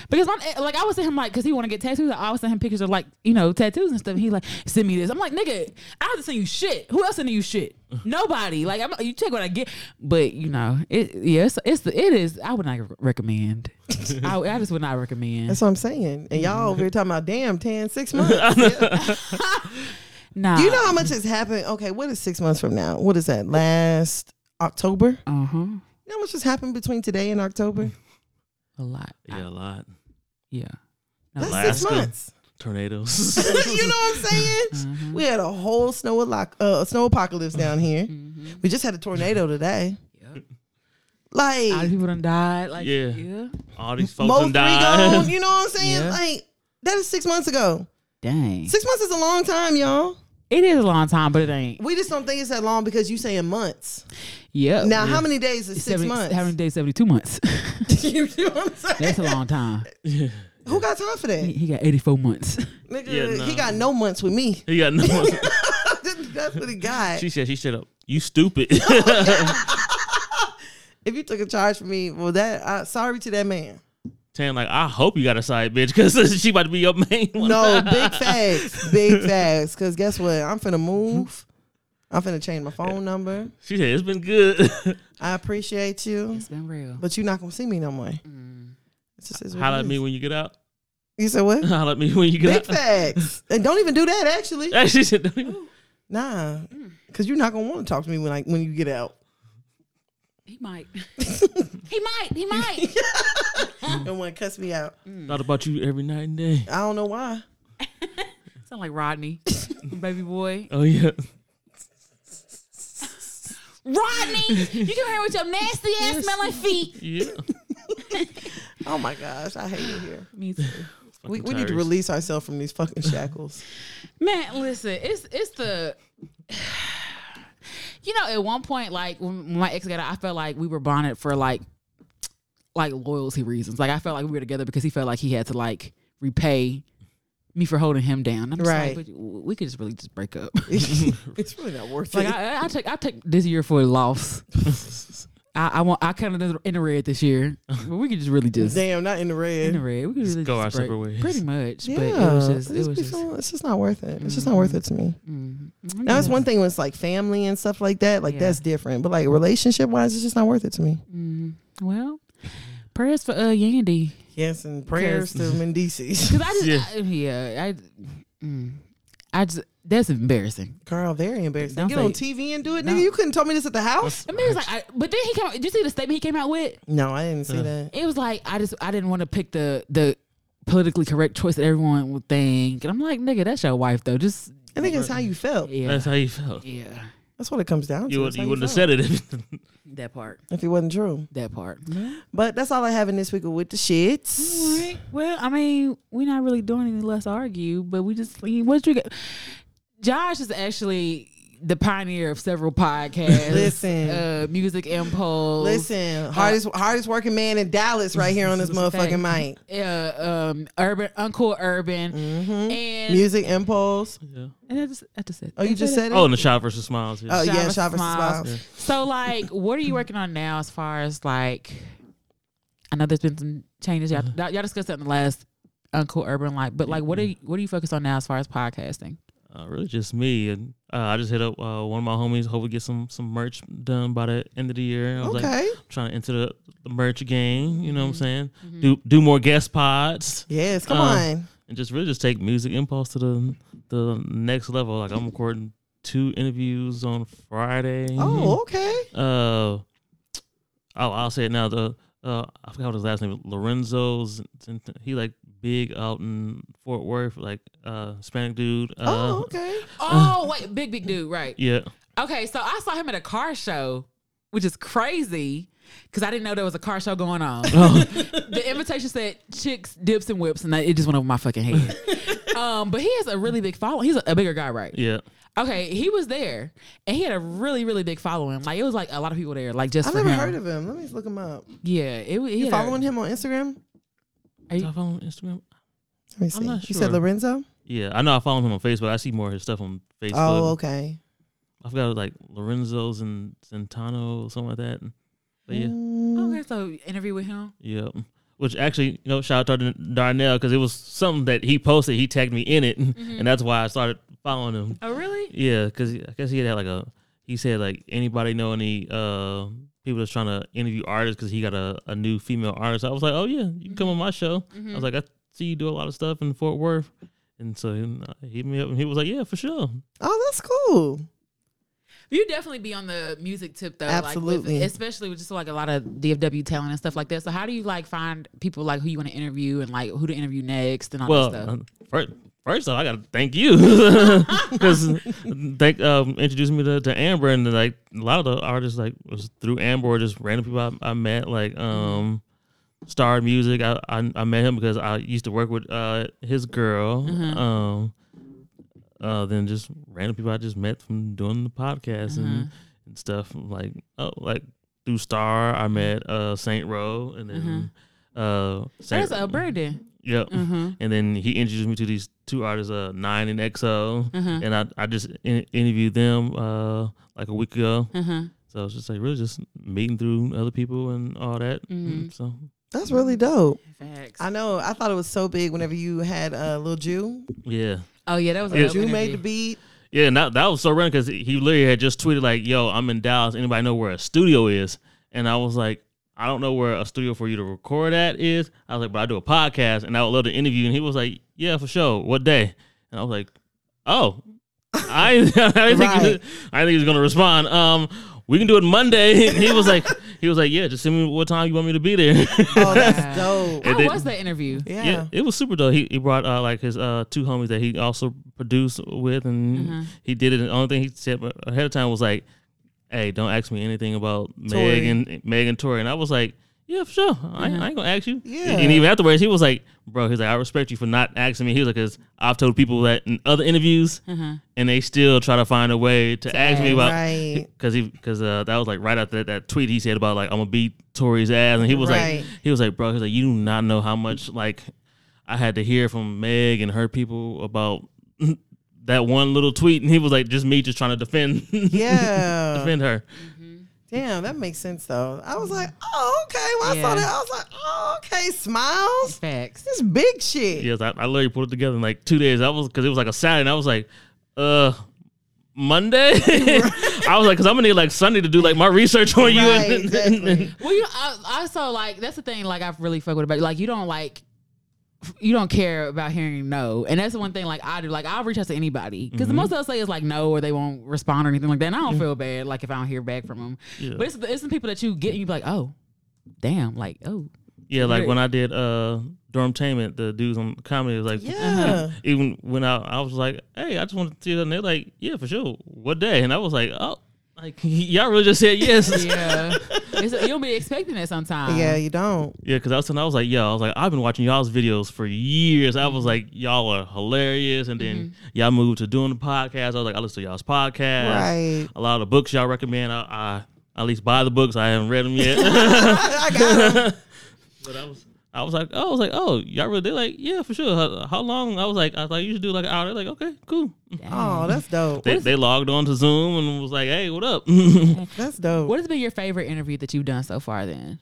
Because my like I would send him like because he want to get tattoos. I always send him pictures of like you know tattoos and stuff. He like send me this. I'm like nigga, I have to send you shit. Who else sending you shit? Nobody. Like I'm, you check what I get, but you know it. Yeah, it's, it's the it is. I would not recommend. I, I just would not recommend.
That's what I'm saying. And y'all over here talking about damn tan six months. Yeah.
Nah.
You know how much has happened? Okay, what is six months from now? What is that? Last October? You
Uh huh.
know how much has happened between today and October?
A lot. I-
yeah, a lot.
yeah.
That's six
Alaska.
months.
Tornadoes.
you know what I'm saying?
Mm-hmm.
We had a whole snow alo- uh, snow apocalypse down here.
Mm-hmm.
We just had a tornado today. Like
A lot of people done died. Like
Yeah.
yeah.
All these folks
most three
done died.
gone. You know what I'm saying?
Yeah.
Like that is six months ago.
Dang.
Six months is a long time, y'all.
It is a long time, but it ain't.
We just don't think it's that long because you saying months.
Yeah.
Now, how many days is six
70
months?
How many days? Seventy-two months.
you know what I'm saying?
That's a long time.
Who got time for that?
He- He got eighty-four months.
Nigga,
Yeah,
he
nah.
got no months with me.
He got no one.
That's what he got.
She said, she straight up, you stupid.
if you took a charge for me, well, that uh, sorry to that man.
Tan, like, I hope you got a side bitch because she about to be your main one.
No, big facts, big facts. Cause guess what? I'm finna move. I'm finna change my phone number.
She said, it's been good.
I appreciate you,
It's been real.
but you're not gonna see me no more. It's just, it's what
Holla
it
at
is.
me when you get out.
You said what?
Holla at me when you
Big Oh.
get out.
facts. And don't even do that. Actually,
she said, don't even.
nah. Cause you're not gonna want to talk to me when I when you get out.
He might. he might. He might.
And want to cuss me out.
Thought about you every night and day.
I don't know why.
Sound like Rodney, baby boy.
Oh, yeah.
Rodney, you come here with your nasty ass smelling feet.
Yeah.
Oh my gosh, I hate it here.
Me too.
We,
Fucking
we need to
tires.
release ourselves from these fucking shackles.
Man, listen, it's it's the you know, at one point, like when my ex got out, I felt like we were bonded for like like loyalty reasons. Like I felt like we were together because he felt like he had to like repay me for holding him down. I'm just
Right.
like, "But we could just really just break up.
it's really not worth
like
it.
I, I take I take this year for a loss. I, I want I kind of in the red this year, but we could just really just
Damn, not in the red.
in the red. We could really
go
just
our
break-
separate ways.
Pretty much, but it was just
It's
it was
be
just.
feeling- it's just not worth it. It's just not worth it to me.
mm.
Now it's one thing when it's like family and stuff like that, like
Yeah. Mm.
that's different. But like relationship wise, it's just not worth it to me.
Well, prayers for uh Yandy.
Yes, and prayers to Mendices.
Cause I just yeah, I, yeah, I, mm, I just that's embarrassing.
Carl, very embarrassing.
Don't
Get
say-
on TV and do it,
No.
nigga. You couldn't tell me this at the house.
I mean, it's like, I, but then he came. Did you see the statement he came out with?
No, I didn't
Uh.
see that.
It was like I just I didn't want to pick the the politically correct choice that everyone would think, and I'm like, nigga, that's your wife though. Just
I think it's how you felt.
yeah,
That's how you felt.
yeah,
That's what it comes down to.
You, would,
It's how
you wouldn't have
felt.
said it if
that part,
if it wasn't true.
that part.
But that's all I have in this week with the shits.
Right. Well, I mean, we're not really doing any less argue, but we just what you get. Josh is actually the pioneer of several podcasts.
Listen.
uh, music impulse.
Listen, hardest hardest working man in Dallas right here on this motherfucking mic.
uh, um, urban Uncle Urban, and,
Music impulse.
and I just I just said.
Mm-hmm. Oh, you just said it.
Oh, and the shot versus smiles. Yeah.
Oh,
Shop
yeah,
of
shop versus
Smiles.
Smiles.
So like, what are you working on now as far as like? I know there's been some changes. Y'all,
Mm-hmm.
y'all discussed that in the last Uncle Urban like, but like, what are you, what are you focused on now as far as podcasting?
Uh, really, just me. And uh, I just hit up uh, one of my homies. Hope we get some some merch done by the end of the year. I was like,
Okay. Mm-hmm.
trying to enter the, the merch game. You know what I'm saying? Do do more guest pods
Yes, come
Uh,
on.
and just really just take music impulse to the the next level. Like I'm recording two interviews on Friday.
Oh, okay.
Uh, oh, I'll say it now. The uh, I forgot what his last name. was. Lorenzo's. He like big out in Fort Worth, like uh, Hispanic dude. Uh,
Oh, okay.
Oh wait, big big dude, right?
Yeah.
Okay, so I saw him at a car show, which is crazy. because I didn't know there was a car show going on.
Oh.
the invitation said chicks, dips, and whips, and I- it just went over my fucking head. um, but he has a really big following. He's a, a bigger guy, right?
Yeah.
Okay, he was there, and he had a really, really big following. Like it was like a lot of people there, like just
I've
for
never
him.
heard of him. Let me look him up.
Yeah, it. was- He
You
had
following
a,
him on Instagram?
Do I follow him on Instagram?
Let me see.
not
You
sure.
said Lorenzo?
Yeah, I know I follow him on Facebook. I see more of his stuff on Facebook.
Oh, okay.
I forgot like Lorenzo's and Centano, something like that. But yeah,
Okay, so interview with him.
yeah. Which actually, you know, shout out to Darnell because it was something that he posted. He tagged me in it, and that's why I started following him.
Oh, really?
Yeah, because I guess he had like a. He said like anybody know any uh people that's trying to interview artists because he got a, a new female artist. I was like, oh yeah, you can come on my show. I was like, I see you do a lot of stuff in Fort Worth, and so he he hit me up and he was like, yeah, for sure.
Oh, that's cool.
You definitely be on the music tip though, like
Absolutely.
with, especially with just like a lot of DFW talent and stuff like that. So how do you like find people like who you want to interview and like who to interview next and all
Well,
that
uh,
stuff?
first, first off, I gotta thank you because thank um, introducing me to, to Amber and like a lot of the artists like was through Amber or just random people I, I met like um Star Music. I, I I met him because I used to work with uh his girl. Um, uh, then just random people I just met from doing the podcast and, and stuff like oh like through Star I met uh Saint Row and then uh Saint
That's a Brandon.
Yep. And then he introduced me to these two artists, uh, Nine and XO, and I, I just in- interviewed them uh, like a week ago. So it's just like really just meeting through other people and all that. Mm, So
That's really dope.
Facts.
I know. I thought it was so big whenever you had a uh, little Jew.
yeah,
Oh yeah, that was a
Yeah.
dope
Jew made
interview.
the beat.
yeah. And that, that was so random because he literally had just tweeted like, "Yo, I'm in Dallas. Anybody know where a studio is?" And I was like. I don't know where a studio for you to record at is. I was like, but I do a podcast and I would love to interview. And he was like, yeah, for sure. What day? And I was like, oh, I, I didn't think he was,
Right.
I didn't think he was gonna respond. Um, we can do it Monday. And he was like, he was like, yeah, just send me what time you want me to be there.
Oh, that's dope.
How
It-
was that interview?
Yeah.
yeah, it was super dope. He, he brought uh, like his uh, two homies that he also produced with, and
Mm-hmm.
he did it. And the only thing he said ahead of time was like, "Hey, don't ask me anything about Meg
Tory.
and Meg and Tori." And I was like, "Yeah, for sure. I, ain't- I ain't gonna ask you."
Mm-hmm. Yeah.
And even afterwards, he was like, "Bro, he's like, I respect you for not asking me." He was like, "Cause I've told people that in other interviews,
Mm-hmm.
and they still try to find a way to ask me about."
Right.
Cause he, cause uh, that was like right after that, that tweet he said about like I'm gonna beat Tory's ass, and he was
Right.
like, he was like, bro, he was like, you do not know how much like I had to hear from Meg and her people about that one little tweet, and he was like, just me just trying to defend,
Yeah.
defend her.
Damn, that makes sense though. I was like,
Mm-hmm.
oh, okay. When I
Yeah.
saw that, I was like, oh, okay. Smiles.
Facts.
This big shit.
Yes, I, I literally put it together in like two days. I was because it was like a Saturday, and I was like, uh. Monday, I was like, because I'm gonna need like Sunday to do like my research on you.
Right,
and-
exactly.
Well, you know, I, also like that's the thing. Like I've really fucked with about like you don't like you don't care about hearing no, and that's the one thing like I do. Like I'll reach out to anybody because the most they'll say is like no, or they won't respond or anything like that. And I don't feel bad like if I don't hear back from them.
Yeah.
But it's, it's the people that you get and you be like, oh, damn, like oh,
Yeah, like
Right.
when I did uh Dormtainment, the dudes on comedy was like,
Yeah.
Even when I, I was like, hey, I just want to see that, and they're like, yeah, for sure. What day? And I was like, oh, like y'all really just said yes. yeah,
yeah. it's, you don't be expecting that sometimes.
Yeah, you don't.
because I was telling, I was like, yo, I was like, I've been watching y'all's videos for years. I
Mm-hmm.
was like, y'all are hilarious, and then y'all moved to doing the podcast. I was like, I listen to y'all's podcast.
Right.
A lot of the books y'all recommend, I, I at least buy the books. I haven't read them yet.
I got him.
But I was, I was like, oh, I was like, oh, y'all really? They're like, yeah, for sure. How, how long? I was like, I was like, you should do like an hour. They're like, okay, cool.
Oh, that's dope.
They, they logged on to Zoom and was like, hey, what up?
That's dope.
What has been your favorite interview that you've done so far? Then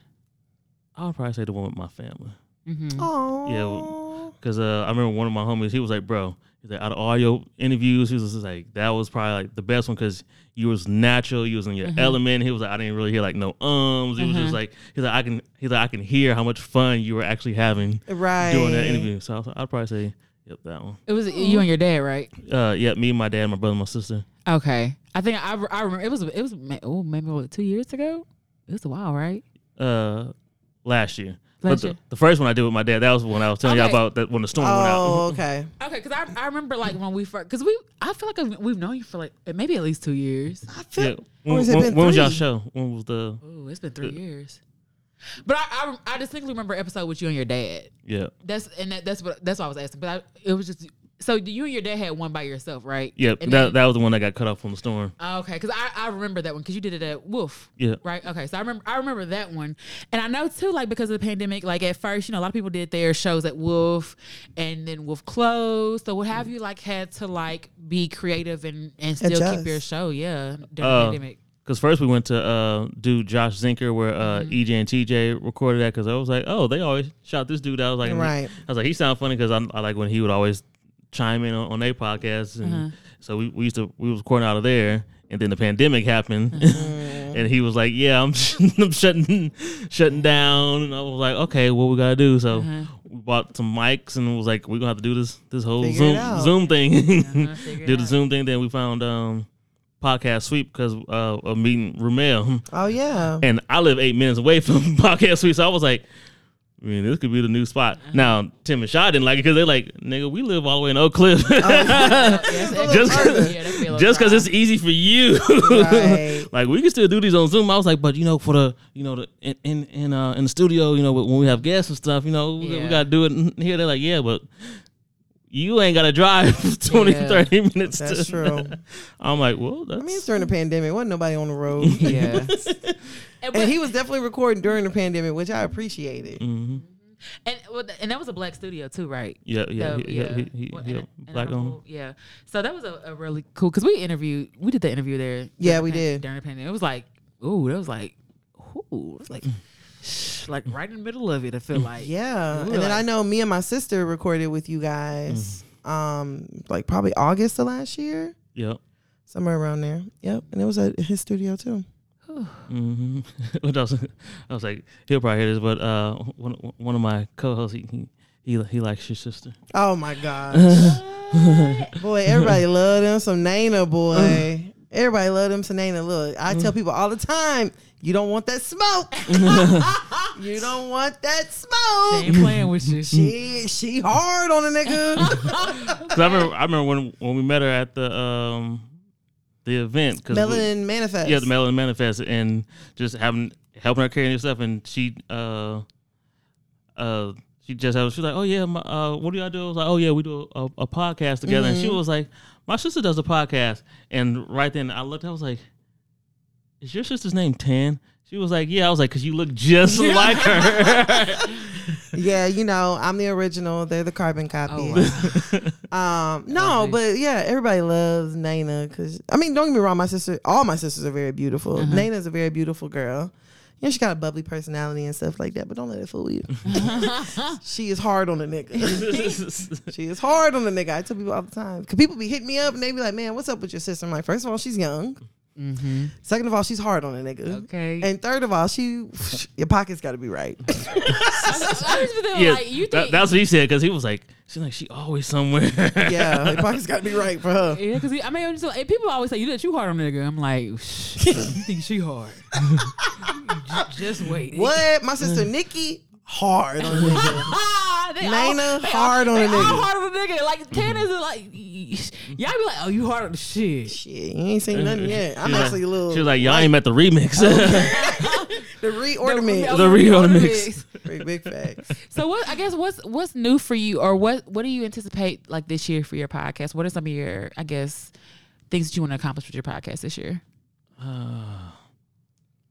I would probably say the one with my family.
Aw.
Yeah, well, Cause uh, I remember one of my homies, he was like, bro, he's like, out of all your interviews, he was just like, that was probably like the best one because you was natural, you was in your
Mm-hmm.
element. He was like, I didn't really hear like no ums. He was just like, he's like, I can, he's like, I can hear how much fun you were actually having
right.
doing that interview. So I was, I'd probably say, yep, that one.
it was you and your dad, right?
Uh, yeah, me, my dad, my brother, my sister.
Okay, I think I, I remember it was it was ma- oh maybe what, two years ago. It was a while, right?
Uh, last year.
Bless
But the,
you.
the first one I did with my dad, that was the one I was telling y'all
Okay.
about that when the storm went out.
Oh, okay.
Okay, because I, I remember like when we first because we I feel like I've- we've known you for like maybe at least two years.
I feel,
Yeah.
or
When,
has it
when-
been
when was y'all
three?
show? When was the
Ooh, it's been three years. But I, I I distinctly remember an episode with you and your dad.
yeah
That's and that, that's what that's what I was asking. But I, it was just so you and your dad had one by yourself, right?
yeah
And
that,
then-
that was the one that got cut off from the storm.
Oh, Okay, because I, I remember that one because you did it at Wolf.
Yeah.
Right. Okay. So I remember I remember that one, and I know too, like because of the pandemic, like at first, you know, a lot of people did their shows at Wolf, and then Wolf closed. So what have you like had to like be creative and and still keep
Adjust.
your show? Yeah. During the
Uh,
pandemic.
Because first we went to uh, do Josh Zinker where uh, EJ and TJ recorded that because I was like, oh, they always shout this dude. out. I was like,
Right.
I was like, he sound funny because I, I like when he would always chime in on, on their podcasts, and so we, we used to we was recording out of there, and then the pandemic happened, and he was like, yeah, I'm, I'm shutting shutting down, and I was like, okay, what we gotta do? So we bought some mics and was like, we're gonna have to do this this whole
Figure it out.
Zoom Zoom thing,
figure it
did the
out.
Zoom thing, then we found. um podcast sweep because uh, of meeting Rumel,
Oh yeah.
and I live eight minutes away from podcast sweep, so I was like, I mean, this could be the new spot. Now Tim and Shaw didn't like it because they're like, nigga, we live all the way in Oak Cliff, just
Yeah, that
because
feel
just because
right.
it's easy for you.
Right.
like we can still do these on Zoom. I was like, but you know, for the you know the in in in, uh, in the studio, you know, when we have guests and stuff, you know, we-
Yeah.
we gotta do it in here. They're like, yeah, but. You ain't gotta drive 20,
Yeah.
30 minutes.
That's
to-
true.
I'm like, well, that's
I mean, it's during the pandemic. Wasn't nobody on the road.
Yeah. and,
And
what-
he was definitely recording during the pandemic, which I appreciated.
Mm.
and well, th- and that was a black studio too, right?
Yeah, yeah,
So,
he, yeah. He, he,
Well,
he
and
a
a- and a
black on.
whole- Yeah. So that was a, a really cool because we interviewed, we did the interview there.
Yeah,
during the
we
pan-
did.
during the pandemic. It was like, ooh, that was like, ooh, it was like, shh, like right in the middle of it. I feel like,
Yeah.
We
and
were
then
like-
I know me and my sister recorded with you guys um like probably August of last year.
Yep.
Somewhere around there. Yep. And it was at his studio too.
Mm-hmm. what else? I was like, he'll probably hear this, but uh, one one of my co-hosts, he he, he, he likes your sister.
Oh my gosh. boy, everybody love them some Nana boy. Everybody love them some Nana. Look, I tell people all the time, you don't want that smoke. you don't want that
they
smoke.
ain't playing with you.
She she hard on a nigga.
'Cause I remember I remember when when we met her at the um the event. 'cause we-
Melanin manifest.
Yeah, the Melon Manifest, and just having helping her carrying stuff, and she uh uh she just had, she was like, oh yeah, my, uh, what do y'all do? I was like, oh yeah, we do a, a podcast together, and she
Mm-hmm.
was like, my sister does a podcast, and right then I looked, I was like, is your sister's name Tan? She was like, yeah, I was like, cause you look just like her.
yeah, you know, I'm the original. They're the carbon copy.
Oh, wow.
Um, no, but yeah, everybody loves Nana because I mean, don't get me wrong, my sister, all my sisters are very beautiful.
Uh-huh.
Nana's a very beautiful girl. You know, she got a bubbly personality and stuff like that, but don't let it fool you. she is hard on the nigga. she is hard on the nigga. I tell people all the time. Cause people be hitting me up and they be like, "Man, what's up with your sister?" I'm like, first of all, she's young. Second of all, she's hard on a nigga.
Mm-hmm. Okay.
And third of all, she your pockets got to be right.
I was just feeling
yeah,
like you
that,
think,
that's what he said, cause he was like, she's like, she always somewhere.
yeah, your pockets got to be right for her.
yeah, because I mean, I'm just like, people always say you that you hard on a nigga. I'm like, shh, you think she hard? J- just wait.
What? My sister Nikki hard on a nigga.
Ah, they
Nana
all, they
hard
all,
on a
they all
nigga.
hard on a nigga. Like Tanner's is like y'all be like, oh, you hard on the shit.
Shit, you ain't seen nothing yet. I'm
She was like-
actually a little. Oh,
She was like, y'all ain't met the remix.
the reornament.
The real
Real
mix.
mix.
Big, big facts.
So what? I guess what's what's new for you, or what what do you anticipate like this year for your podcast? What are some of your I guess things that you want to accomplish with your podcast this year?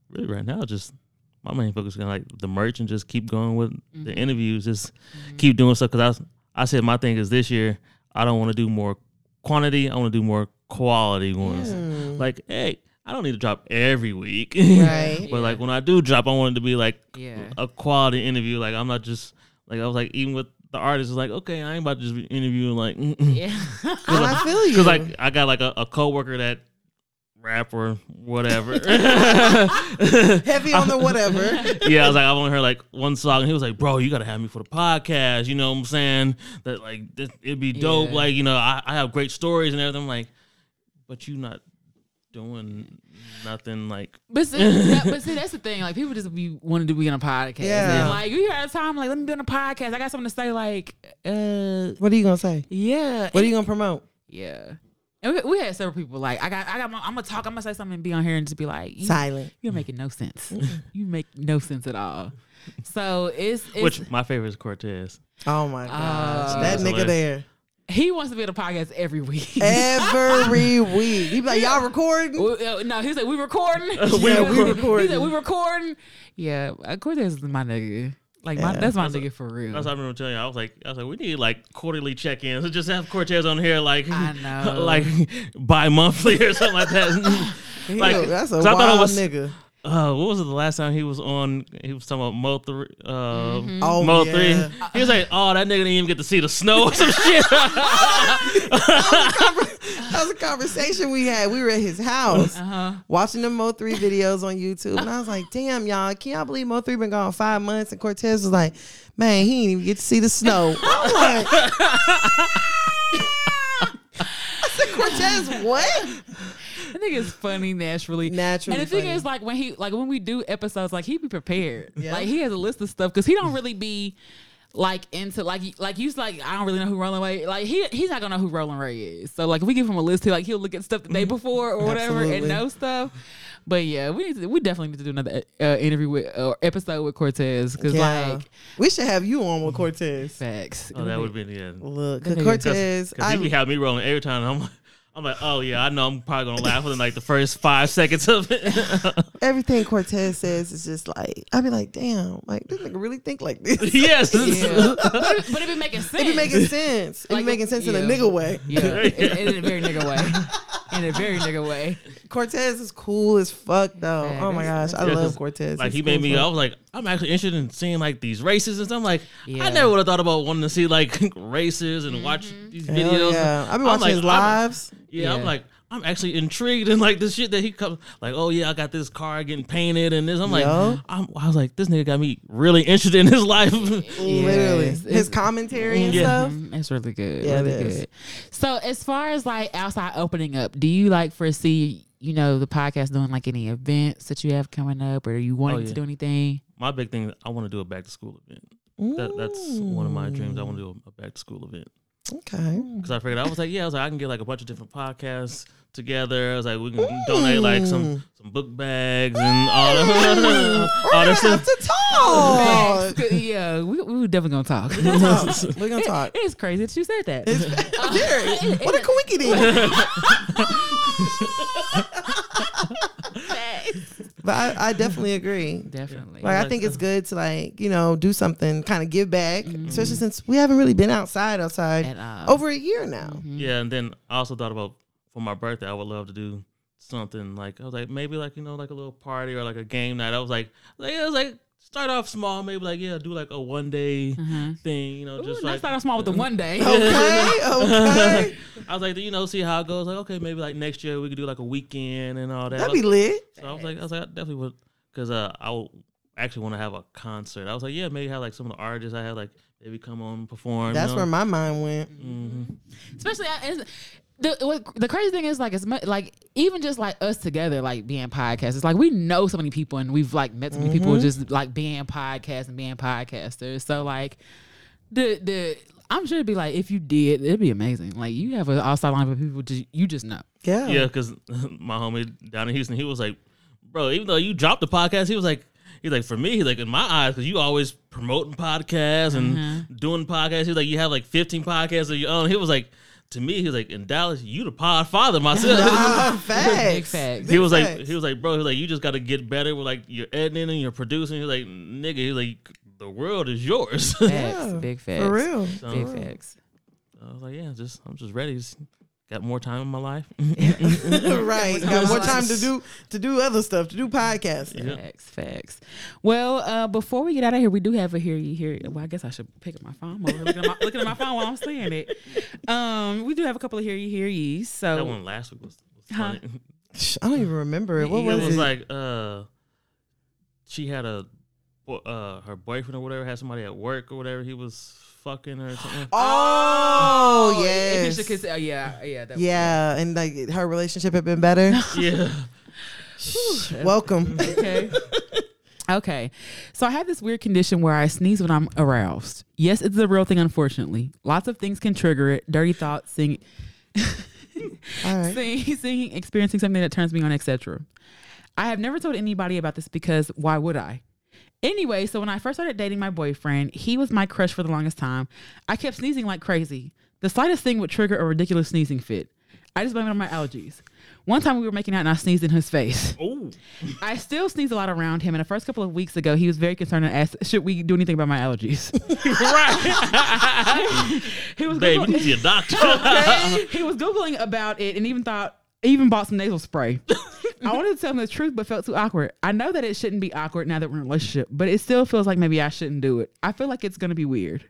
really right now just my main focus is gonna like the merch and just keep going with
Mm-hmm.
the interviews just keep doing stuff because I, I said my thing is this year i don't want to do more quantity i want to do more quality ones like hey i don't need to drop every week
Mm. Right.
but like when i do drop i want it to be like
Yeah.
a quality interview like i'm not just like i was like even with the artist it's like okay i ain't about to just be interviewing like mm-mm.
Yeah.
And I feel you.
Cause like I got like a, a coworker that rapper whatever. yeah,
heavy on the whatever.
I was like I only heard like one song, and he was like, "Bro, you gotta have me for the podcast." You know what I'm saying? That like this, it'd be dope.
Yeah.
Like you know, I, I have great stories and everything. I'm like, but you not doing nothing like
But see, that, but see, that's the thing. Like people just be wanting to be on a podcast.
Yeah.
And, like you hear all the time, like let me be on a podcast. I got something to say. Like, uh,
What are you gonna say?
yeah,
What are you gonna promote?
yeah. And we, we had several people like I got I got my, I'm gonna talk. I'm gonna say something and be on here and just be like you,
Silent.
You're making no sense. you make no sense at all. So it's, uh, it's
which my favorite is Cortez.
Oh my gosh, that
Ah. That's
nigga
hilarious.
there
he wants to be on a podcast every week.
every week. He be like, y'all recording?
We- uh, no, he's like, we recording.
Uh, we
Yeah,
recording.
He said, we recording. Yeah, of course, that's my nigga. Like, my, that's my nigga for real.
That's what I remember telling you. I was like, I was like, we need like quarterly check-ins. Just have Cortez on here, like,
I know.
like bi-monthly or something like that. like,
Ew, that's a
'cause I thought it
wild
was-
nigga.
uh, what was it the last time he was on? He was talking about Mo three. Uh,
Oh,
Mo
yeah.
three. He was like, oh, that nigga didn't even get to see the snow or some shit. Oh,
That was a conversation we had. We were at his house watching the Mo three videos on YouTube, and I was like, "Damn, y'all, can y'all believe Mo three been gone five months?" And Cortez was like, "Man, he didn't even get to see the snow." I'm like, I said, Cortez, what?
That nigga is funny naturally.
Naturally
And the thing
funny.
is, like when he like when we do episodes, like he be prepared.
Yeah.
Like he has a list of stuff because he don't really be like into like like he's like I don't really know who Roland Ray like he he's not gonna know who Roland Ray is. So like if we give him a list, he like he'll look at stuff the day before or whatever and
Absolutely.
know stuff. But yeah, we need to, we definitely need to do another uh, interview with or episode with Cortez because
Yeah.
like
we should have you on with Cortez.
facts.
oh, that would be the end.
Look,
That nigga-
Cortez,
Cause
I
he be having me rolling every time. I'm like, I'm like, oh yeah, I know. I'm probably gonna laugh within like the first five seconds of it.
everything Cortez says is just like I'd be like, damn, like this nigga really think like this.
yes.
Yeah. but, it, but it be making sense.
It be making sense. It be
Like,
making sense in a
yeah.
nigga way.
yeah, in, in a very nigga way. In a very nigga way.
Cortez is cool as fuck though.
Yeah,
oh my
that's-
gosh, I
Yeah,
love
'cause,
Cortez.
Like
He's
he made
cool
me.
as
I
fuck.
was like, I'm actually interested in seeing like these races and stuff. I'm like,
Yeah.
I never would have thought about wanting to see like races and watch these
Hell
videos.
yeah. I've
I'm
been watching
like,
his
I'm-
lives.
yeah, I'm
Mm-hmm. Yeah.
like, I'm actually intrigued in like this shit that he comes. Like, oh yeah, I got this car getting painted and this. I'm like,
Yo.
I'm, I was like, this nigga got me really interested in his life.
Literally,
it's-
his
it's-
commentary and
Yeah.
stuff.
Mhm. It's really good.
Yeah, it
really
is.
good. So as far as like outside opening up, do you like foresee, you know, the podcast doing like any events that you have coming up or you wanting to
Oh, yeah.
do anything?
my big thing, I want to do a back to school event. That, that's one of my dreams. I want to do a, a back to school event.
Okay,
Because I figured I was like, yeah, I was like, I can get like a bunch of different podcasts together. I was like, we can donate like some some book bags and all that. all
we're
that
gonna have
stuff.
to talk.
yeah, we we definitely gonna talk.
we're gonna talk.
it's crazy that you said that.
Jerry, what a coincidence. but I, I definitely agree.
definitely.
Like I think it's good to like you know do something, kind of give back, especially since we haven't really been outside outside
Mm-hmm. At all.
over a year now.
Yeah, and then I also thought about for my birthday, I would love to do something like I was like maybe like you know like a little party or like a game night. I was like, like I was like start off small, maybe like yeah, do like a one day thing, you know,
Mm-hmm. Ooh, let's
just like
start off small with the one day.
Oh, Okay, okay,
I was like you know see how it goes. Like okay, maybe like next year we could do like a weekend and all that.
that'd be lit.
So I was like, I was like, I definitely would, because uh, I w- actually want to have a concert. I was like, yeah, maybe have like some of the artists I had like maybe come on and perform.
That's
you know? Mm-hmm.
where my mind went.
especially I- it's- the what, the crazy thing is like as much like even just like us together like being podcasts it's like we know so many people and we've like met so many
Mm-hmm.
people just like being podcasts and being podcasters so like the the I'm sure it'd be like if you did it'd be amazing like you have an outside line of people just you just know
Yeah,
yeah, because my homie down in Houston, he was like, bro, even though you dropped the podcast, he was like. He's like, for me, he's like, in my eyes, because you always promoting podcasts and
Mm-hmm.
doing podcasts. He's like, you have like 15 podcasts of your own. He was like, to me, he was like, in Dallas, you the pod father myself.
Ah, facts.
big facts
he was like,
Facts.
he was like, bro, he was like, you just got to get better with like your editing and your producing. He's like, nigga, he's like, the world is yours. I
facts
Yeah,
big facts
For real.
big facts
was like, yeah, just I'm just ready. Just got more time in my life.
right. Got more time to do to do other stuff, to do podcasting.
Yeah.
Facts, facts. Well, uh, before we get out of here, we do have a hear you hear. Well, I guess I should pick up my phone. while we're Looking at my, looking at my phone while I'm saying it. Um, we do have a couple of hear you hear ye's.
that
So
one last week was, was funny.
I don't even remember it. What
it
was
was
it?
like, uh, she had a bo- uh, her boyfriend or whatever had somebody at work or whatever he was fucking her. Or something.
Oh,
If
yes.
Keisha could say, oh, yeah, yeah, that
Yeah, and like her relationship had been better.
yeah,
Welcome.
Mm-hmm.
okay. Okay. So I have this weird condition where I sneeze when I'm aroused. Yes, it's a real thing, unfortunately. Lots of things can trigger it. Dirty thoughts, singing,
All right.
singing, singing experiencing something that turns me on, etc. I have never told anybody about this because why would I? Anyway, so when I first started dating my boyfriend, he was my crush for the longest time. I kept sneezing like crazy. The slightest thing would trigger a ridiculous sneezing fit. I just blame it on my allergies. One time we were making out and I sneezed in his face.
oh,
I still sneeze a lot around him. And the first couple of weeks ago, he was very concerned and asked, "Should we do anything about my allergies?" he was
babe, you need to
Googling,
see a doctor.
he was googling about it and even thought even bought some nasal spray. I wanted to tell him the truth, but felt too awkward. I know that it shouldn't be awkward now that we're in a relationship, but it still feels like maybe I shouldn't do it. I feel like it's gonna be weird.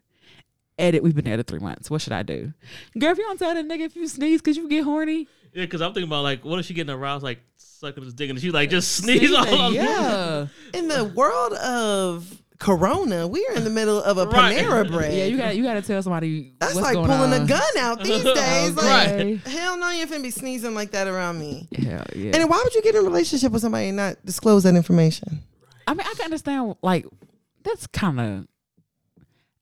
Edit. We've been together three months. What should I do, girl? If you don't tell that nigga if you sneeze, cause you get horny.
yeah, because I'm thinking about like, what if she getting aroused like sucking his dick and she like just sneeze all over?
yeah,
In the world of Corona, we are in the middle of a
Right.
Panera bread.
yeah. You got to you got to tell somebody.
That's
what's
like
going
pulling
on.
a gun out these days. Like,
Right.
hell no, you finna be sneezing like that around me.
Hell yeah.
And then why would you get in a relationship with somebody and not disclose that information?
I mean, I can understand. Like, that's kind of.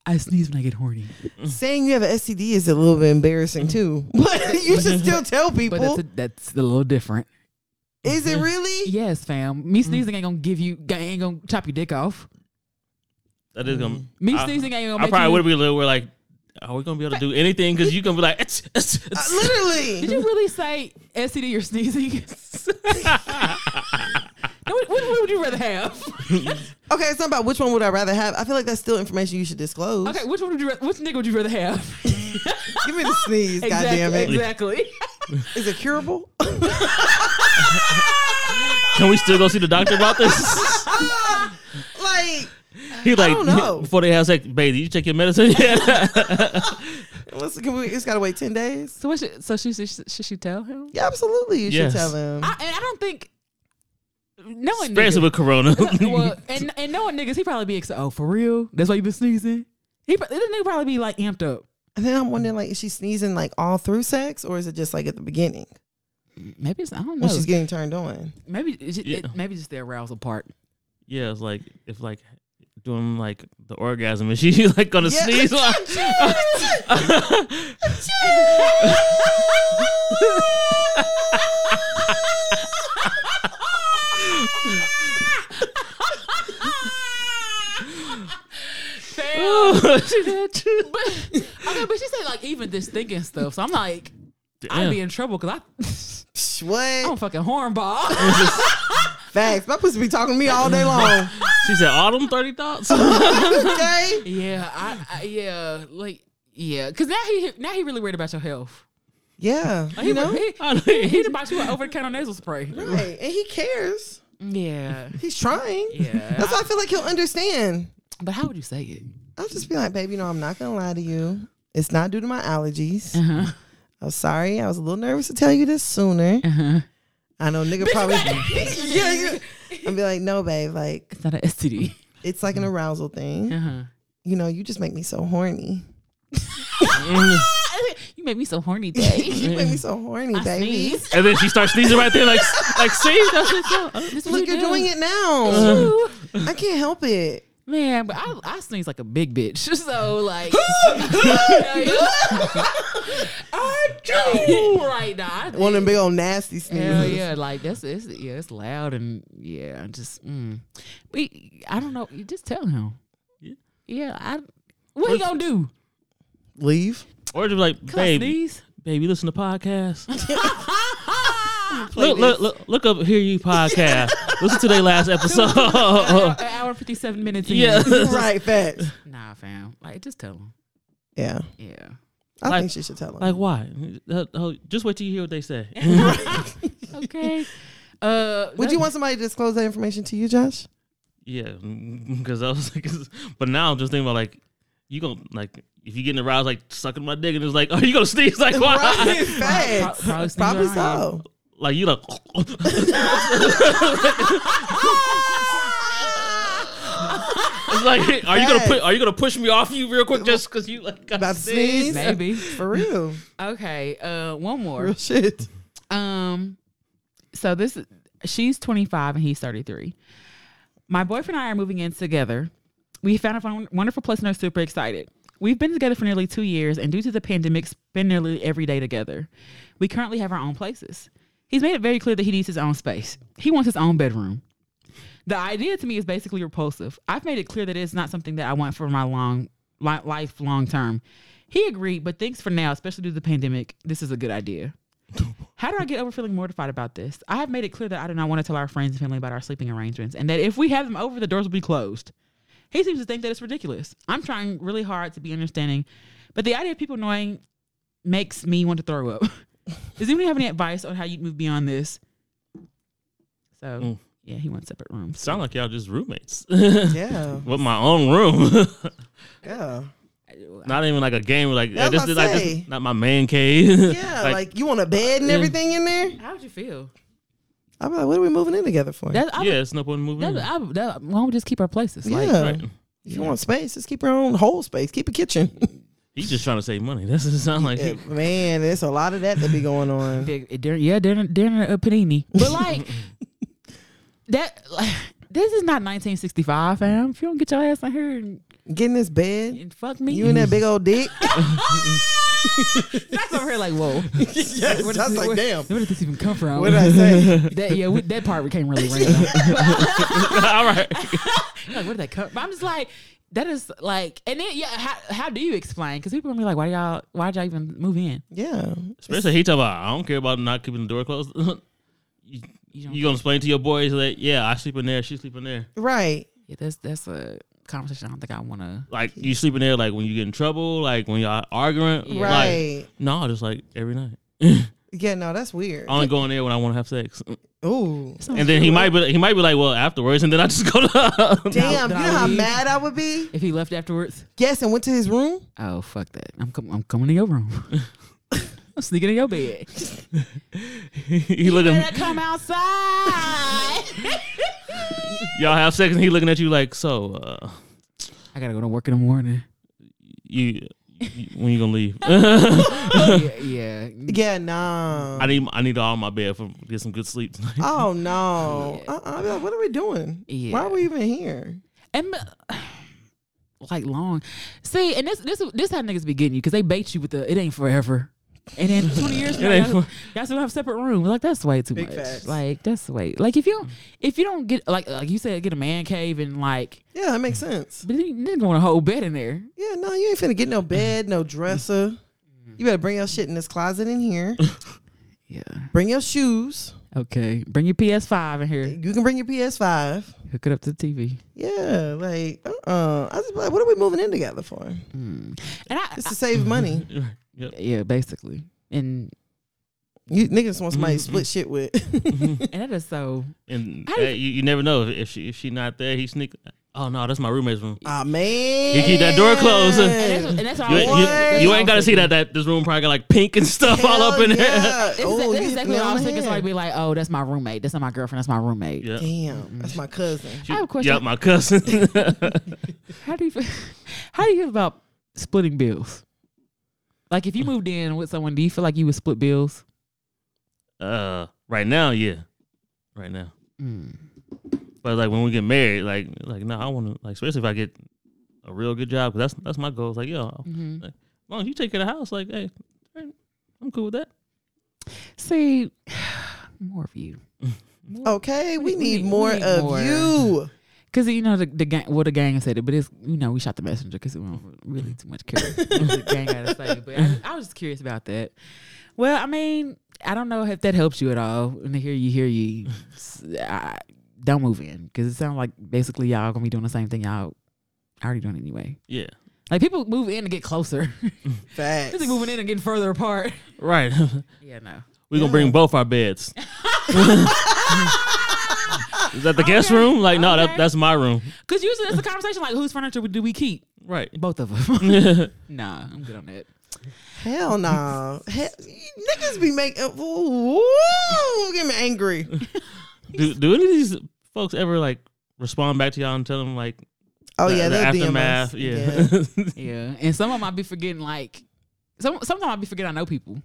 I sneeze when I get horny,
Saying you have an STD is a little bit embarrassing too. But you should still tell
but
people.
that's a, that's a little different.
is it really?
Yes, fam. Me sneezing ain't gonna give you. Ain't gonna chop your dick off.
That is gonna.
Me
I-
sneezing ain't gonna.
I
Make
probably
you,
would be a little where like, are we gonna be able to do anything? Because you gonna be like, it's, it's,
Uh,
it's.
literally.
Did you really say STD? You're sneezing. No, what, what would you rather have?
Okay, it's not about which one would I rather have. I feel like that's still information you should disclose.
Okay, which one would you? ra- Which nigga would you rather have?
Give me the sneeze,
exactly.
goddamn it.
Exactly.
Is it curable?
Can we still go see the doctor about this?
like,
He like
don't know.
before they have sex, baby, you take your medicine. Yeah.
what's, can we, it's got to wait 10 days?
so what? Should, so she should, should she tell him?
Yeah, absolutely. You
Yes.
should tell him.
I, and I don't think. Knowing niggas-
Especially with Corona.
well, and and knowing niggas, he probably be ex- oh for real. That's why you been sneezing. He pro- this nigga probably be like amped up.
and then I'm wondering, like, is she sneezing like all through sex or is it just like at the beginning
Maybe it's I don't know.
when she's getting turned on?
maybe it's ju-
Yeah.
it- maybe just the arousal part.
yeah, it's like if like doing like the orgasm, is she like gonna sneeze?
Damn. but, okay, but she said like even this thinking stuff. So I'm like, I'd be in trouble because I
Psh, What?
I'm a fucking hornball.
Facts. My pussy be talking to me all day long.
she said autumn thirty thoughts.
okay.
yeah, I, I yeah like yeah. Because now he now he really worried about your health.
Yeah.
Like, he,
You know?
he,
I know.
he, he about you an over the counter nasal spray.
Right. And he cares.
Yeah,
He's trying.
yeah.
That's why I feel like he'll understand.
But how would you say it?
I'll just be like, babe, you know, I'm not gonna lie to you. It's not due to my allergies.
Uh-huh.
I'm sorry. I was a little nervous to tell you this sooner.
Uh-huh.
I know nigga probably yeah, yeah. I'd be like, no, babe, like
It's not an STD.
it's like an arousal thing.
Uh-huh.
You know, you just make me so horny.
you made me so horny, day.
You make me so horny,
I
baby.
sneeze. uh,
and then she starts sneezing right there, like like see, that's it.
This what
Look,
you
you're
do. Uh-huh.
doing it now.
Ooh.
I can't help it.
Man, but I, I sneeze like a big bitch. So like, I do right now. I
One of them
think-
big old nasty
Hell
sneezes.
yeah, like that's it's yeah, it's loud and yeah, just mm. we I don't know. You just tell him. Yeah, I. What he gonna do?
Leave.
Or just like,
Can I
baby,
sneeze?
baby, listen to podcasts. look, look, look, look up Hear You podcast. Listen to their last
An
episode.
hour fifty seven minutes. In.
Oh. yeah.
right, facts.
Nah, fam. Like, just tell him.
Yeah.
Yeah.
I
Like-
think she should tell him.
Like why? Uh, oh, Just wait till you hear what they say.
Okay. Uh,
Would you want somebody to disclose that information to you, Josh?
yeah, because I was like, but now I'm just thinking about like, you gonna like if you getting aroused like sucking my dick and it's like, oh, you gonna sneeze like why?
Right, facts.
Probably sneeze
Probably
around.
so.
Like you like, It's like, are you gonna
Facts.
put? Are you gonna push me off you real quick just because you like got
About to
sneeze?
sneeze.
Maybe.
For real.
Okay. Uh, one more.
Real shit.
Um, so this she's 25 and he's 33. My boyfriend and I are moving in together. We found a fun- wonderful place and are super excited. We've been together for nearly two years, and due to the pandemic, spend nearly every day together. We currently have our own places. He's made it very clear that he needs his own space. He wants his own bedroom. The idea to me is basically repulsive. I've made it clear that it's not something that I want for my long li- life, long term. He agreed, but thinks for now, especially due to the pandemic, this is a good idea. How do I get over feeling mortified about this? I have made it clear that I do not want to tell our friends and family about our sleeping arrangements and that if we have them over, the doors will be closed. He seems to think that it's ridiculous. I'm trying really hard to be understanding, but the idea of people knowing makes me want to throw up. Does anyone have any advice on how you'd move beyond this? So, yeah, he wants separate rooms.
Sound like y'all just roommates
Yeah.
with my own room.
Yeah.
not even like a game. Like
That's
this
what
is
I
like this,
say.
is not my man cave.
Yeah. like, mm. you want a bed and everything in there?
How would you feel?
I'd be like, what are we moving in together for?
That, I,
yeah, it's no point in moving.
that,
in.
I, that, why don't we just keep our places?
yeah.
Like,
Right.
If you want space, just keep your own whole space. Keep a kitchen.
He's just trying to save money. That's what it sounds like.
Yeah, man, there's a lot of that that be going on.
Big, dinner, yeah, dinner, dinner, a panini. But like that, like, this is not 1965, fam. If you don't get your ass in here and,
Get in this bed.
and fuck me,
You and that big old dick.
that's over here like whoa.
yes. I was like, damn.
Where did this even come from?
What did I say?
that yeah, we, that part came really random.
All right.
like, where did that come? But I'm just like. That is like, and then yeah, how, how do you explain? Because people are gonna be like, why y'all, why would y'all even move in?
yeah.
Especially he talking about I don't care about not keeping the door closed. you,
don't
you gonna explain to your boys that yeah, I sleep in there, she sleep in there.
Right.
Yeah, that's that's a conversation I don't think I want to.
Like you sleep in there like when you get in trouble, like when y'all arguing. Like,
Right.
no, just like every night.
Yeah, no, that's weird.
I only go in there when I want to have sex.
Ooh.
And then he might be he might be like, well, afterwards, and then I just go to
Damn, you
Then
know
I
how
leave.
mad I would be?
If he left afterwards,
Yes, and went to his room.
Oh fuck that! I'm com- I'm coming to your room. I'm sneaking in your bed.
he looking.
come outside.
Y'all have sex, and he looking at you like, so uh,
I gotta go to work in the morning.
you, you when you gonna leave?
yeah, yeah.
Yeah, nah.
Mm-hmm. I need I need all my bed for get some good sleep tonight.
Oh no! Uh-uh. I'd be like, what are we doing?
Yeah.
Why are we even here?
And uh, like long. See, and this this this how niggas be getting you because they bait you with the it ain't forever. And then twenty years from now,
ain't
y'all,
for-
y'all still have separate rooms. Like that's way too
Big
much.
facts.
Like that's way. Like if you don't if you don't get like like you said get a man cave and like
Yeah, that makes sense.
but you didn't want a whole bed in there.
Yeah, no, you ain't finna get no bed, no dresser.
Mm-hmm.
You better bring your shit in this closet in here.
Yeah.
Bring your shoes.
Okay. Bring your PS Five in here.
You can bring your PS5.
Hook it up to the TV.
Yeah, like, uh-uh. I just be like, what are we moving in together for?
And I,
Just to save money.
Yep.
yeah, basically. And
You niggas want somebody to
Mm-hmm.
split shit with.
and that is so
And
How do you-
hey, you, you never know if she if she not there, he sneak. Oh no, that's my roommate's room.
Ah man.
You keep that door closed.
and that's, and that's all
You,
I
ain't-
was-
you-
What?
you ain't got to see that that this room probably got like pink and stuff all up
Hell
in there.
yeah.
this is,
Oh,
this
you
is exactly what I
nailed
was thinking
it.
somebody be like, oh, that's my roommate, that's not my girlfriend, that's my roommate.
Yeah.
Damn, that's my cousin.
I have a question.
Yeah, my cousin.
How do you feel how do you feel about splitting bills? Like if you moved in with someone, do you feel like you would split bills?
uh, right now, yeah, right now.
Mm.
But like when we get married, like like no, I want to like especially if I get a real good job because that's that's my goal. It's like yo, like, as long as you take care of the house, like hey, I'm cool with that.
See, more of you.
Okay,
we
we, need
need- we
more
need
of
more.
you.
Cause you know the, the gang, well the gang said it, but it's you know we shot the messenger because it wasn't really too much care. what the gang gotta say, but I, I was just curious about that. Well, I mean, I don't know if that helps you at all. And to hear you, hear you, s- I, don't move in because it sounds like basically y'all gonna be doing the same thing y'all already doing anyway.
Yeah,
Like people move in to get closer,
Facts.
They're moving in and getting further apart.
right.
Yeah, no.
we gonna bring both our beds. Is that the guest room? Like no, that,
Okay.
that's my room.
Cause usually it's a conversation like whose furniture do we keep?
Right.
Both of them. nah, I'm good on that.
Hell no. Hell, niggas be making. Ooh, get me angry.
do do any of these folks ever like respond back to y'all and tell them like
Oh
the,
yeah,
the
they'll DM
aftermath.
us.
Yeah.
Yeah, and some of them I be forgetting like. Some, sometimes I be forgetting I know people.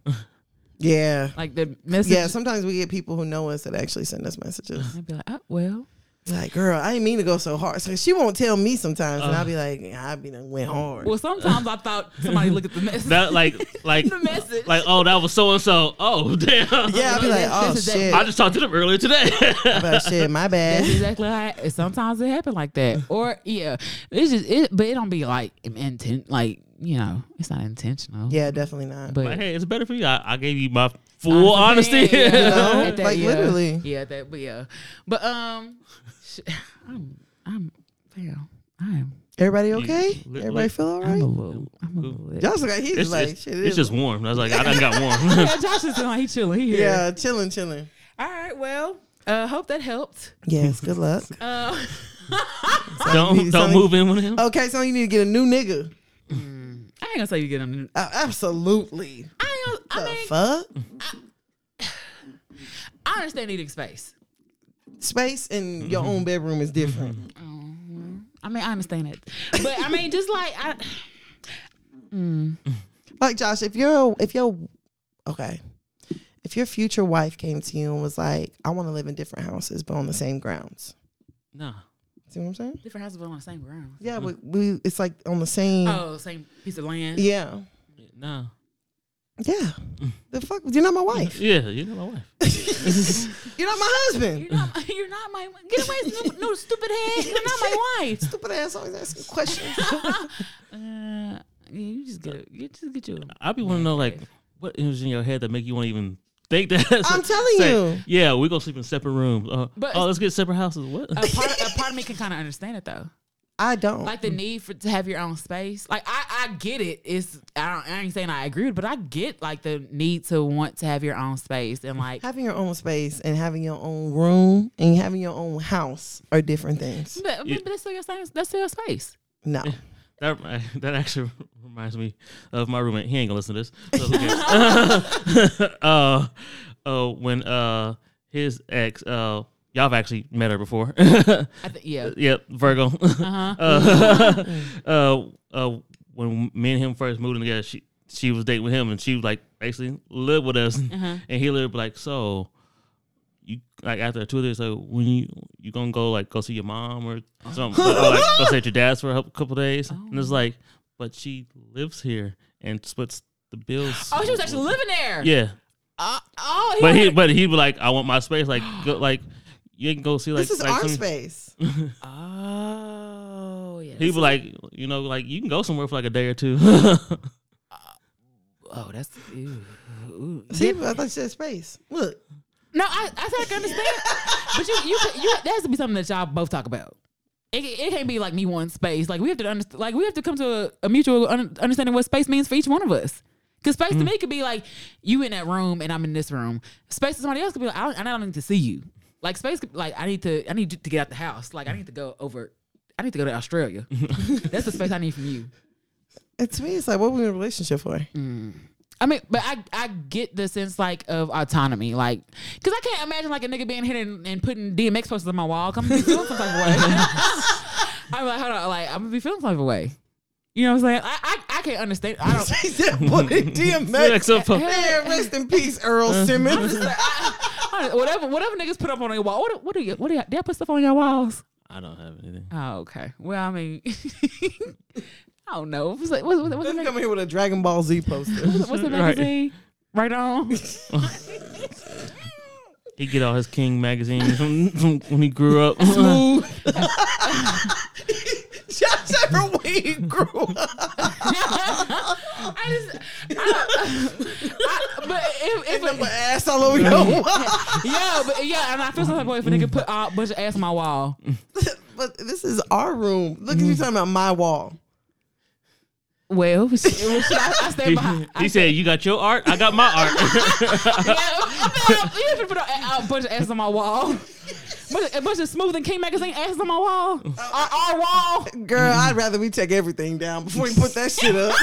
yeah,
Like the message.
yeah. Sometimes we get people who know us that actually send us messages.
I'd be like, oh, well.
Like, girl, I didn't mean to go so hard. So she won't tell me sometimes, and I'll be like, yeah, I be done went hard.
Well, sometimes I thought somebody look at the message.
that like like
The message.
like oh that was so and so. Oh damn.
yeah, I'll be like, oh
This is
shit,
I just talked to them earlier today.
about shit, my
That's
bad.
exactly how it, sometimes it happen like that. Or yeah, it's just it, but it don't be like intent. Like you know, it's not intentional.
Yeah, definitely not.
but
like, hey, it's better for you. I, I gave you my full honesty.
Yeah, yeah,
know?
at
Like,
yeah.
literally.
Yeah, that. But yeah, but um, sh- I'm I'm damn, I'm
Everybody okay?
Li-
Everybody
like-
feel all
I'm a
right?
little I'm a little. lit.
Y'all like he's
It's,
like
it's,
shit.
it's just warm. I was like, I done got warm.
Yeah, Josh is like he chilling. He here.
yeah, chilling, chilling.
All right. Well, uh, hope that helped.
Yes, good luck.
Uh,
don't don't move in with him.
Okay, so you need to get a new nigga.
I ain't gonna say you get him.
Uh, absolutely.
I ain't
The
gonna, I mean,
fuck?
I understand needing space.
Space in your
Mm-hmm.
own bedroom is different.
I mean, I understand it, but I mean, just like I,
Like Josh, if you're if your okay, if your future wife came to you and was like, "I want to live in different houses but on the same grounds,"
Nah.
see what I'm saying?
different houses but on the same ground.
Yeah, we, we it's like on the same.
Mm-hmm. Oh, same piece of land.
Yeah,
Nah.
yeah.
Mm.
The fuck? You're not my wife.
Yeah, you know my wife.
You're not my husband.
You're not, you're not my get away, no, no stupid head. You're not my wife.
Stupid ass always asking questions.
Uh, yeah, you just get you just get you.
I be want to know like what is in your head that make you want to even think that.
I'm telling
Say,
you.
Yeah, we gonna sleep in separate rooms. Uh,
But it's-
oh, let's get separate houses. What?
A part, a part of me can kind of understand it though,
I don't.
like the need for to have your own space. Like I, I get it. It's I, don't, I ain't saying I agree with, it, but I get like the need to want to have your own space and like
having your own space and having your own room and having your own house are different things.
But, but that's still your space. That's still your space.
No.
That remi- that actually reminds me of my roommate. He ain't gonna listen to this. So who cares? uh, uh, when uh his ex uh y'all have actually met her before.
I th- yeah.
yep, Virgo.
Uh-huh.
Uh,
Mm-hmm.
uh, uh, when me and him first moved in together, she she was dating with him, and she was like basically live with us,
Uh-huh.
and he lived like so. You like after two days, like when you you gonna go like go see your mom or something, or, like go stay at your dad's for a hou- couple days, and
Oh.
it's like, but she lives here and splits the bills.
Oh, she was actually living there.
yeah,
Uh, oh, he
but he
had-
but he was like, I want my space, like go, like you can go see like
this is
like
our
some-
space.
Oh, yeah.
He was like, you know, like you can go somewhere for like a day or two.
oh, that's. Ew.
See, I thought you said space. Look.
No, I, I said I can understand. but you, you, you, that has to be something that y'all both talk about. It, it can't be like me wanting space. Like we have to understand. Like we have to come to a, a mutual un- understanding what space means for each one of us. Because space to me could be like you in that room and I'm in this room. Space to somebody else could be like I don't, and I don't need to see you. Like space, could, like I need to, I need you to get out the house. Like I need to go over. I need to go to Australia. That's the space I need from you.
And to me, it's like, what were we in a relationship for?
Mm.
I mean, but I I get the sense like of autonomy, like because I can't imagine like a nigga being here and, and putting DMX posters on my wall. I'm gonna be feeling some type of way. I'm like, hold on, like I'm gonna be feeling some type of way. You know what I'm saying? I I, I can't understand. I don't.
He said, what did
Next
DMX?
up, uh,
Man, rest in peace, Earl
Uh-huh.
Simmons.
I don't- whatever whatever niggas put up on their wall. What do- what do you what do you did I put stuff on your walls?
I don't have anything.
Oh okay. Well I mean, I don't know. What's like, what's, what's, what's,
Let me
the,
come here with a Dragon Ball Z poster.
mag- what's the
Right.
magazine? Right on.
He get all his King magazine from, from when he grew up. Smooth.
Ooh. Josh ever we grew up.
I just, I, don't- I, but if, if
Number ass all over your wall.
yeah, but yeah, and I feel some type of way if a nigga put a bunch of ass on my wall.
But this is our room. Look at
Mm.
you talking about my wall.
Well, shit, well, shit, I, I stand
He,
behind. I,
he said, "You got your art. I got my art."
yeah, I feel like you put a, a bunch of ass on my wall. Bunch of- A bunch of smooth and King magazine ass on my wall. Our, our wall.
Girl, I'd
Mm-hmm.
rather we take everything down before we put that shit up.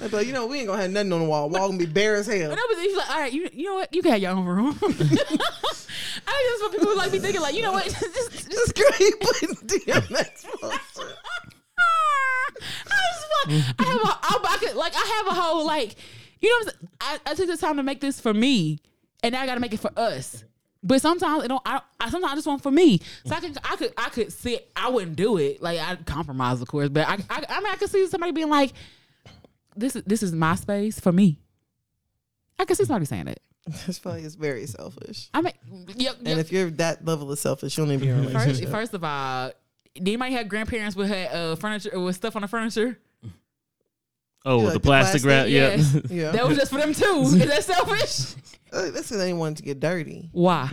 I'd be like, you know, we ain't gonna have nothing on the wall. Wall gonna be bare as hell.
And I was he's like, all right, you you know what? You can have your own room. I think that's what people like be thinking. Like, you know what? Just- just-
This girl, he putting DMX poster.
I have a, I'm, I could, like I have a whole like, you know, what I'm saying? I, I took the time to make this for me, and now I got to make it for us. But sometimes it don't. I, I sometimes I just want for me. So I could, I could, I could sit. I wouldn't do it. Like I compromise, of course. But I, I, I mean, I could see somebody being like, "This is this is my space for me." I could see somebody saying that.
That's probably is very selfish.
I mean, yeah, yeah.
And if you're that level of selfish, you'll never be in a
First,
relationship.
first of all, did anybody have grandparents with had, uh, furniture with stuff on the furniture?
Oh, with
like
the
the
plastic
plastic?
wrap. Yeah.
Yes.
yeah,
That was just for them too. Is that selfish?
Uh, that's because they wanted to get dirty
Why?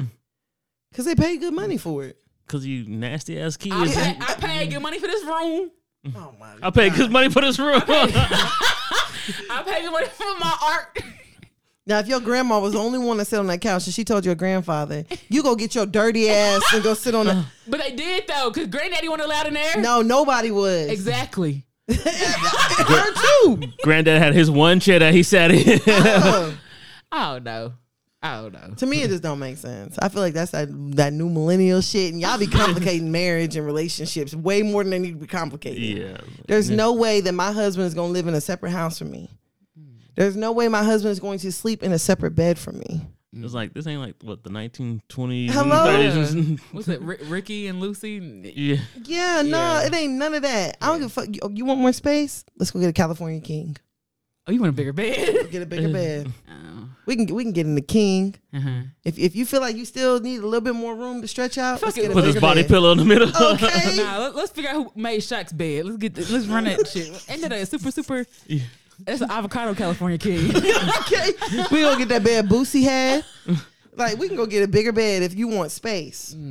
because they paid good money for it.
Because you nasty ass kids.
I, pay, I paid good money for this room.
Oh my!
I paid good money for this room.
I paid good money for my art.
Now, if your grandma was the only one that sat on that couch and she told your grandfather, "You go get your dirty ass and go sit on the,"
But they did though, because granddaddy wasn't allowed in there.
no, nobody would.
Exactly.
Her too.
Granddad had his one chair that he sat in.
Uh,
I don't know. I don't know.
to me, it just don't make sense. I feel like that's that, that new millennial shit, and y'all be complicating marriage and relationships way more than they need to be complicated.
yeah.
There's no way that my husband is going to live in a separate house from me. There's no way my husband is going to sleep in a separate bed from me.
It's like, this ain't like, what, the 1920s
Hello?
and 30s.
What's it, Ri- Ricky and Lucy?
yeah.
Yeah, no,
Yeah.
it ain't none of that. I don't give a fuck. You, you want more space? Let's go get a California king.
Oh, you want a bigger bed?
Get a bigger bed.
Oh.
We can we can get in the king.
Uh-huh.
If if you feel like you still need a little bit more room to stretch out, let's
Fuck it.
get a
Put this
bigger
body
bed.
pillow in the middle.
Okay.
Nah, let, us figure out who made Shaq's bed. Let's get this, let's run that shit. Ain't that a super super?
Yeah.
That's an avocado California king.
okay. We gonna get that bed Boosie had. Like we can go get a bigger bed if you want space.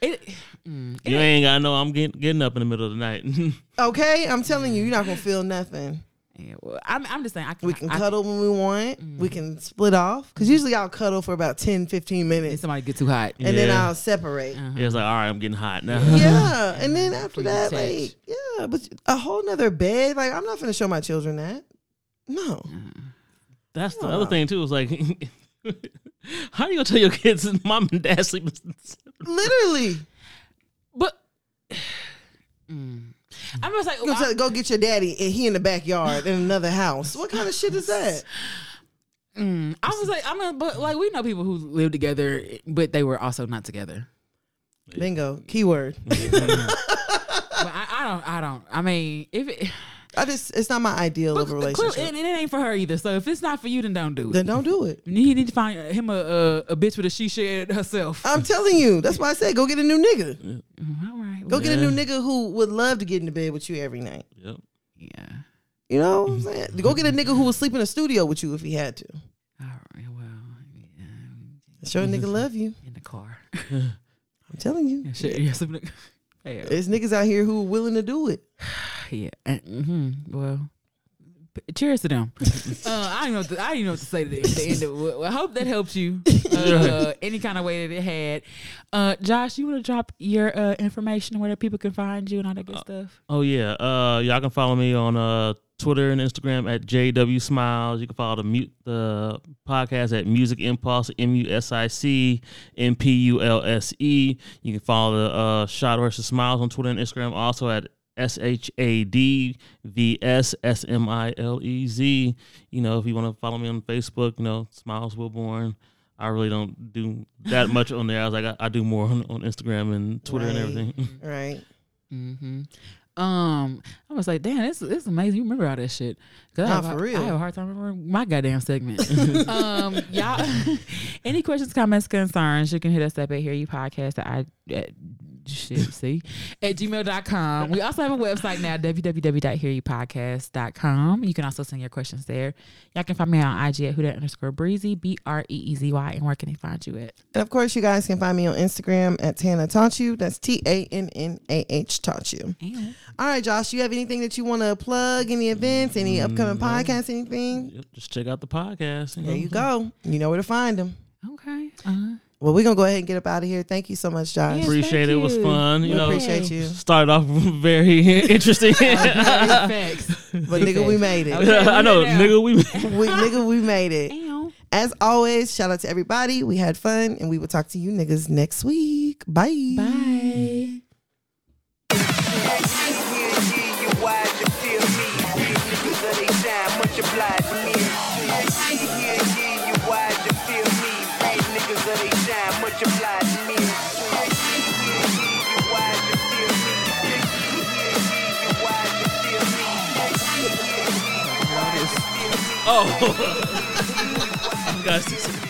It, mm,
you ain't got to know I'm getting, getting up in the middle of the night.
Okay, I'm telling you, you're not gonna feel nothing.
yeah, well, I'm, I'm just saying I can,
We can
I,
cuddle when we want. We can split off. Cause usually I'll cuddle for about 10, 15
If
minutes
somebody get too hot,
and then
Yeah. Uh-huh.
I'll separate.
Yeah, it's like, all right, I'm getting hot now.
Yeah. And then
Before
after
you
that,
attach.
like, yeah, but a whole nother bed. Like, I'm not gonna show my children that. No.
That's the other thing, too. Is like, how you going to tell your kids mom and dad sleeping?
Literally.
but Mm. I'm just like
You gonna
well,
tell, go get your daddy and he in the backyard in another house. What kind of shit is that?
I was like, I'm gonna, but like we know people who live together, but they were also not together.
Bingo. Keyword.
But I, I don't, I don't. I mean, if it,
I just it's not my ideal
but
of a
clearly-
relationship.
and, and it ain't for her either. So if it's not for you, then don't do it.
then don't do it.
he need to find him a a, a bitch with a she shed herself. Mm-hmm.
I'm telling you, that's why I said go get a new nigga.
All right,
Go
well,
get a new nigga who would love to get into bed with you every night.
Yep.
yeah.
You know what I'm
Mm-hmm.
saying? Go get a nigga who would sleep in a studio with you if he had to.
All right, well, yeah,
Sure, nigga love you.
in the car.
I'm telling you,
Shit, yes, I'm like- yeah,
there's niggas out here who are willing to do it.
yeah. hmm Well, p- cheers to them. uh, I don't know. What to, I don't even know what to say to the, the end of it. Well, I hope that helps you. Uh, any kind of way that it had. Uh, Josh, you want to drop your uh, information where people can find you and all that good stuff.
Oh yeah, uh, y'all can follow me on uh, Twitter and Instagram at JW Smiles. You can follow the mute the podcast at Music Impulse M U S I C M P U L S E. You can follow the uh, Shot versus Smiles on Twitter and Instagram also at S H A D V S S M I L E Z. You know, if you want to follow me on Facebook, you know, Smiles Wilborn. I really don't do that much on there. I was like, I, I do more on, on Instagram and Twitter and
Right.
everything.
Right.
Mm-hmm. Um, I was like, damn, it's it's amazing. You remember all that shit? 'Cause I
Nah,
have a-
for real.
I have a hard time remembering my goddamn segment. um, y'all, any questions, comments, concerns? You can hit us up at Hear You Podcast at, I- at shit, see at gmail.com. We also have a website now, www.hearyoupodcast.com. You can also send your questions there. Y'all can find me on IG at who that underscore breezy b r e e z y. And where can they find you at?
And of course, you guys can find me on Instagram at Tana Taught You. That's T A N N A H Taught You.
And
All right, Josh, you have anything that you want to plug? Any events? Any
Mm-hmm.
upcoming podcasts? Anything?
Yep, just check out the podcast.
There
know.
you
Mm-hmm.
go. You know where to find them.
okay, uh,
Well, we're gonna go ahead and get up out of here. Thank you so much, Josh.
Yeah.
Appreciate
Thank
it. It was
you.
fun. You
We
know,
appreciate you.
started off very interesting.
facts.
But nigga, we made it.
I know,
Yeah.
nigga. We
We, nigga, we made it.
Ow.
As always, shout out to everybody. We had fun, and we will talk to you niggas next week. Bye.
Bye.
G-U-Y, you feel fly to me. Yeah, yeah, you wide to feel me. Great niggas of they time, much applied to me. Yeah, yeah, you wide to feel me. Yeah, yeah, you wide to feel me. Yeah, yeah, you wide to feel me.
Oh, guys,